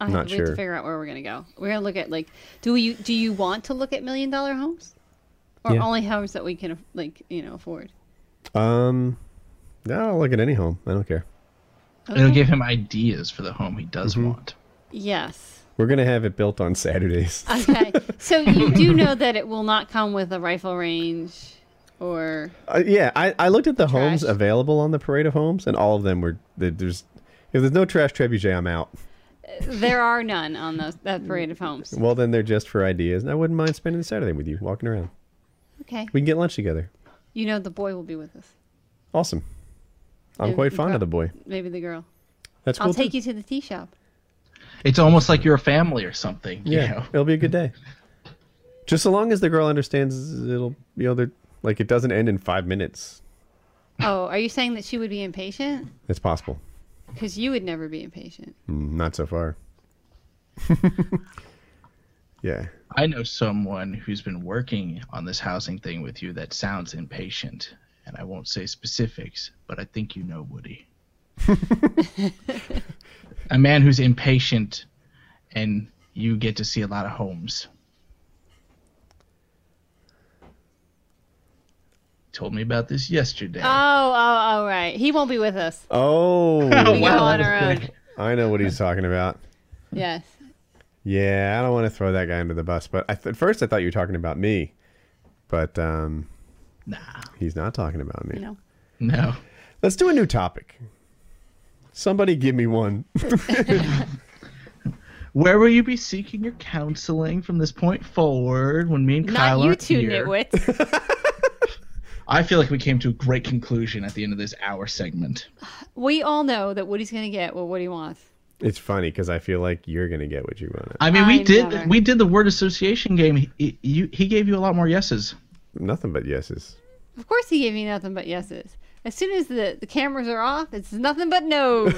I have Not to, we have to sure. figure out where we're gonna go. We're gonna look at like, do we? Do you want to look at million dollar homes, or Yeah. only homes that we can aff- like you know afford? Um, no, I'll look at any home. I don't care. It'll give him ideas for the home he does Mm-hmm. want. Yes. We're gonna have it built on Saturdays. Okay. so you do know that it will not come with a rifle range, or Uh, yeah, I, I looked at the homes Trash. available on the parade of homes, and all of them were there- there's if there's no trash trebuchet, I'm out. there are none on those that parade of homes. Well, then they're just for ideas, and I wouldn't mind spending Saturday with you, walking around. Okay. We can get lunch together. You know the boy will be with us. Awesome. I'm Yeah, quite we've fond got- of the boy. Maybe the girl. That's cool. I'll take you to the tea shop. It's almost like you're a family or something. Yeah, You know? it'll be a good day. Just so long as the girl understands, it'll you know they're like it doesn't end in five minutes. Oh, are you saying that she would be impatient? It's possible. Because you would never be impatient. Mm, Not so far. yeah. I know someone who's been working on this housing thing with you that sounds impatient, and I won't say specifics, but I think you know (laughs) Woody. a man who's impatient, and you get to see a lot of homes. Told me about this yesterday. Oh, oh, oh, right. He won't be with us. Oh, We go on our own. I know what he's talking about. Yes. Yeah, I don't want to throw that guy under the bus, but I th- at first I thought you were talking about me, but um, Nah, he's not talking about me. No. no. Let's do a new topic. Somebody give me one. (laughs) Where will you be seeking your counseling from this point forward when me and Kyle Not you aren't two (laughs) here? nitwits. I feel like we came to a great conclusion at the end of this hour segment. we all know that Woody's going to get what Woody wants. It's funny because I feel like you're gonna get what you want. I mean, we I did never- we did the word association game. He, he- you, he gave you a lot more yeses. Nothing but yeses. Of course, he gave me nothing but yeses. As soon as the, the cameras are off, it's nothing (laughs) but no's.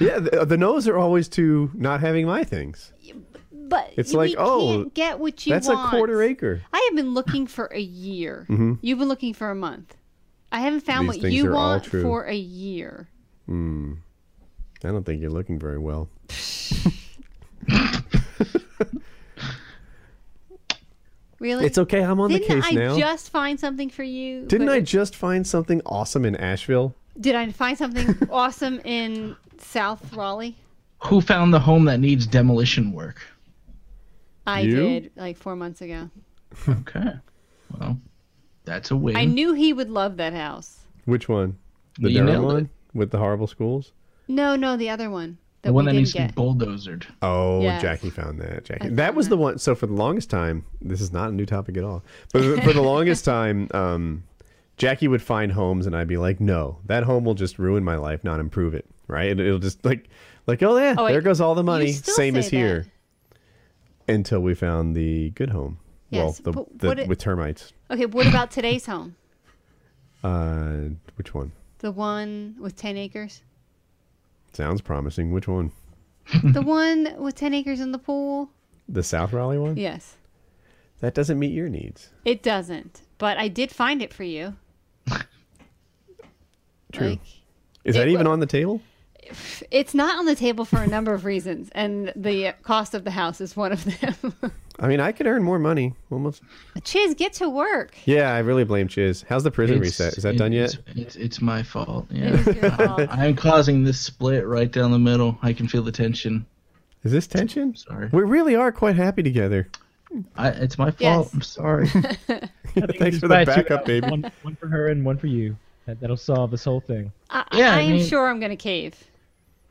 Yeah, the, the no's are always to not having my things. but It's you- like, we oh, can't get what you That's want. a quarter acre. Mm-hmm. I have been looking for (laughs) a year. You've been looking for a month. I haven't found These what things you are all want true. for a year. I don't think you're looking very well. Really? It's okay. I'm on Didn't the case I now. just find something for you? Didn't But- I just find something awesome in Asheville? Did I find something (laughs) awesome in South Raleigh? Who found the home that needs demolition work? I You? did like four months ago. Okay, well, that's a win. I knew he would love that house. Which one? The You Durham nailed it. one with the horrible schools. No, no, the other one that the one we that didn't needs to be get. bulldozered. Oh, Yes. Jackie found that. Jackie, I that found was the that. one. So for the longest time, this is not a new topic at all. But for the longest time, um, Jackie would find homes, and I'd be like, "No, that home will just ruin my life, not improve it. Right? It, it'll just like, like, oh yeah, Oh, wait, there goes all the money. still Same say as here." Until we found the good home. Yes, well, but the, what the it- with termites. okay, what about today's home? Uh, which one? The one with ten acres. Sounds promising. Which one? Hmm. the one with ten acres in the pool. The South Raleigh one? Yes, That doesn't meet your needs. it doesn't. But I did find it for you. True. Like, Is It that even wa- on the table? it's not on the table for a number of reasons, and the cost of the house is one of them. (laughs) I mean, I could earn more money. Almost. Chiz, get to work. Yeah, I really blame Chiz. How's the prison It's- reset? Is that it- done yet? It's, it's, it's my fault. It Yeah, is (laughs) your fault. I'm causing this split right down the middle. I can feel the tension. Is this tension? Sorry, We really are quite happy together. I, it's my fault. Yes. I'm (laughs) sorry. Thanks for the backup, baby. One, one for her and one for you. That, that'll solve this whole thing. I, Yeah, I I am mean- sure I'm gonna cave.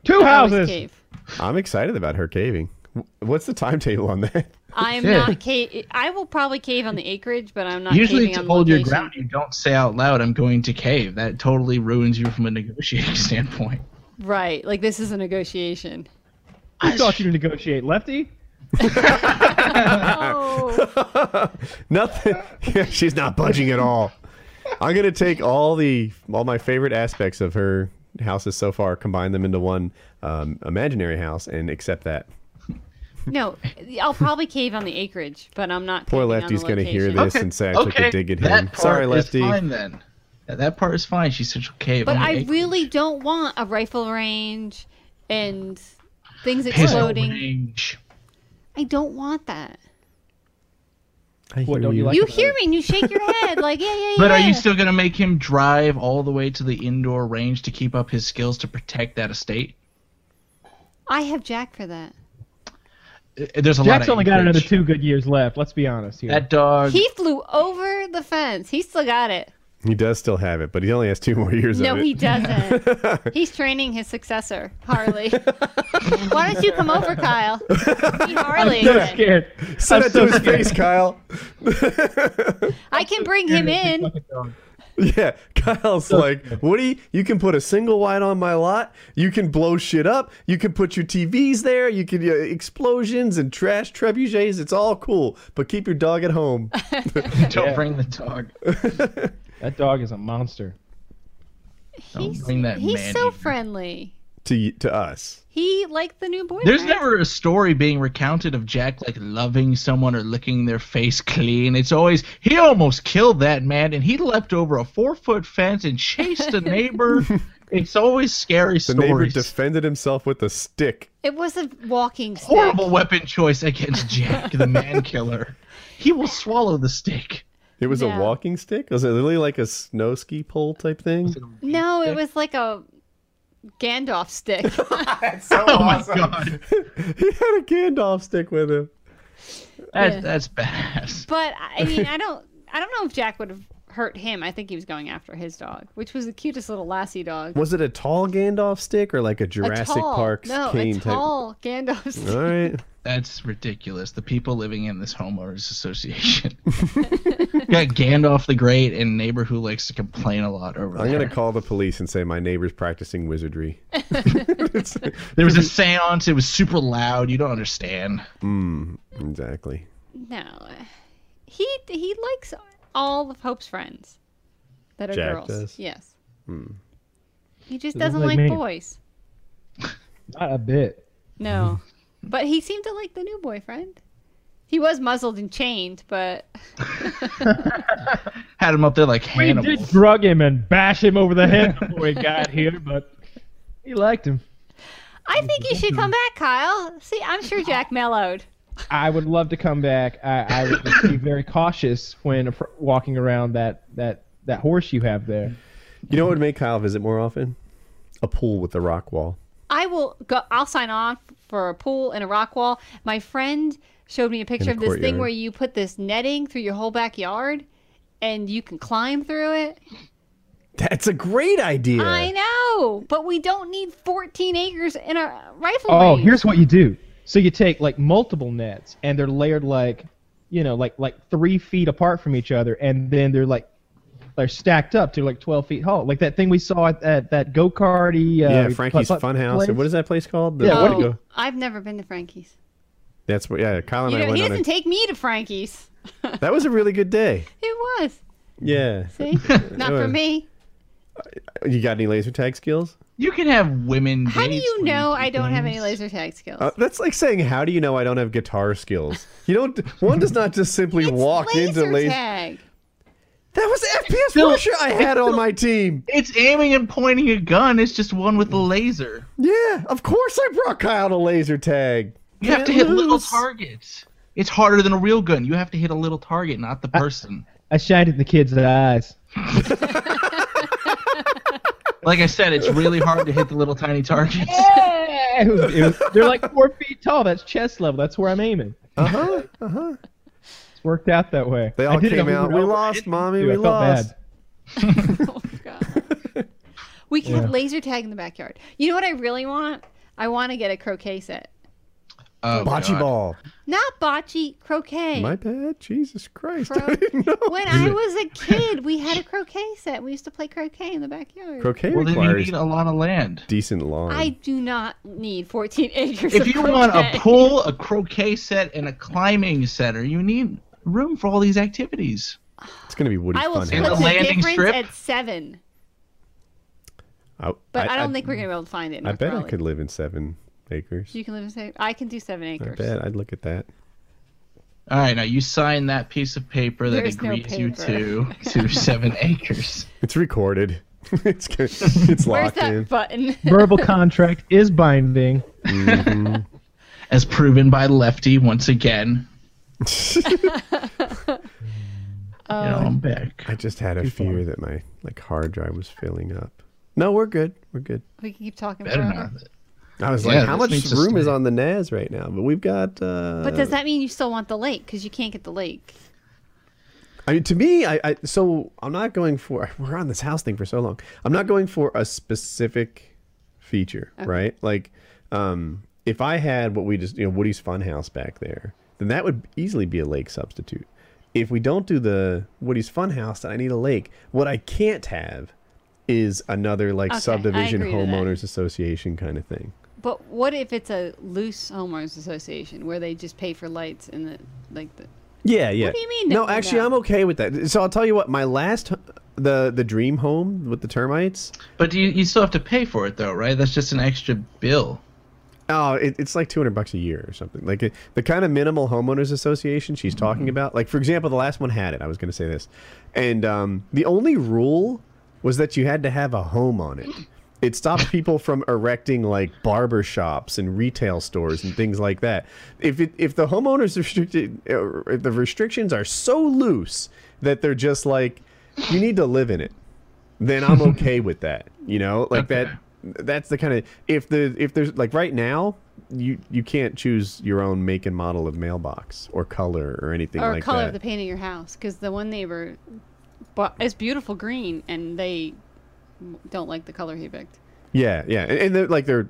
Two I always houses. cave. I'm excited about her caving. W- What's the timetable on that? (laughs) I am Yeah. not cave. I will probably cave on the acreage, but I'm not. Usually, caving to on hold your location. ground, you don't say out loud, "I'm going to cave." That totally ruins you from a negotiating (laughs) standpoint. Right, like this is a negotiation. I thought you to negotiate, Lefty. Oh, Nothing. (laughs) Yeah, she's not budging at all. I'm gonna take all the all my favorite aspects of her houses so far, combine them into one um, imaginary house, and accept that. No, I'll probably cave on the acreage, but I'm not. Poor caving on the Lefty's going to hear location. this and say, I took a dig at him. That part Sorry, is Lefty. fine then. That- That part is fine. She said she'll cave. But on the I acreage. really don't want a rifle range and things Pistol exploding. range. I don't want that. I hear What, don't you like- You hear me and you shake your head like yeah yeah yeah. (laughs) But are you still gonna make him drive all the way to the indoor range to keep up his skills to protect that estate? I have Jack for that. Uh, There's a lot. Jack's of only got another acreage. two good years left. Let's be honest here. That dog. He flew over the fence. He still got it. He does still have it, but he only has two more years No, of it. he (laughs) doesn't. He's training his successor, Harley. (laughs) Why don't you come over, (laughs) Kyle? Be (laughs) Harley. so again. scared. Say that to so his face, Kyle. I can bring him in. (laughs) Yeah, Kyle's like, Woody, you can put a single wide on my lot. You can blow shit up. You can put your TVs there. You can uh, explosions and trash trebuchets. It's all cool, but keep your dog at (laughs) home. Don't bring the dog. That dog is a monster. He's, bring that he's man so either. friendly. to to us. He liked the new boyfriend. There's never a story being recounted of Jack like loving someone or licking their face clean. It's always he almost killed that man and he leapt over a four foot fence and chased a neighbor. it's always scary The neighbor stories. defended himself with a stick. It was a walking stick. Horrible weapon choice against Jack, the man killer. He will swallow the stick. It was Yeah. a walking stick. Was it literally like a snow ski pole type thing? No, it was like a (laughs) Gandalf stick. (laughs) Oh my god. he had a Gandalf stick with him. That's Yeah. that's badass. but I mean, I don't, I don't know if Jack would have hurt him. I think he was going after his dog, which was the cutest little lassie dog. Was it a tall Gandalf stick or like a Jurassic a tall, Park no, cane a tall (laughs) Gandalf type? stick. All right. That's ridiculous. The people living in this homeowners association. Got Gandalf the Great and neighbor who likes to complain a lot over I'm (laughs) there. gonna call the police and say my neighbor's practicing (laughs) wizardry. (laughs) There was a seance. It was super loud. You don't understand. Exactly. No, he he likes all of Hope's friends that are Jack girls. does? Hmm. Yes. He just Doesn't doesn't like like, me. boys. Not a bit. No, but he seemed to like the new boyfriend. He was muzzled and chained, but Had him up there like We Hannibal. did drug him and bash him over the head (laughs) before he got here, but he liked him. I think you should come back, Kyle. See, I'm sure Jack mellowed. I would love to come back. I, I would just be (laughs) very cautious when appro- walking around that that that horse you have there. You know what would make Kyle visit more often? A pool with a rock wall. I will go. I'll sign on for a pool and a rock wall. My friend showed me a picture a of this thing courtyard. where you put this netting through your whole backyard, and you can climb through it. That's a great idea. I know, but we don't need 14 acres in a rifle Oh, range. here's what you do. So you take like multiple nets, and they're layered like, you know, like like three feet apart from each other, and then they're like, they're stacked up to like 12 feet tall, like that thing we saw at, at that go karty. Uh, yeah, Frankie's putt-putt Funhouse. or place. What is that place called? The- Yeah, what do Oh, I've never been to Frankie's. That's what. Yeah, Kyle and You I know, went he Oh, on doesn't it. take me to Frankie's. that was a really good day. It was. (laughs) Yeah. (laughs) See, (laughs) not for me. You got any laser tag skills? You can have women. How do dates you where know I do don't have any things. laser tag skills? Uh, that's like saying, "How do you know I don't have guitar skills?" You don't. One does not just simply It's walk laser into laser. (laughs) tag. That was FPS Still- Russia I had on my team. It's aiming and pointing a gun. It's just one with a Mm. laser. Yeah, of course I brought Kyle to laser tag. You have to Can't hit little lose. targets. It's harder than a real gun. You have to hit a little target, not the person. I shined at the kids' eyes. Like I said, it's really hard to hit the little tiny targets. (laughs) Oh, Yeah, (laughs) it was- it was- they're like four feet tall. That's chest level. That's where I'm aiming. Uh huh. (laughs) Uh huh. It's worked out that way. They I all did it came over out. and We over. lost, mommy. Dude, we I felt lost. bad. Oh, God. (laughs) We can have laser tag in the backyard. You know what I really want? I want to get a croquet set. Oh, Bocce God. ball. Not bocce, croquet. My bad. Jesus Christ. (laughs) Bro, I didn't know. When I was a kid, we had a croquet set. We used to play croquet in the backyard. Croquet Well, then you requires need a lot of land. decent lawn. I do not need 14 (laughs) acres. If of you want a croquet. pool, a croquet set, and a climbing center, you need room for all these activities. It's gonna be Woody I will fun. split And a the landing difference strip? at seven. I, But I, don't think we're gonna be able to find it. in I North bet I Raleigh. could live in seven acres. You can live in seven. I can do seven I acres. bet I'd look at that. All right, now you sign that piece of paper that There's no agrees you to (laughs) paper. to seven acres. It's recorded. (laughs) it's good. it's (laughs) Where's locked that in. (laughs) button? Verbal contract is binding. as proven by Lefty once again. you Oh. know, I'm back. (laughs) I just had a fear that my like hard drive was filling up. No, we're good. We're good. we can keep talking Better forever. not. I was Yeah, like, how this much needs to room is stay. on the NAS right now? But we've got. Uh, But does that mean you still want the lake? Because you can't get the lake. I mean, to me, I, I so I'm not going for. (laughs) We're on this house thing for so long. I'm not going for a specific feature, right? Like, um, if I had what we just, you know, Woody's Funhouse back there, then that would easily be a lake substitute. If we don't do the Woody's Funhouse, then I need a lake. What I can't have is another like Okay, I subdivision agree with that. homeowners association kind of thing. But what if it's a loose homeowners association where they just pay for lights and the like the Yeah, yeah. do you mean No, that- actually, no? I'm okay with that. So I'll tell you what. My last, the the dream home with the termites. But you, you still have to pay for it, though, right? That's just an extra bill. Oh, it, it's like two hundred bucks a year or something. Like it, the kind of minimal homeowners association she's talking about. Like for example, the last one had it. I was going to say this, and um, the only rule was that you had to have a home on it. It stopped people from erecting like barber shops and retail stores and things like that. If it, if the homeowners restricted, uh, if the restrictions are so loose that they're just like, you need to live in it then I'm okay with that. You know, like Okay. that. That's the kind of if the if there's like right now you you can't choose your own make and model of mailbox or color or anything or like color that. of the paint of your house? Because the one neighbor, bought, it's beautiful green, and they don't like the color he picked. yeah, yeah, and, and they're, like they're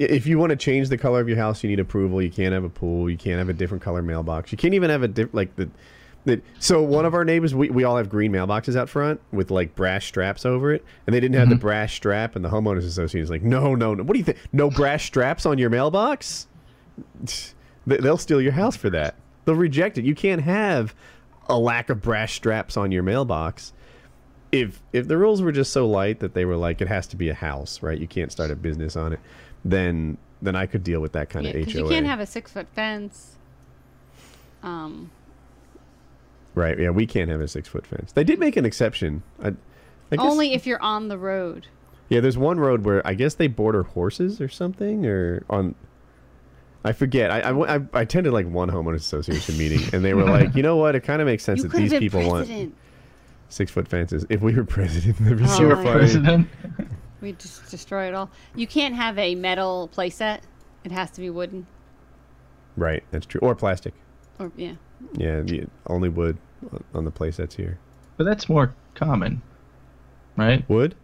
i- if you want to change the color of your house, you need approval. You can't have a pool. You can't have a different color mailbox. You can't even have a diff like the. the- So one of our neighbors, we, we all have green mailboxes out front with like brass straps over it, and they didn't have the brass strap. And the homeowners association is like, no, no, no. What do you think? No brass straps on your mailbox? They- They'll steal your house for that. They'll reject it. You can't have a lack of brass straps on your mailbox. If if the rules were just so light that they were like it has to be a house, right? You can't start a business on it. Then then I could deal with that kind Yeah, of because HOA. you can't have a six foot fence. Um, right? Yeah, we can't have a six foot fence. They did make an exception. I, I guess, only if you're on the road. yeah. There's one road where I guess they border horses or something or on. I forget. I, I, went- I, I attended like one homeowners association meeting, and they were (laughs) like, you know what? It kind of makes sense you that could have these been people want. president. six foot fences. If we were (laughs) president, that'd be Oh so my funny. God. President? We just destroy it all. You can't have a metal playset. It has to be wooden. Right, that's true. Or plastic. Or yeah. Yeah, the- only wood on- on the place that's here. But that's more common, right? Wood?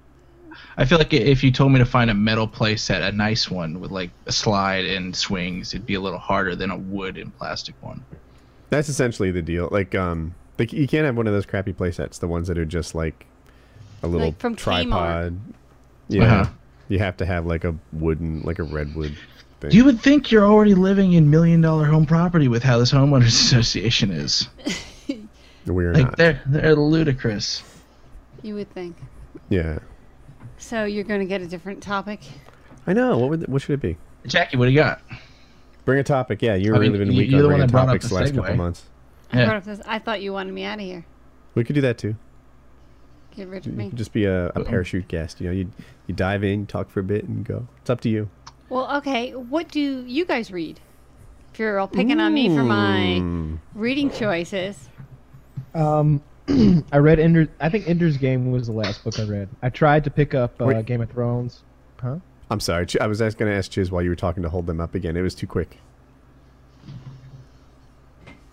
I feel like i- if you told me to find a metal playset, a nice one with like a slide and swings, it'd be a little harder than a wood and plastic one. That's essentially the deal. Like, um, like you can't have one of those crappy play sets. The ones that are just like a little Like from Kmart. tripod. Yeah, Uh-huh. you have to have like a wooden, like a redwood thing. You would think you're already living in million dollar home property with how this homeowners (laughs) association is. We're Like not. they're they're ludicrous. You would think. Yeah, So you're going to get a different topic. I know. What would? What should it be? Jackie, what do you got? Bring a topic. Yeah, you I were mean, really been you- weak you're on the one bringing that brought up topics the the last couple segue. months. I, Yeah. brought up this, I thought you wanted me out of here. We could do that too. Get rid of You me. could just be a, a parachute guest. You know, you you dive in, talk for a bit, and go. It's up to you. Well, okay. What do you guys read? If you're all picking on me for my reading choices, Um, I read Ender. I think Ender's Game was the last book I read. I tried to pick up uh, Wait. Game of Thrones. Huh? I'm sorry. Ch- I was going to ask Chiz while you were talking to hold them up again. It was too (laughs) quick. (laughs)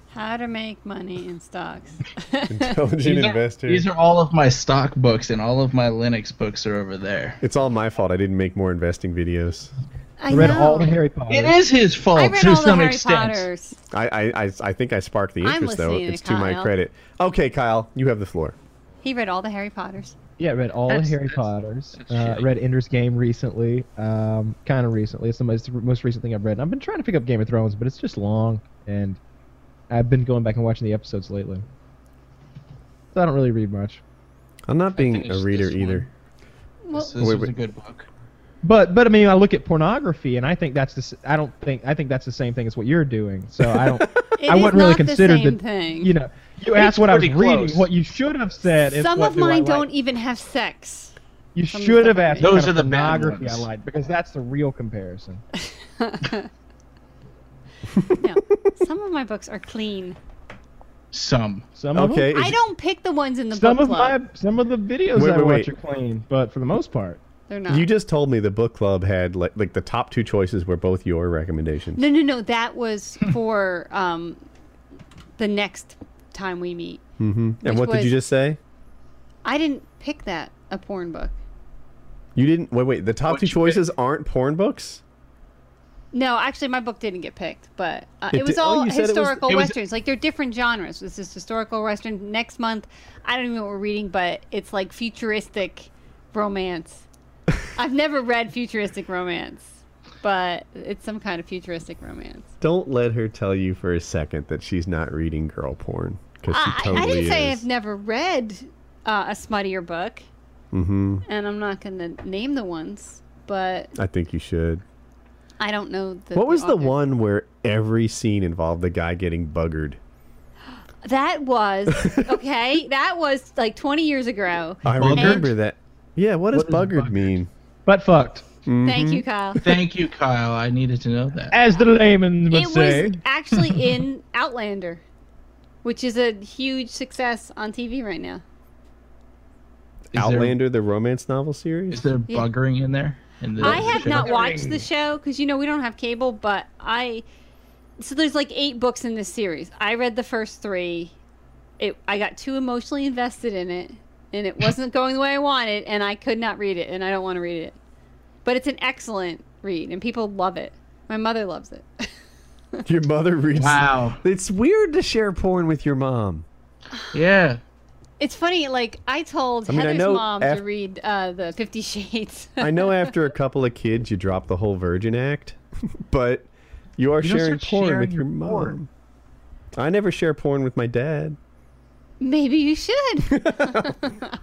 how to make money in stocks. Intelligent are- these are all of my stock books, and all of my Linux books are over there. it's all my fault. I didn't make more investing videos. I I read know. all the Harry Potter. It is his fault I (laughs) read to all the some Harry extent. Potters. I I, I, I think I sparked the I'm interest though. listening to It's to my Kyle. credit. Okay, Kyle, you have the floor. He read all the Harry Potters. Yeah, I read all That's- the Harry that's- Potters. that's Uh, shitty. read Ender's Game recently. Um, kind of recently. It's the most, most recent thing I've read. And I've been trying to pick up Game of Thrones, but it's just long, and I've been going back and watching the episodes lately. So I don't really read much. I'm not being finished a reader this one. either. Well, This, this Wait, was wait. a good book. But but I mean, I look at pornography, and I think that's the. s- I don't think I think that's the same thing as what you're doing. So I (laughs) don't. it I is wouldn't really not consider the same that- thing. You know, you asked what I was pretty reading. close. What you should have said is Some what of do I mine like. don't even have sex. You Some should have stuff I asked. read. what Those kind are of the bad pornography I ones. like because that's the real comparison. (laughs) No, some of my books are clean. Some. Some of Okay. them, is- I don't pick the ones in the some book of my club. some of the videos Wait, I wait, watch wait. are clean, but for the most part, They're not. You just told me the book club had like, like the top two choices were both your recommendations. No, no, no. That was Hmm. for um, the next time we meet. Mm-hmm. and what did you was- just say? I didn't pick that a porn book. You didn't wait. Wait, the top What'd two you pick? choices aren't porn books. No, actually, my book didn't get picked, but uh, It it, was di- oh, all you said it was- historical it was- westerns. Like they're different genres. This is historical western. Next month, I don't even know what we're reading, but it's like futuristic (laughs) romance. I've never read futuristic romance, but it's some kind of futuristic romance. Don't let her tell you for a second that she's not reading girl porn because she I, totally I didn't is. say I've never read uh, a smuttier book, mm-hmm. and I'm not going to name the ones, but I think you should. I don't know the. What was the author. one where every scene involved the guy getting buggered? (laughs) That was okay. that was like 20 years ago. I Buggered? remember that. Yeah, what does What does buggered, buggered? mean? but fucked. Mm-hmm. Thank you, Kyle. Thank you, Kyle. I needed to know that. As the layman would It say, was actually (laughs) in Outlander, which is a huge success on TV right now. Is Outlander, the romance novel series. There, is there Yeah. buggering in there? In the, I the have show? not watched the show because you know we don't have cable, but I so there's like eight books in this series. I read the first three. It I got too emotionally invested in it, and it (laughs) wasn't going the way I wanted, and I could not read it, and I don't want to read it. But it's an excellent read, and people love it. My mother loves it. (laughs) (laughs) Your mother reads. Wow. It's weird to share porn with your mom. Yeah. It's funny, like I told I mean, I Heather's know mom af- to read uh, the Fifty Shades. I know after a couple of kids, you drop the whole virgin act, (laughs) but you are You don't sharing start porn sharing with your your mom. porn. I never share porn with my dad. (laughs) Maybe (laughs) you should.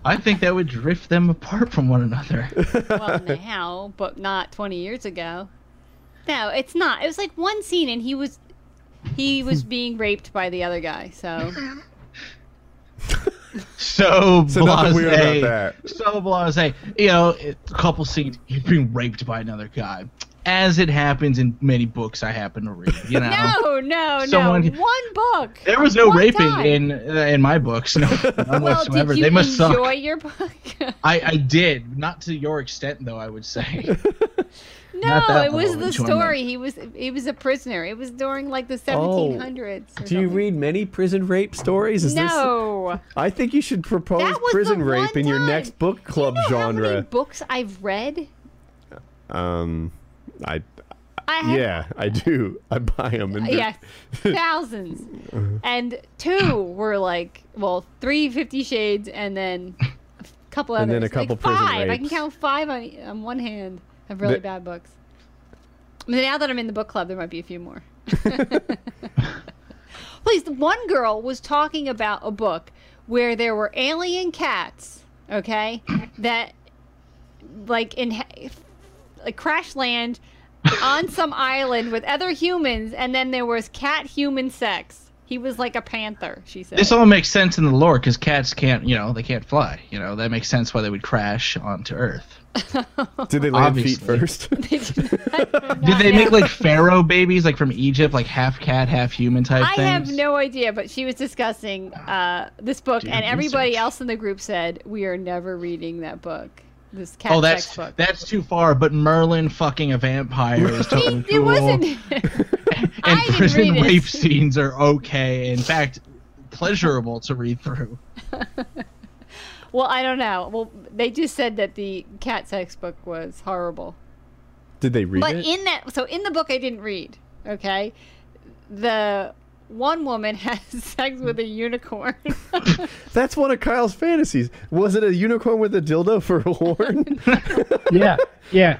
I think that would drift them apart from one another. well, (laughs) now, but not 20 years ago. No, it's not. It was like one scene, and he was (laughs) he was being raped by the other guy. So So, (laughs) So nothing blase. weird about that. So blase. You know, it, a couple scenes, he's being raped by another guy. As it happens in many books I happen to read, (laughs) you know. no, no, Someone- no. One book. There was no One raping time. in uh, in my books, (laughs) no, none Well, whatsoever. did you They must enjoy suck. your book? (laughs) I, I did, not to your extent though. I would say. (laughs) Not no, that it was level the enjoyment. story. He was he was a prisoner. It was during like the 1700s. or Oh. Do you something. read many prison rape stories? Is this? No. I think you should propose That was prison the rape one in your time. next book club Do you know How many genre. books I've read. um, I I have yeah, I do. I buy them. And yes, Uh-huh. thousands. and two were like, well, three Fifty Shades, and then a f- couple others. And then a couple like prison five. I can rapes. count five on, on one hand of really The- bad books. I mean, now that I'm in the book club, there might be a (laughs) few more. Please, the one girl was talking about a book where there were alien cats. Okay, that like in like crash land (laughs) on some island with other humans, and then there was cat human sex. He was like a panther, she said. This all makes sense in the lore because cats can't, you know, they can't fly. You know, that makes sense why they would crash onto Earth. Did they land feet Obviously. (laughs) first? Did you not- Did they not make know. like pharaoh babies, like from Egypt, like half cat, half human type I things? have no idea, but she was discussing uh, this book, Doing and everybody research. else in the group said, "We are never reading that book." This cat Oh, that's sex book. that's too far. But Merlin fucking a vampire (laughs) is totally it cool. wasn't. and I didn't prison read it. rape scenes are okay. In fact, pleasurable to read through. (laughs) well, I don't know. Well, they just said that the cat sex book was horrible. Did they read But it? in that, so in the book, I didn't read. Okay, the one woman (laughs) has sex Hmm. with (laughs) a unicorn. That's one of Kyle's fantasies. Was it a unicorn with a dildo for (laughs) a horn? yeah, yeah,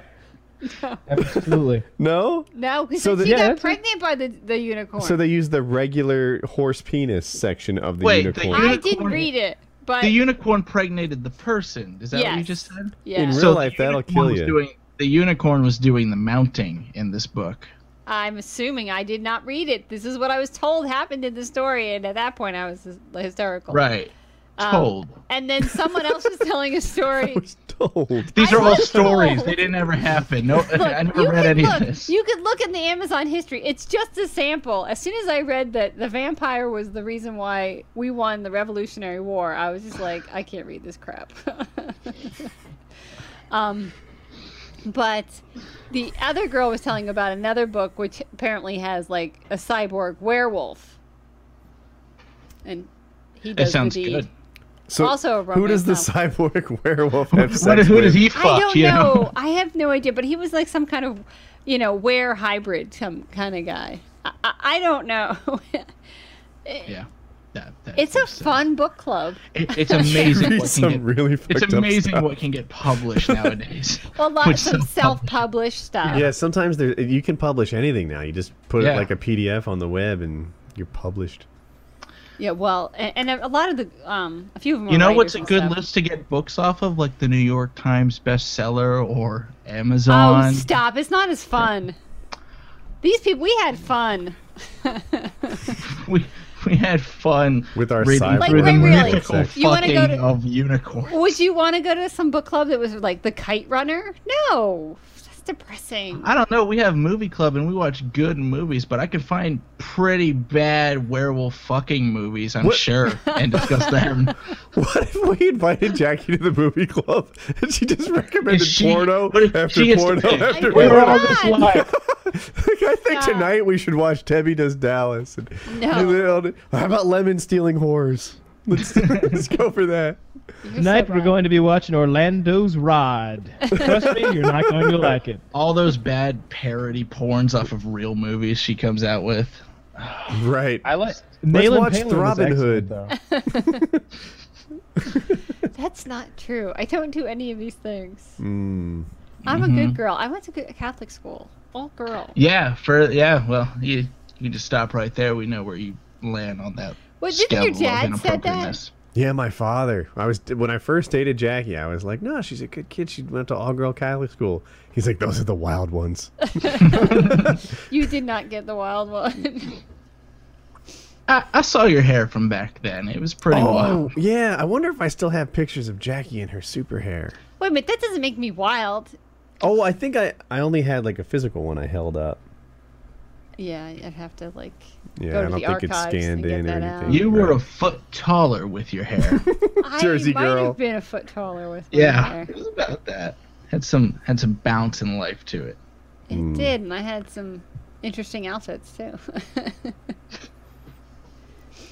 (laughs) absolutely. no. no, because So the- she yeah, got that's- pregnant by the the unicorn. So they use the regular horse penis section of the Wait, the unicorn. uni- I didn't Unicorn. read it. But the unicorn pregnated the person. Is that what you Yes. just said? yeah, In real So the life, that'll unicorn kill was you. Doing, the unicorn was doing the mounting in this book. I'm assuming I did not read it. This is what I was told happened in the story, and at that point, I was hys- hysterical. Right. Um, Told. And then someone else was telling (laughs) a story. (laughs) I was (laughs) told. These I are all was stories. told. They didn't ever happen. No, I (laughs) Look, never you read could any look, of this. You could look in the Amazon history. It's just a sample. As soon as I read that the vampire was the reason why we won the Revolutionary War, I was just like, I can't read this crap. (laughs) um, but the other girl was telling about another book, which apparently has like a cyborg werewolf, and he that does sounds the deed. good. So Also a who does the romance cyborg (laughs) werewolf have What, sex who with? does he I fuck? don't you know. (laughs) I have no idea, but he was like some kind of, you know, wear hybrid, some kind of guy. I, I, I don't know. (laughs) Yeah. That, that it's a makes sense. fun book club. It, it's (laughs) amazing (laughs) Read what some can get, really It's fucked up amazing stuff. what can get (laughs) published (laughs) nowadays. Well, Which lots of some self-published stuff. Yeah, sometimes there you can publish anything now. You just put it Yeah. like a PDF on the web and you're published. Yeah, well, and, and a lot of the, um, a few of them. You are know what's writers a and good stuff. list to get books off of, like the New York Times bestseller or Oh, Amazon? stop! It's not as fun. These people, we had fun. (laughs) we we had fun With our reading cyborg through the Like, wait, really? mythical You wanna fucking go to- of unicorn. Would you want to go to some book club that was like the Kite Runner? No, that's depressing. I don't know. We have movie club and we watch good movies, but I can find pretty bad werewolf fucking movies, I'm What- sure, and discuss (laughs) them. (laughs) What if we invited Jackie to the movie club and she just recommended Is she- porno what if after she is- porno I after would porno? not. God. (laughs) Like, I think Yeah. tonight we should watch Debbie Does Dallas. And, No. and then- how about Lemon Stealing Whores? Let's, (laughs) let's go for that. You're so Tonight we're bad. going to be watching Orlando's Rod. Trust me, you're not going to (laughs) like it. All those bad parody porns off of real movies she comes out with. Right. I like Nayland watch Palin was Throbbing excellent, Hood. though. That's not true. I don't do any of these things. Mm. I'm a good girl. I went to good Catholic school. All girl. Yeah, for yeah, well, you you can just stop right there. We know where you land on that. Well, didn't scale your of dad said that? inappropriateness. Yeah, my father. I was when I first dated Jackie. I was like, "No, she's a good kid. She went to all girl Catholic school." He's like, "Those are the wild (laughs) ones." You did not get the (laughs) wild one. I, I saw your hair from back then. It was pretty Oh. Oh. wild. yeah. I wonder if I still have pictures of Jackie and her super hair. Wait a minute, that doesn't make me wild. Oh, I think I I only had like a physical one I held up. Yeah, I'd have to like Yeah, go I to don't the think it's archives scanned and get in or that anything. out. You were Right. a foot taller with your (laughs) hair. (laughs) Jersey I might girl. have been a foot taller with my yeah, hair. it was about that. Had some had some bounce and life to it. It Mm. did, and I had some interesting outfits too. (laughs)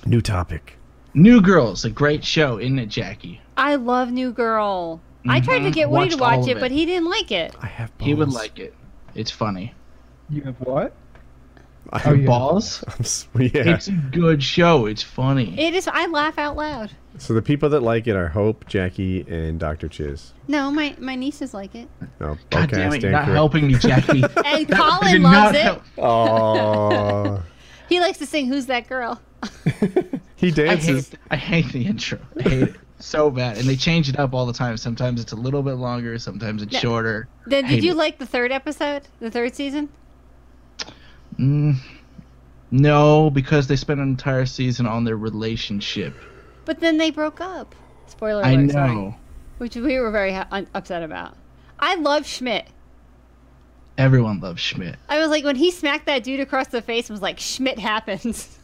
New topic. New Girl's a great show, isn't it, Jackie? I love New Girl. I tried to Mm-hmm. Mhm. get Woody to Watched all of watch it, it. but he didn't like it. I have. Balls. He would like it. It's funny. You have what? I Oh, have yeah. Balls? I'm s- (laughs) yeah. It's a good show. It's funny. It is. I laugh out loud. So the people that like it are Hope, Jackie, and Doctor Chiz. No, my my nieces like (laughs) it. Oh, okay, I God damn it, stand you're not corrected. helping me, (laughs) Jackie. And You (laughs) did Colin not loves it. help. (laughs) Aw. He likes to sing "Who's That Girl." he I dances. hate, I hate the intro. I hate it (laughs) so bad. And they change it up all the time. Sometimes it's a little bit longer, sometimes it's Yeah. shorter. Then, did Hate you it. like the third episode, the third season? Mm, no, because they spent an entire season on their relationship. But then they broke up. Spoiler alert! I sorry. know. which we were very ha- un- upset about. I love Schmidt. Everyone loves Schmidt. I was like, when he smacked that dude across the face, I was like, Schmidt happens.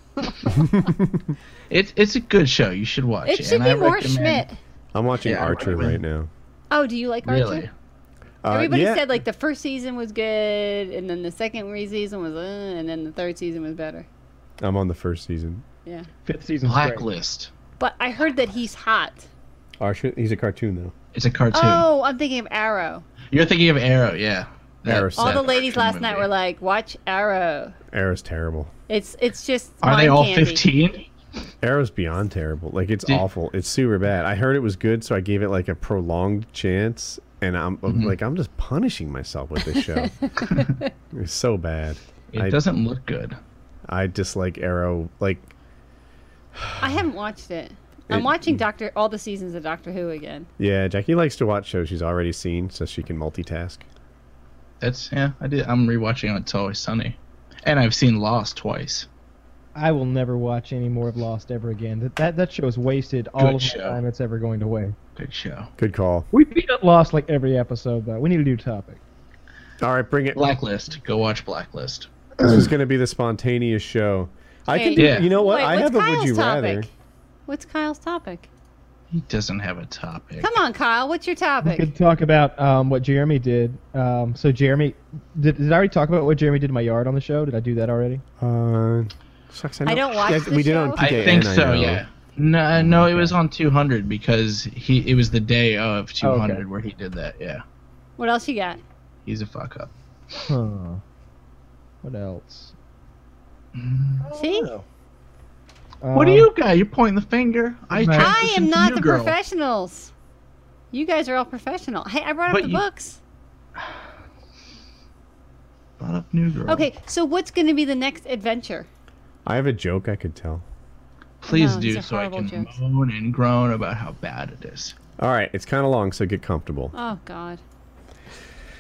It, it's a good show. You should watch it. It should and be I more recommend- Schmidt. I'm watching Yeah, I Archer recommend- right now. Oh, do you like Archer? Really? Uh, Everybody yeah. said like the first season was good, and then the second re- season was, uh, and then the third season was better. I'm on the first season. Yeah, Fifth season. Blacklist. but I heard that he's hot. Archer, he's a cartoon though. It's a cartoon. Oh, I'm thinking of Arrow. You're thinking of Arrow, yeah. That- Arrow's All That the ladies action last night movie. were like, "Watch Arrow." Arrow's terrible. It's it's just Are they mind all candy. 15? Arrow's beyond terrible. Like it's Did- awful. It's super bad. I heard it was good, so I gave it like a prolonged chance, and I'm Mm-hmm. I'm like I'm just punishing myself with this (laughs) show. it's so bad. It I- doesn't look good. I dislike Arrow. Like I haven't watched it. I'm watching Doctor all the seasons of Doctor Who again. Yeah, Jackie likes to watch shows she's already seen so she can multitask. That's yeah. I did. I'm rewatching It's Always Sunny, and I've seen Lost twice. I will never watch any more of Lost ever again. That that, that show is wasted all Good of show. the time it's ever going to wait. Good show. Good call. We beat up Lost like every episode though. We need a new topic. All right, bring it. Blacklist. Go watch Blacklist. This is going to be the spontaneous show. I can do. Yeah. You know what? Wait, I what's have Kyle's a would you topic? rather. What's Kyle's topic? He doesn't have a topic. Come on, Kyle. What's your We topic? could talk about um, what Jeremy did. Um, so Jeremy, did, did I already talk about what Jeremy did in my yard on the show? Did I do that already? Uh, shucks, I, know. I don't watch Yeah, the we did on show. PKN. I think so. know. yeah. No, no, it was on 200 because he it was the day of 200 where he did that. Yeah, What else you got? he's a fuck up. Huh. What else? See, Uh, what do Um, you got? You're pointing the finger. I, Right. tried to I am listen to not you, the girl. professionals. You guys are all professional. Hey, I brought up But the you- books. Brought up new girl. Okay, so what's going to be the next adventure? I have a joke I could tell. Please No, these do are so I horrible can jokes. moan and groan about how bad (laughs) it is. All right, it's kind of long, so get comfortable. Oh God.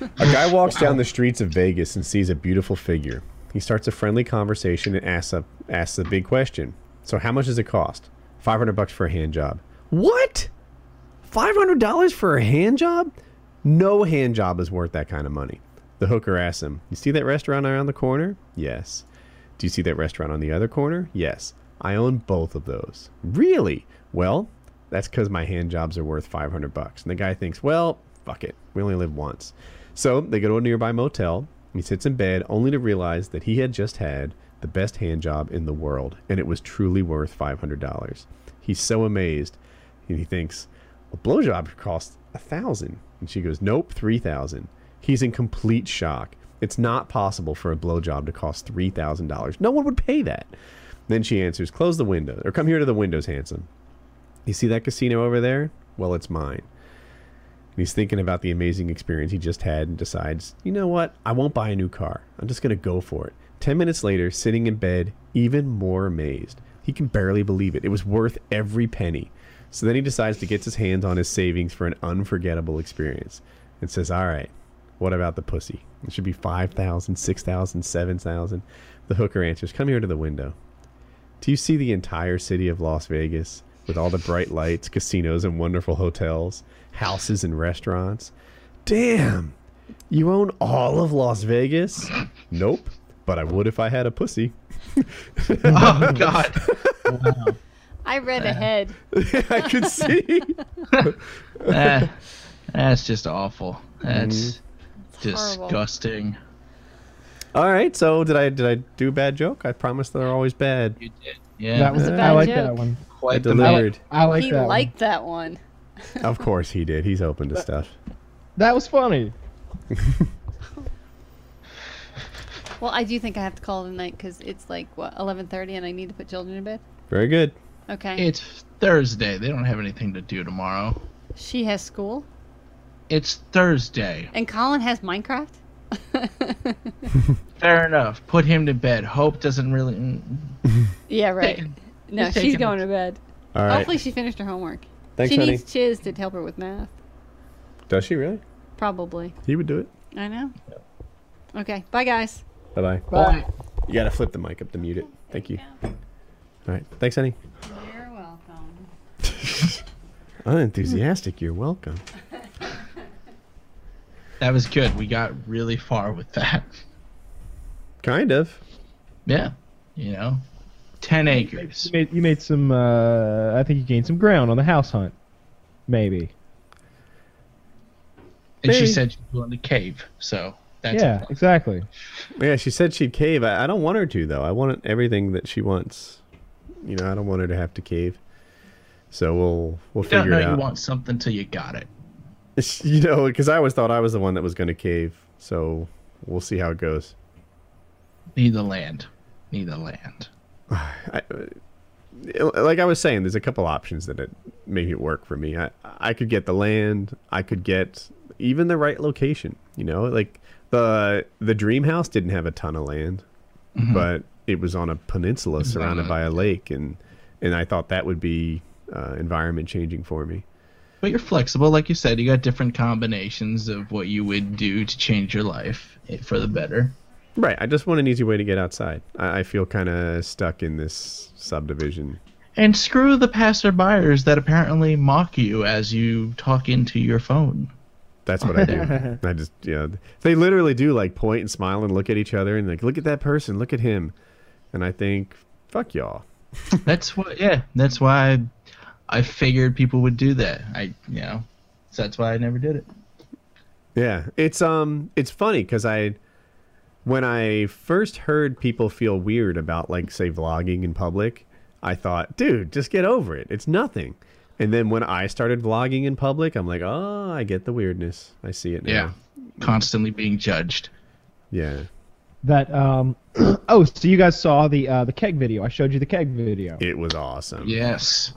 A guy walks down the streets of Vegas and sees a beautiful figure. He starts a friendly conversation and asks a, asks a big question. So how much does it cost? 500 bucks for a hand job. What? $500 for a hand job? No hand job is worth that kind of money. The hooker asks him, "You see that restaurant around the corner?" "Yes." "Do you see that restaurant on the other corner?" "Yes." "I own both of those." "Really?" "Well, that's cuz my hand jobs are worth 500 bucks." And the guy thinks, "Well, fuck it. We only live once." So, they go to a nearby motel. He sits in bed only to realize that he had just had the best hand job in the world and it was truly worth $500. He's so amazed and he thinks, a blowjob costs a thousand. And she goes, nope, three thousand. He's in complete shock. It's not possible for a blowjob to cost three thousand dollars. No one would pay that. Then she answers, close the window or come here to the windows, handsome. You see that casino over there? Well, it's mine. And he's thinking about the amazing experience he just had and decides, you know what? I won't buy a new car. I'm just going to go for it. 10 minutes later, sitting in bed, even more amazed. He can barely believe it. It was worth every penny. So then he decides to get his hands on his savings for an unforgettable experience and says, all right, what about the pussy? It should be 5,000, 6,000, 7,000. The hooker answers, come here to the window. Do you see the entire city of Las Vegas with all the bright lights, casinos, and wonderful hotels, houses, and restaurants? Damn! You own all of Las Vegas? Nope, but I would if I had a pussy. (laughs) Oh God. I read ahead. I could see. (laughs) Eh, that's just awful. That's horrible. disgusting. all right, so did I did I do a bad joke? I promise they're always bad. You did. Yeah, That was a I bad like joke. that one. I quite the delivered. I like he that. one. liked that one. Of course he did. He's open to stuff. That was funny. Well, I do think I have to call it a night because it's like what 11:30 and I need to put children to bed. Very good. Okay. It's Thursday. They don't have anything to do tomorrow. she has school It's Thursday. and Colin has Minecraft. (laughs) Fair enough. Put him to bed. Hope doesn't really. mm. yeah, right. Taking- (laughs) No, he's she's taking going it. to bed. All right. Hopefully, she finished her homework. Thanks, she honey. needs Chiz to help her with math, Does she really? probably. He would do it. I know. Okay. Bye, guys. Bye bye. Bye. You gotta flip the mic up to mute it. Thank you. All right. Thanks, honey. You're welcome. Unenthusiastic. You're welcome. That was good. We got really far with that. (laughs) Kind of. Yeah. You know, ten acres. You made, you made some. Uh, I think you gained some ground on the house hunt. Maybe. And she Maybe. said she was in the cave. So that's yeah. Exactly. Yeah, she said she'd cave. I, I don't want her to though. I want everything that she wants. You know, I don't want her to have to cave. So we'll we'll You figure don't know it out. you want something till you got it. (laughs) You know, because I always thought I was the one that was going to cave. So we'll see how it goes. Need the land. Need the land. like I was saying, there's a couple options that it make it work for me. I I could get the land. I could get even the right location. You know, like the the dream house didn't have a ton of land, but it was on a peninsula surrounded by a lake, and and I thought that would be uh, environment changing for me. But you're flexible, like you said. You got different combinations of what you would do to change your life eh, for the better. Right. I just want an easy way to get outside. I, I feel kind of stuck in this subdivision. And screw the passerbyers that apparently mock you as you talk into your phone. That's what I do. I just, you know, they literally do like point and smile and look at each other and like, look at that person, look at him. And I think, fuck y'all. That's what, yeah, that's why I, I figured people would do that. I, you know, so that's why I never did it. Yeah, it's um, it's funny because I, when I first heard people feel weird about like say vlogging in public, I thought, dude, just get over it. It's nothing. And then when I started vlogging in public, I'm like, oh, I get the weirdness. I see it now. Constantly being judged. Yeah. Yeah. That um (clears throat) oh, so you guys saw the uh, the keg video. I showed you the keg video. It was awesome. Yes.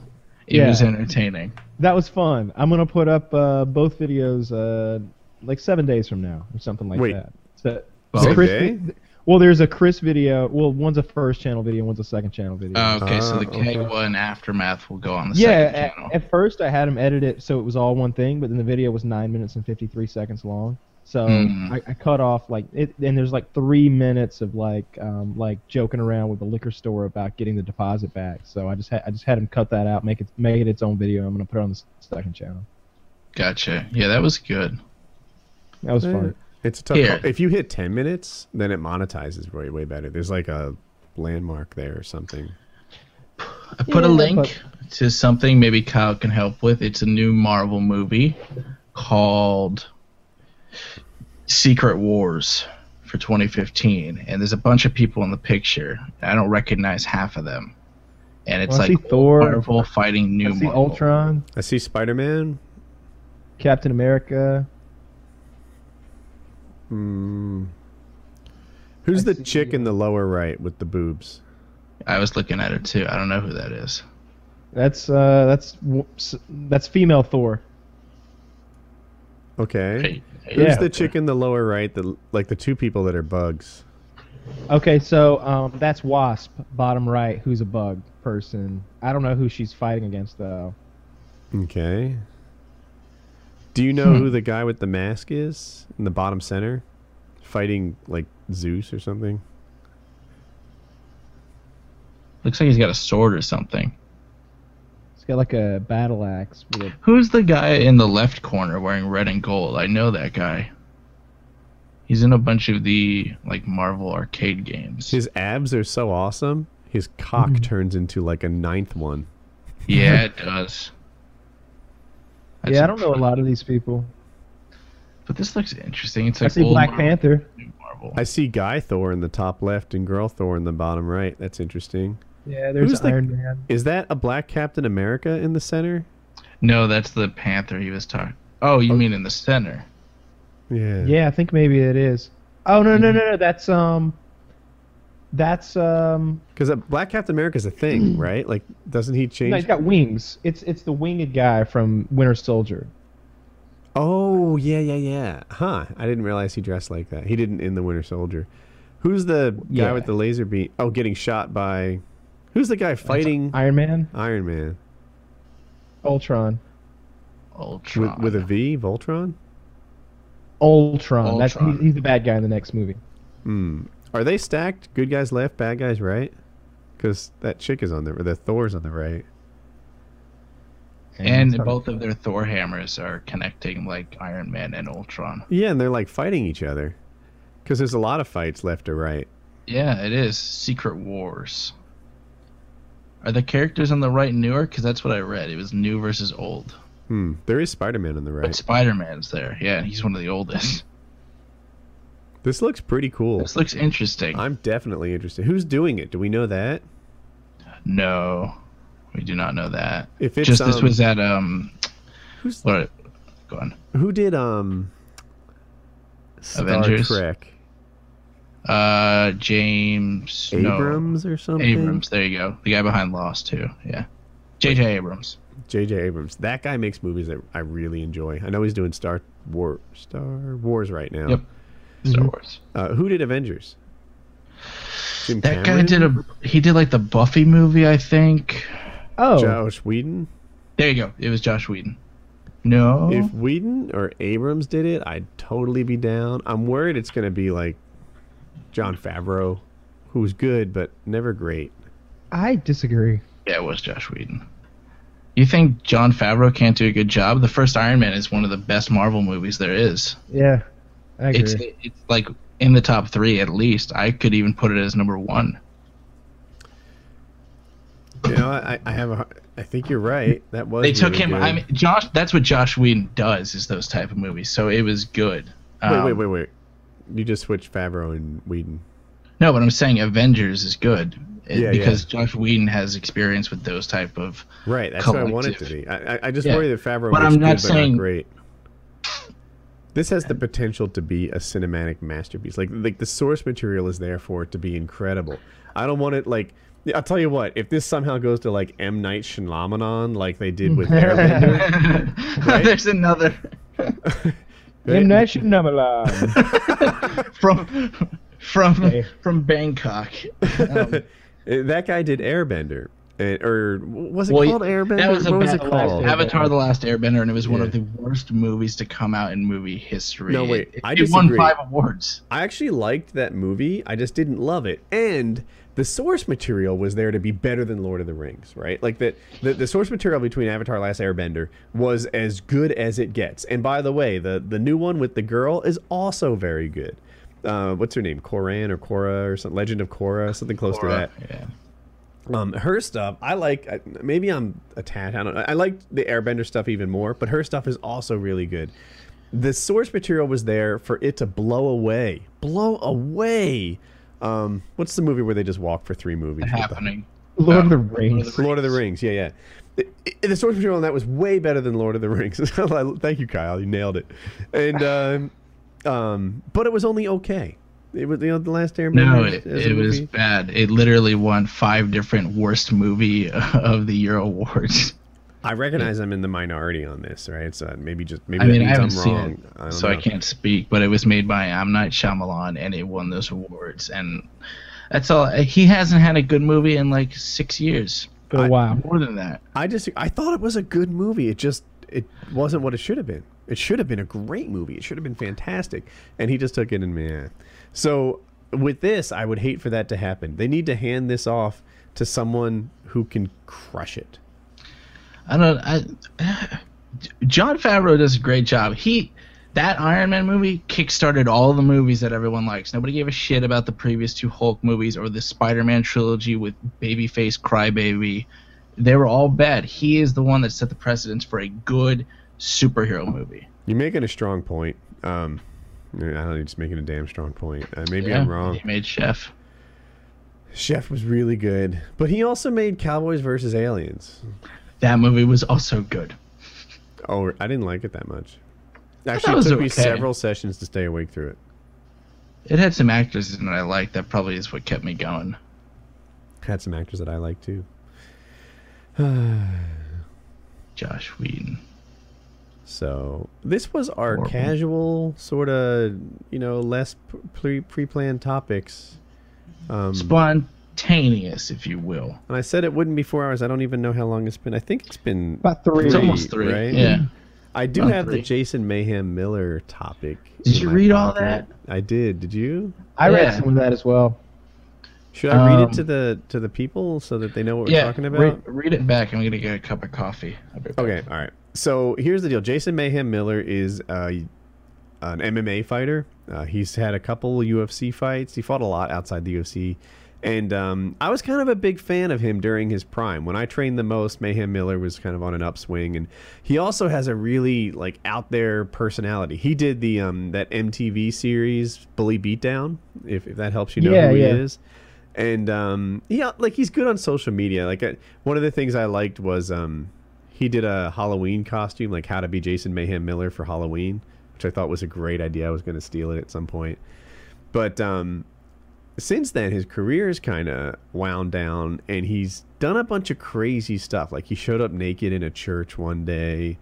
It Yeah. was entertaining. That was fun. I'm gonna put up uh, both videos uh, like seven days from now or something like Wait. that. So, Both? the Chris Okay. vi- well, there's a Chris video. Well, one's a first channel video, one's a second channel video. Uh, Okay, so the Ah, K one aftermath will go on the yeah. second channel. At, at first, I had him edit it so it was all one thing, but then the video was nine minutes and 53 seconds long. So Mm. I, I cut off like it, and there's like three minutes of like um, like joking around with the liquor store about getting the deposit back. So I just had I just had him cut that out, make it make it its own video. I'm gonna put it on the s- second channel. gotcha. Yeah, that was good. That was Yeah. fun. It's a tough. Here. Call. If you hit ten minutes, then it monetizes way way better. There's like a landmark there or something. I put a Yeah, link but- to something maybe Kyle can help with. It's a new Marvel movie called Secret Wars for 2015, and there's a bunch of people in the picture. and I don't recognize half of them, and it's Well, I like see Thor. Marvel fighting new I see Marvel. Ultron, I see Spider Man. Captain America. Who's the chick in the lower right with the boobs? I was looking at it too. I don't know who that is. That's uh that's w- s- that's female Thor. Okay. Hey, hey, Who's Yeah. the chick in the lower right? The like the two people that are bugs. Okay, so um, that's Wasp, bottom right, who's a bug person. I don't know who she's fighting against though. Okay. Do you Hmm. know who the guy with the mask is in the bottom center, fighting like Zeus or something? Looks like he's got a sword or something. He's got like a battle axe. With a, Who's the guy in the left corner wearing red and gold? I know that guy. He's in a bunch of the like Marvel arcade games. His abs are so awesome. His cock turns into like a ninth one. (laughs) yeah, it does. That's yeah, I don't know a impressive. lot of these people. But this looks interesting. It's I like see old Black Marvel, Panther. new Marvel. I see Guy Thor in the top left and Girl Thor in the bottom right. That's interesting. Yeah, there's Who's the- Iron Man. Is that a black Captain America in the center? No, that's the Panther he was talking. Oh, you mean in the center? Yeah. Yeah, I think maybe it is. Oh no Mm-hmm. no no no, that's um, that's um, Because black Captain America is a thing, right? Like, doesn't he change? no, he's got wings. It's it's the winged guy from Winter Soldier. oh, yeah, yeah, yeah. Huh. I didn't realize he dressed like that. He didn't in the Winter Soldier. Who's the guy Yeah. with the laser beam? Oh, getting shot by. Who's the guy fighting Iron Man, Iron Man Ultron, Ultron. with, with a V? Voltron? Ultron. That's Ultron. he's, he's the bad guy in the next movie. Hmm. Are they stacked? Good guys left, bad guys right. Because that chick is on the or the Thor's on the right. and Sorry. both of their Thor hammers are connecting like Iron Man and Ultron. Yeah, and they're like fighting each other. Because there's a lot of fights left or right. Yeah, it is Secret Wars. Are the characters on the right newer? Because that's what I read. It was new versus old. Hmm. There is Spider Man on the But right. Spider Man's there. Yeah, and he's one of the oldest. This looks pretty cool. This looks interesting. I'm definitely interested. Who's doing it? Do we know that? No, we do not know that. If it's Just this um, was at um. Who's- what? Go on. who did um Star Avengers? Trek Uh, James no, Abrams or something? Abrams. There you go. The guy behind Lost too. Yeah. J.J. Abrams. J.J. Abrams. That guy makes movies that I really enjoy. I know he's doing Star War Star Wars right now. Yep. Star Wars. Uh, who did Avengers? Jim That guy Cameron? did a. He did like the Buffy movie, I think. Oh, Josh Whedon. There you go. It was Josh Whedon. No. If Whedon or Abrams did it, I'd totally be down. I'm worried it's going to be like John Favreau, who's good but never great. I disagree. Yeah, it was Josh Whedon. You think John Favreau can't do a good job? The first Iron Man is one of the best Marvel movies there is. Yeah, I agree. It's it's like in the top three at least. I could even put it as number one. You know, I, I have a. har- I think you're right. That was. They took really him. good. I mean, Josh. That's what Josh Whedon does is those type of movies. So it was good. wait, Um, wait, wait, wait. You just switched Favreau and Whedon. No, but I'm saying Avengers is good it- Yeah, because Josh Whedon has experience with those type of. Right, that's what I want it to Collective. be. I, I, I just Yeah. worry that Favreau But was I'm not good, but saying- not great. This has the potential to be a cinematic masterpiece. Like like the source material is there for it to be incredible. I don't want it like I'll tell you what, if this somehow goes to like M Night Shyamalan like they did (laughs) with Airbender, There's another M. Night Shyamalan. from from Okay. from Bangkok. Um, eh, that guy did Airbender. And, or was it Well, called Airbender? That was, what was it about the last called? Avatar: The Last Airbender, and it was one of Yeah. the worst movies to come out in movie history. No, wait, It, I it won disagree. five awards. I actually liked that movie. I just didn't love it. And the source material was there to be better than Lord of the Rings, right? Like that the, the source material between Avatar Last Airbender was as good as it gets. And by the way, the the new one with the girl is also very good. Uh, what's her name? Koran or Korra or some Legend of Korra, something close to that. Yeah. Um, her stuff, I like. I- Maybe I'm a tad. I don't. know. I like the Airbender stuff even more, but her stuff is also really good. The source material was there for it to blow away, blow away. Um, what's the movie where they just walk for three movies? What the- happening. Lord of the Lord of the Rings. Lord of the Rings. Yeah, yeah. The, i- the source material on that was way better than Lord of the Rings. (laughs) Thank you, Kyle. You nailed it. And um, um, but it was only okay. It was you know, the last Airbender. No, as- it, as a it was movie. bad. It literally won five different worst movie (laughs) of the year awards. I recognize I'm in the minority on this, right? So maybe just maybe I that mean, I means haven't am seen wrong. it, I don't so I know. can't speak. But it was made by M Night Shyamalan, and it won those awards. And that's all. uh, He hasn't had a good movie in like six years, Oh, wow. more than that. I just I thought it was a good movie. It just it wasn't what it should have been. It should have been a great movie. It should have been fantastic. And he just took it and man. So with this, I would hate for that to happen. They need to hand this off to someone who can crush it. I don't. I, (sighs) John Favreau does a great job. He that Iron Man movie kickstarted all the movies that everyone likes. Nobody gave a shit about the previous two Hulk movies or the Spider-Man trilogy with Babyface, Crybaby. They were all bad. He is the one that set the precedence for a good superhero movie. You're making a strong point. Um, I don't know, you're just making a damn strong point. Uh, maybe I'm wrong. He made Chef. Chef was really good, but he also made Cowboys versus Aliens. That movie was also good. Oh, I didn't like it that much. thought Actually, it it was took me okay. several sessions to stay awake through it. It had some actors in it I liked. That probably is what kept me going. Had some actors that I like too. Josh Whedon. So this was our Horrible. casual sort of, you know, less pre pre-planned topics. Um, Spontaneous, if you will. and I said it wouldn't be four hours. I don't even know how long it's been. I think it's been. (laughs) About three. It's almost three. right? Yeah. I do about have the three. Jason Mayhem Miller topic. Did in you my read all pocket. that? I did. Did you? I read Yeah. some of that as well. Should I read Um, it to the to the people so that they know what yeah, we're talking about? Read, read it back. I'm gonna get a cup of coffee. I'll be back. Okay, all right. So here's the deal. Jason Mayhem Miller is uh, an MMA fighter. Uh, he's had a couple UFC fights. He fought a lot outside the UFC. And um, I was kind of a big fan of him during his prime. When I trained the most, Mayhem Miller was kind of on an upswing, and he also has a really like out there personality. He did the um, that MTV series Bully Beatdown, if, if that helps you know Yeah, who he yeah. is and um yeah like he's good on social media like I, one of the things i liked was um he did a halloween costume like how to be jason mayhem miller for halloween which i thought was a great idea i was going to steal it at some point but um since then his career's kind of wound down and he's done a bunch of crazy stuff like he showed up naked in a church one day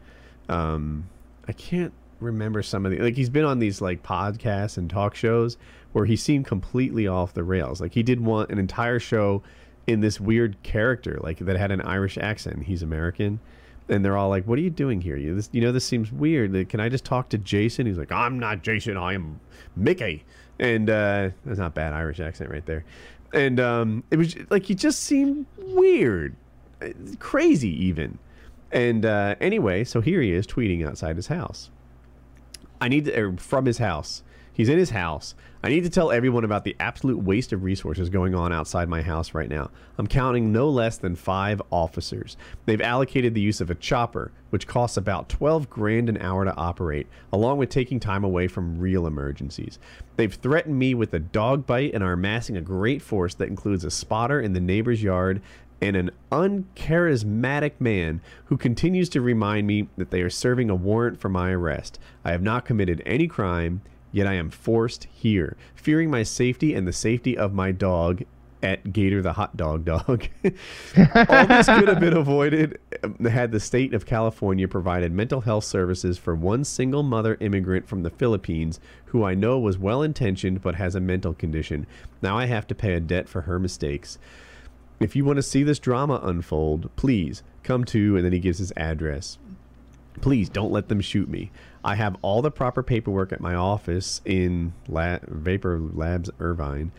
um i can't remember some of the like he's been on these like podcasts and talk shows where he seemed completely off the rails like he did one an entire show in this weird character like that had an irish accent and he's american and they're all like, "What are you doing here? You this, you know, this seems weird. Like, Can I just talk to Jason?" He's like, "I'm not Jason. I am Mickey." And uh, that's not bad Irish accent right there. And um, it was like he just seemed weird, Uh, crazy even. And uh, anyway, so here he is tweeting outside his house. I need to, er, from his house. He's in his house. I need to tell everyone about the absolute waste of resources going on outside my house right now. I'm counting no less than five officers. They've allocated the use of a chopper, which costs about 12 grand an hour to operate, along with taking time away from real emergencies. They've threatened me with a dog bite and are amassing a great force that includes a spotter in the neighbor's yard and an uncharismatic man who continues to remind me that they are serving a warrant for my arrest. I have not committed any crime, yet I am forced here, fearing my safety and the safety of my dog at Gator the Hot Dog Dog. (laughs) All this could have been avoided um, had the state of California provided mental health services for one single mother immigrant from the Philippines who I know was well intentioned but has a mental condition. Now I have to pay a debt for her mistakes. If you want to see this drama unfold, please come to, and then he gives his address. Please don't let them shoot me. I have all the proper paperwork at my office in La- Vapor Labs, Irvine,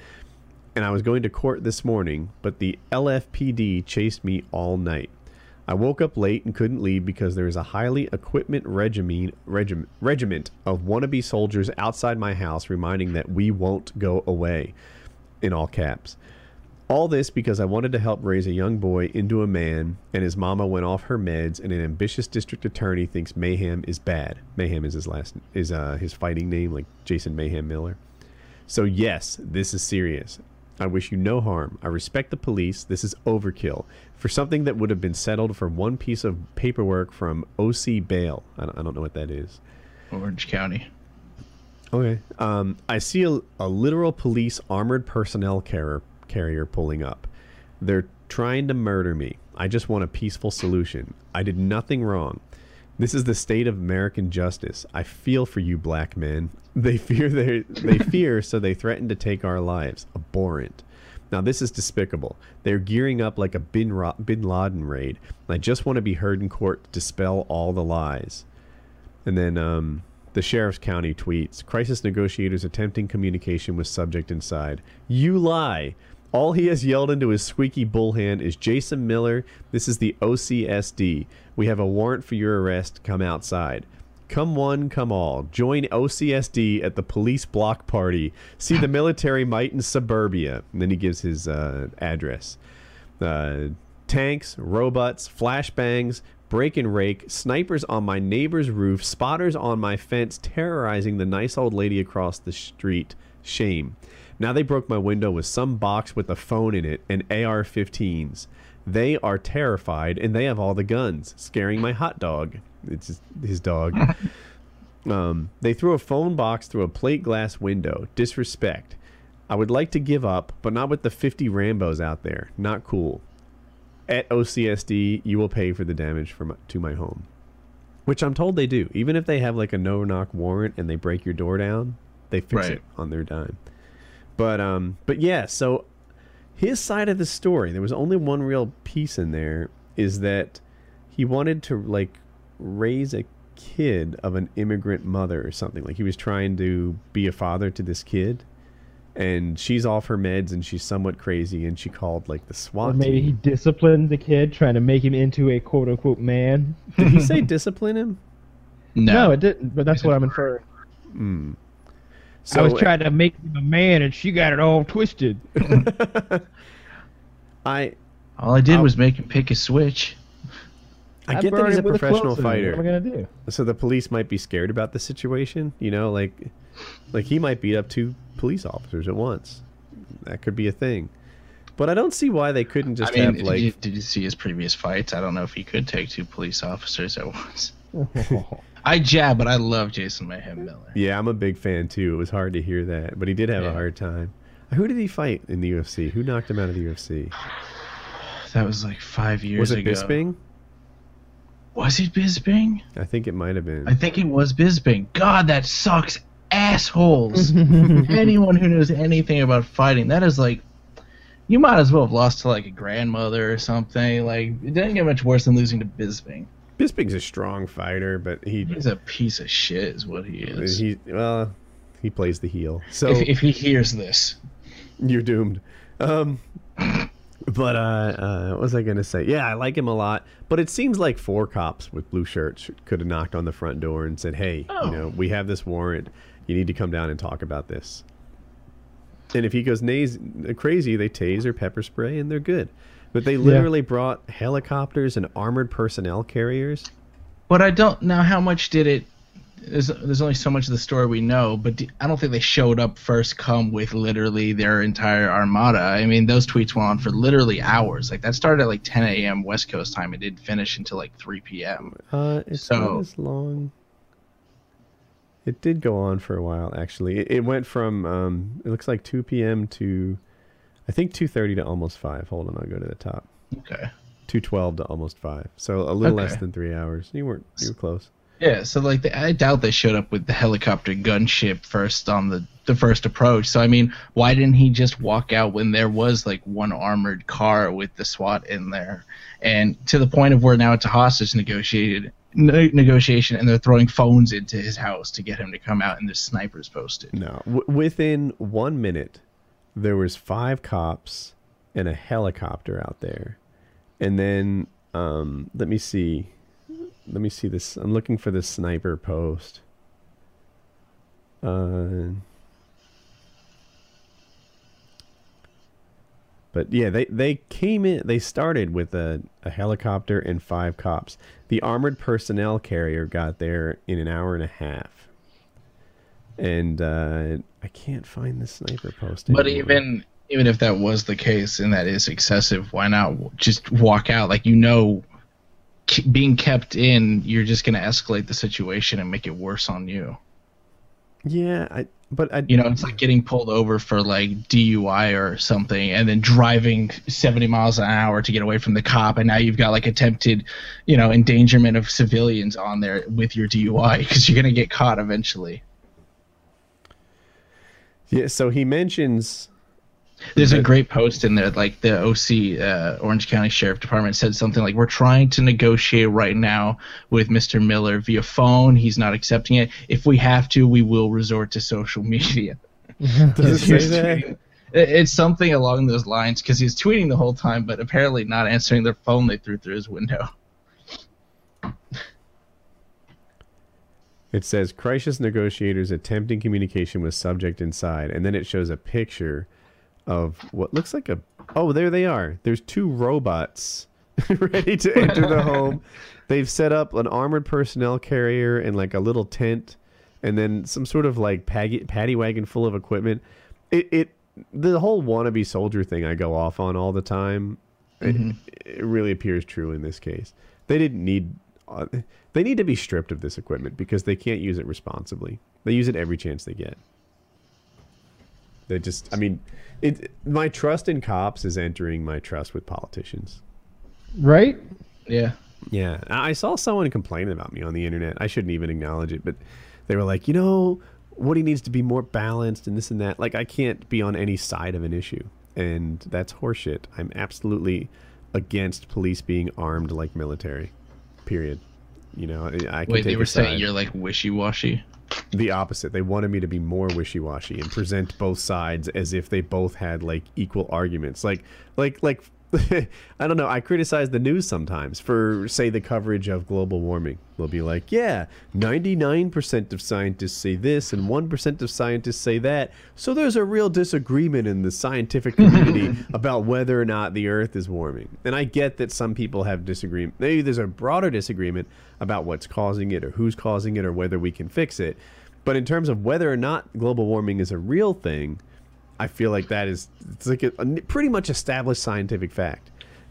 and I was going to court this morning, but the LFPD chased me all night. I woke up late and couldn't leave because there is a highly equipment regiment, regiment, regiment of wannabe soldiers outside my house reminding that we won't go away, in all caps. All this because I wanted to help raise a young boy into a man, and his mama went off her meds, and an ambitious district attorney thinks Mayhem is bad. Mayhem is his last is uh, his fighting name, like Jason Mayhem Miller. So yes, this is serious. I wish you no harm. I respect the police. This is overkill for something that would have been settled for one piece of paperwork from OC bail. I don't, I don't know what that is. Orange County. Okay. Um, I see a, a literal police armored personnel carrier, carrier pulling up. They're trying to murder me. I just want a peaceful solution. I did nothing wrong. This is the state of American justice. I feel for you, black men. (laughs) They fear they they fear, so they threaten to take our lives. Abhorrent. Now this is despicable. They're gearing up like a bin, Ro- bin Laden raid. I just want to be heard in court to dispel all the lies. And then um, the sheriff's county tweets Crisis negotiators attempting communication with subject inside. You lie. All he has yelled into his squeaky bull hand is Jason Miller. This is the OCSD. We have a warrant for your arrest. Come outside. Come one, come all. Join OCSD at the police block party. See the military might in suburbia. And then he gives his uh, address uh, tanks, robots, flashbangs, break and rake, snipers on my neighbor's roof, spotters on my fence, terrorizing the nice old lady across the street. Shame. Now they broke my window with some box with a phone in it and AR 15s. They are terrified and they have all the guns, scaring my hot dog. It's his- his dog. (laughs) Um, they threw a phone box through a plate glass window. Disrespect. I would like to give up, but not with the 50 Rambos out there. Not cool. At OCSD, you will pay for the damage from to my home. Which I'm told they do. Even if they have like a no knock warrant and they break your door down, they fix Right. it on their dime. But um but yeah, so his side of the story, there was only one real piece in there is that he wanted to like raise a kid of an immigrant mother or something. Like he was trying to be a father to this kid, and she's off her meds and she's somewhat crazy, and she called like the Or SWAT. maybe he team. disciplined the kid, trying to make him into a quote unquote man. Did (laughs) he say discipline him? No, No, it didn't, but that's what I'm inferring. Hmm. I was trying to make him a man, and she got it all twisted. I all I did was make him pick a switch. I get that burned he's a him with professional clothes, What am I fighter, gonna do? so the police might be scared about the situation. You know, like like he might beat up two police officers at once. That could be a thing. But I don't see why they couldn't just I mean, have did like you- did you see his previous fights? I don't know if he could take two police officers at (laughs) once. I jab, but I love Jason Mayhem Miller. Yeah, I'm a big fan too. It was hard to hear that, but he did have a Yeah. hard time. Who did he fight in the UFC? Who knocked him out of the UFC? That was like five years was it ago. Bisping? Was it Bisping? I think it might have been. I think it was Bisping. God, that sucks assholes. Anyone who knows anything about fighting, that is like you might as well have lost to like a grandmother or something. Like it didn't get much worse than losing to Bisping. Bisping's a strong fighter, but he He's a piece of shit, is what he is. he well he plays the heel. So if, if he hears this, You're doomed. Um, but uh, uh, what was I gonna say? Yeah, I like him a lot, but it seems like four cops with blue shirts could have knocked on the front door and said, "Hey, you know, we have this warrant. You need to come down and talk about this." And if he goes nays- crazy, they tase or pepper spray, and they're good. But they literally brought helicopters and armored personnel carriers. but I don't know how much did it. There's, there's only so much of the story we know, but d I don't think they showed up first come with literally their entire armada. I mean, those tweets went on for literally hours. Like that started at like 10 a.m. West Coast time and didn't finish until like 3 p.m. Uh, it's So- not as long. It did go on for a while, actually. It, it went from um, it looks like 2 p.m. to, I think 2:30 to almost five. Hold on, I'll go to the top. Okay. 2:12 to almost five. So a little less Okay. than three hours. You weren't. You were close. Yeah, so like the, I doubt they showed up with the helicopter gunship first on the the first approach. So I mean, why didn't he just walk out when there was like one armored car with the SWAT in there? And to the point of where now it's a hostage negotiated ne- negotiation, and they're throwing phones into his house to get him to come out, and there's snipers posted. No, w- within one minute, there was five cops and a helicopter out there, and then um, let me see, let me see this. I'm looking for the sniper post. Uh, but yeah, they they came in. They started with a, a helicopter and five cops. The armored personnel carrier got there in an hour and a half and uh, I can't find the sniper post. But anymore. even even if that was the case and that is excessive, why not w- just walk out? Like you know, k- being kept in, you're just going to escalate the situation and make it worse on you. yeah, I but I You know, it's like getting pulled over for like DUI or something, and then driving 70 miles an hour to get away from the cop, and now you've got like attempted, you know, endangerment of civilians on there with your DUI because you're going to get caught eventually. yeah. So he mentions There's a great post in there, like the OC, uh, Orange County Sheriff Department, said something like, "We're trying to negotiate right now with Mr. Miller via phone. He's not accepting it. If we have to, we will resort to social (laughs) media." does (laughs) it say He's that? tweeting- it- It's something along those lines because he's tweeting the whole time, but apparently not answering their phone they threw through his window. (laughs) It says crisis negotiators attempting communication with subject inside, and then it shows a picture of what looks like a oh there they are. There's two robots (laughs) ready to enter the home. They've set up an armored personnel carrier and like a little tent, and then some sort of like paggy, paddy wagon full of equipment. It it the whole wannabe soldier thing I go off on all the time it really appears true in this case. They didn't need. Uh, they need to be stripped of this equipment because they can't use it responsibly. They use it every chance they get. They just. I mean, it. My trust in cops is entering my trust with politicians. (laughs) Right? Yeah. Yeah, I I saw someone complaining about me on the internet. I shouldn't even acknowledge it, but they were like, you know, Woody needs to be more balanced and this and that. Like, I can't be on any side of an issue, and that's horseshit. I'm absolutely against police being armed like military. Period. You know, I, I can Wait, take they were a saying side. you're like wishy washy. the opposite. They wanted me to be more wishy-washy and present both sides as if they both had like equal arguments. Like, like, like. (laughs) I don't know. I criticize the news sometimes for, say, the coverage of global warming. They'll be like, yeah, 99% of scientists say this and 1% of scientists say that. So there's a real disagreement in the scientific community about whether or not the Earth is warming. And I get that some people have disagreement. Maybe there's a broader disagreement about what's causing it or who's causing it or whether we can fix it. But in terms of whether or not global warming is a real thing, I feel like that is it's like a, a pretty much established scientific fact.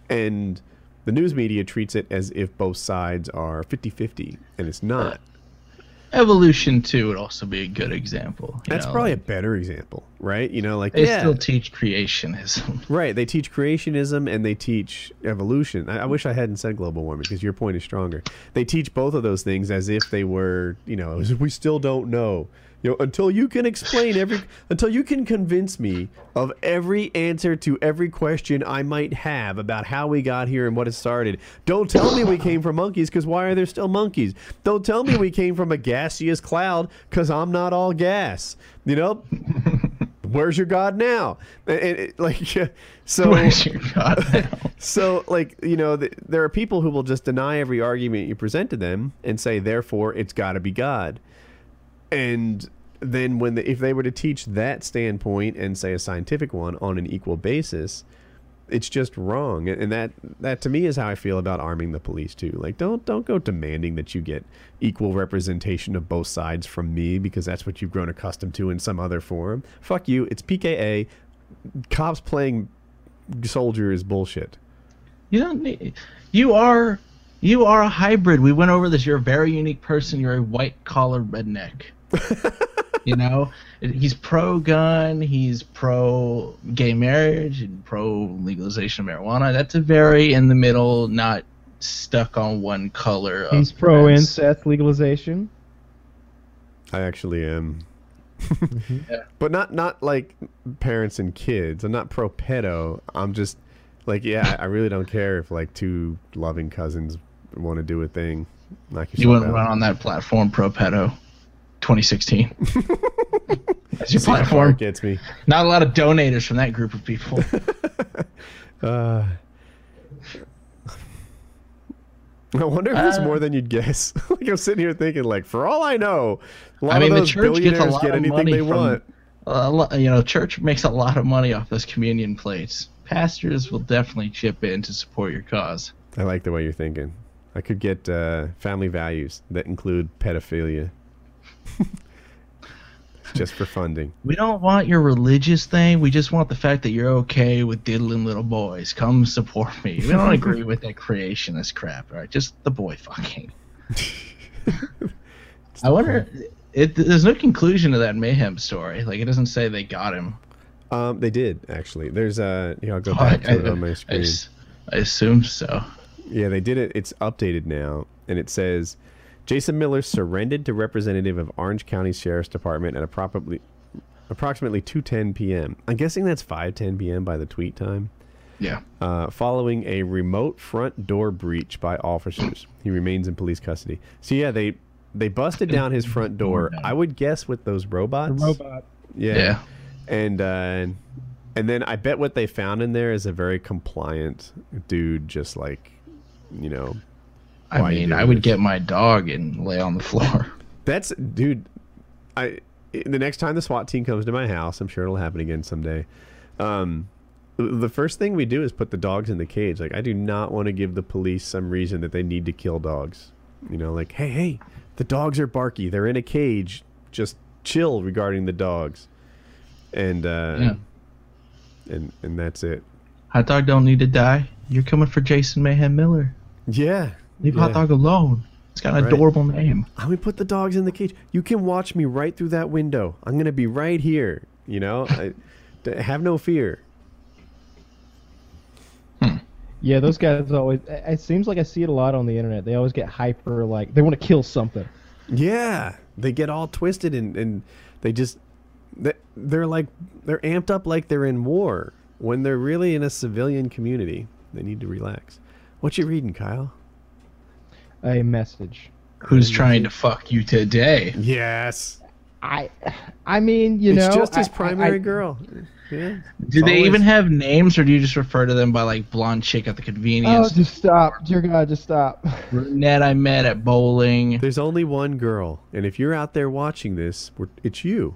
And the news media treats it as if both sides are 50-50 and it's not. Evolution too would also be a good example. you That's know, probably like, a better example, right? You know, like they yeah, still teach creationism. right. They teach creationism and they teach evolution. I, I wish I hadn't said global warming because your point is stronger. They teach both of those things as if they were, you know, as if we still don't know. You know, until you can explain every, until you can convince me of every answer to every question I might have about how we got here and what it started. Don't tell me we came from monkeys, because why are there still monkeys? Don't tell me we came from a gaseous cloud, because I'm not all gas. You know, where's your God now? And- and it- like, (laughs) so (laughs) Where's your god (laughs) now? so like you know th- there are people who will just deny every argument you present to them and say therefore it's got to be god and then when the, if they were to teach that standpoint and say a scientific one on an equal basis it's just wrong and and that that to me is how i feel about arming the police too like don't don't go demanding that you get equal representation of both sides from me because that's what you've grown accustomed to in some other form fuck you it's pka cops playing soldier is bullshit You don't need. You are. You are a hybrid. We went over this. You're a very unique person. You're a white collar redneck. you know, he's pro gun. He's pro gay marriage and pro legalization of marijuana. That's a very in the middle, not stuck on one color. Of He's pro fence. incest legalization. I actually am. But not not like parents and kids. I'm not pro pedo. I'm just like yeah, I really don't care if like two loving cousins want to do a thing. Knock yourself You wouldn't out. run on that platform, pro pedo. (laughs) 2016. That's your platform. It gets me. Not a lot of donators from that group of people. I wonder if it's Uh, more than you'd guess. (laughs) like I'm sitting here thinking like for all I know, a lot I mean, of the those church gets a billionaires lot get of anything money they from. want. a lo- you know, church makes a lot of money off those communion plates. Pastors will definitely chip in to support your cause. I like the way you're thinking. I could get uh, family values that include pedophilia. (laughs) just for funding. We don't want your religious thing. We just want the fact that you're okay with diddling little boys. Come support me. (laughs) We don't agree with that creationist crap, all right? Just the (laughs) boy fucking. I wonder. It, there's no conclusion to that mayhem story. Like it doesn't say they got him. Um, they did actually. There's a yeah. I'll go Oh, I, back to it on I- my I screen. s- I assume so. Yeah, they did it. It's updated now, and it says Jason Miller surrendered to representative of Orange County Sheriff's Department at approximately approximately 2:10 p.m. I'm guessing that's 5:10 p.m. by the tweet time. Yeah. Uh, following a remote front door breach by officers, he remains in police custody. So yeah, they they busted down his front (laughs) door. I would guess with those robots. Robot. Yeah. Yeah. And uh, and then I bet what they found in there is a very compliant dude, just like you know, I Why you mean, do I would this? get my dog and lay on the (laughs) floor. that's dude. I the next time the SWAT team comes to my house, I'm sure it'll happen again someday. Um, the first thing we do is put the dogs in the cage. Like I do not want to give the police some reason that they need to kill dogs. You know, like hey, hey, the dogs are barky. They're in a cage. Just chill regarding the dogs. And uh, Yeah. and and that's it. Hot dog don't need to die. You're coming for Jason Mayhem Miller. Yeah. Leave yeah. hot dog alone. It's got an Right. adorable name. I'm gonna put the dogs in the cage. You can watch me right through that window. I'm gonna be right here. You know, I, (laughs) d- have no fear. Yeah, those guys always. it- It seems like I see it a lot on the internet. They always get hyper, like they want to kill something. Yeah, they get all twisted and and they just they- they're like they're amped up like they're in war when they're really in a civilian community. They need to relax. What you reading, Kyle? A message. Who's trying to fuck you today? Yes, I, I mean, you it's know, just his I- I- primary I- girl. Yeah. Do they Always- even have names, or do you just refer to them by like blonde chick at the Oh, convenience, just stop, dear God, just stop. (laughs) brunette I met at bowling? There's only one girl, and if you're out there watching this, we're, it's you.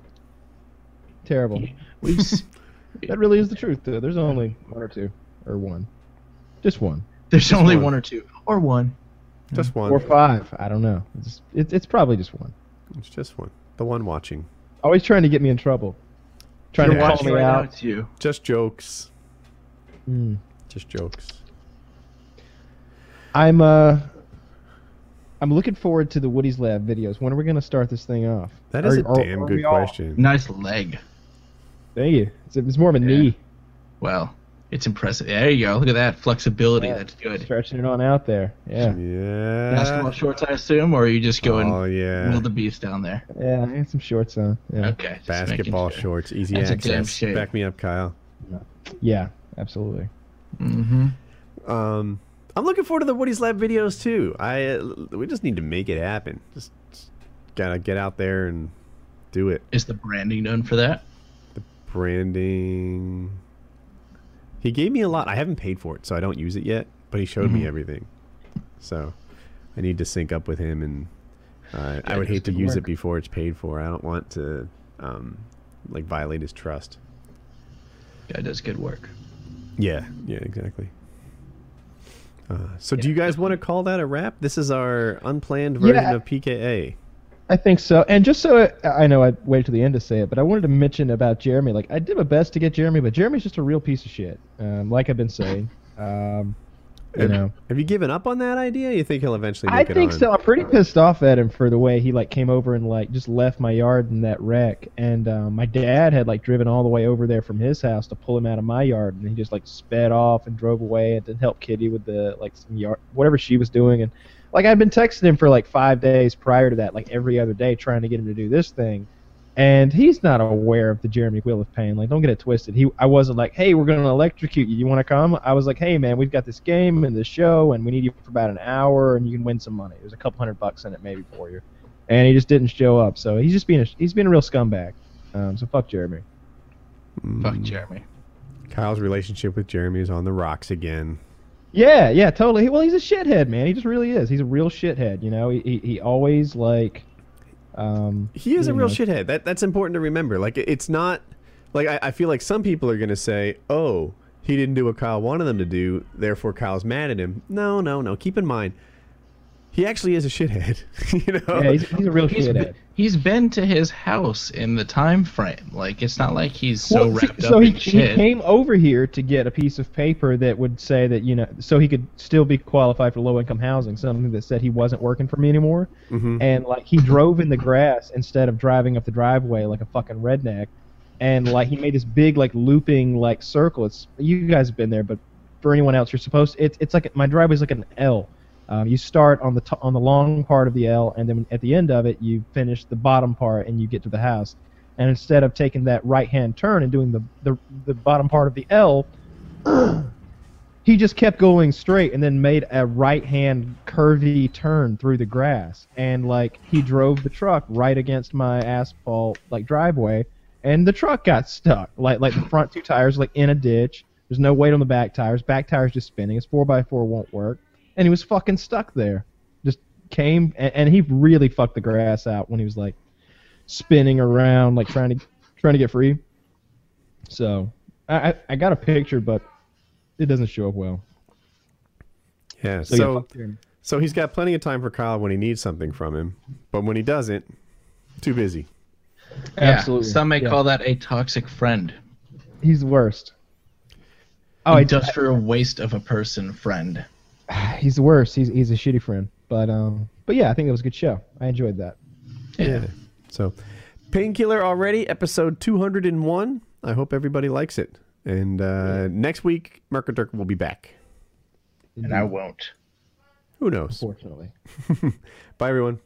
Terrible. We've s- That really is the truth, though. There's only one or two, or one, just one, There's only one. one or two, or one. Just one. or five. I don't know. It's it's, it's probably just one. It's just one. The one watching. Always trying to get me in trouble. Trying You're to call watching me right now, out. it's you. Just jokes. Hmm. Mm. Just jokes. I'm uh, I'm looking forward to the Woody's Lab videos. When are we gonna start this thing off? That is Are- a are- damn are good we all- question. Nice leg. Thank you. It's, it's more of a knee. Well, It's impressive. There you go. Look at that flexibility. Yeah. That's good. Stretching it on out there. Yeah. Yeah. Basketball shorts, I assume, or are you just going Oh yeah. wildebeest down there? Yeah, I had some shorts on. Yeah. Okay. just making Basketball sure. shorts, easy That's a damn access. shame. Back me up, Kyle. Yeah, absolutely. Mm-hmm. Um, I'm looking forward to the Woody's Lab videos too. I uh, we just need to make it happen. Just, just gotta get out there and do it. Is the branding done for that? Branding. He gave me a lot. I haven't paid for it, so I don't use it yet. But he showed Mm-hmm. me everything, so I need to sync up with him. And uh, I would that's hate to good use it work. before it's paid for. I don't want to um, like violate his trust. Guy does good work. Yeah, yeah, exactly. Uh, so, do you guys want to call that a wrap? This is our unplanned version Yeah. of PKA. I think so. And just so I, I know, I waited to the end to say it, but I wanted to mention about Jeremy. Like, I did my best to get Jeremy, but Jeremy's just a real piece of shit. Um, like I've been saying. Um, you Have- know. Have you given up on that idea? You think he'll eventually? I Make it think on? so. I'm pretty pissed off at him for the way he like came over and like just left my yard in that wreck. And um, my dad had like driven all the way over there from his house to pull him out of my yard, and he just like sped off and drove away and then helped Kitty with the like some yard whatever she was doing. And like I'd been texting him for like five days prior to that, like every other day, trying to get him to do this thing. And he's not aware of the Jeremy Wheel of Pain. Like, don't get it twisted. He, I wasn't like, hey, we're gonna electrocute you. You want to come? I was like, hey, man, we've got this game and this show, and we need you for about an hour, and you can win some money. There's a couple hundred bucks in it maybe for you. And he just didn't show up. So he's just being a, he's been a real scumbag. Um, so fuck Jeremy. Mm. Fuck Jeremy. Kyle's relationship with Jeremy is on the rocks again. Yeah, yeah, totally. Well, he's a shithead, man. He just really is. He's a real shithead. You know, he he, he always like. Um, He is a you real know, shithead. That that's important to remember. Like it- it's not like I, I feel like some people are gonna say, "Oh, he didn't do what Kyle wanted them to do, therefore Kyle's mad at him." No, no, no. Keep in mind, he actually is a shithead. (laughs) you know. Yeah, he's, he's a real He's shithead. been, he's been to his house in the time frame. Like it's not like he's so Well, see, wrapped so up he, in he shit. came over here to get a piece of paper that would say that you know so he could still be qualified for low income housing something that said he wasn't working for me anymore Mm-hmm. and like he drove in the grass instead of driving up the driveway like a fucking redneck and like he made this big like looping like circle it's you guys have been there but for anyone else you're supposed it's it's like my driveway's like an L um, you start on the t- on the long part of the L, and then at the end of it, you finish the bottom part, and you get to the house. And instead of taking that right-hand turn and doing the the, the bottom part of the L, he just kept going straight, and then made a right-hand curvy turn through the grass, and like he drove the truck right against my asphalt like driveway, and the truck got stuck. Like like the front two tires like in a ditch. There's no weight on the back tires. Back tires just spinning. His four x four won't work and he was fucking stuck there. Just came and, and he really fucked the grass out when he was like spinning around, like trying to trying to get free. So I I, I got a picture, but it doesn't show up well. Yeah, So, So Oh, yeah, fuck Jeremy. so he's got plenty of time for Kyle when he needs something from him, but when he doesn't, too busy. Yeah, Absolutely, Some may yeah. call that a toxic friend. he's the worst. Oh, Oh, I, industrial waste of a person friend. he's the worst. He's he's a shitty friend. But um, but yeah, I think it was a good show. I enjoyed that. Yeah. So, Painkiller already, episode 201. I hope everybody likes it. And uh, next week, Merkadurk will be back. And I won't. Who knows? Fortunately. Bye, everyone.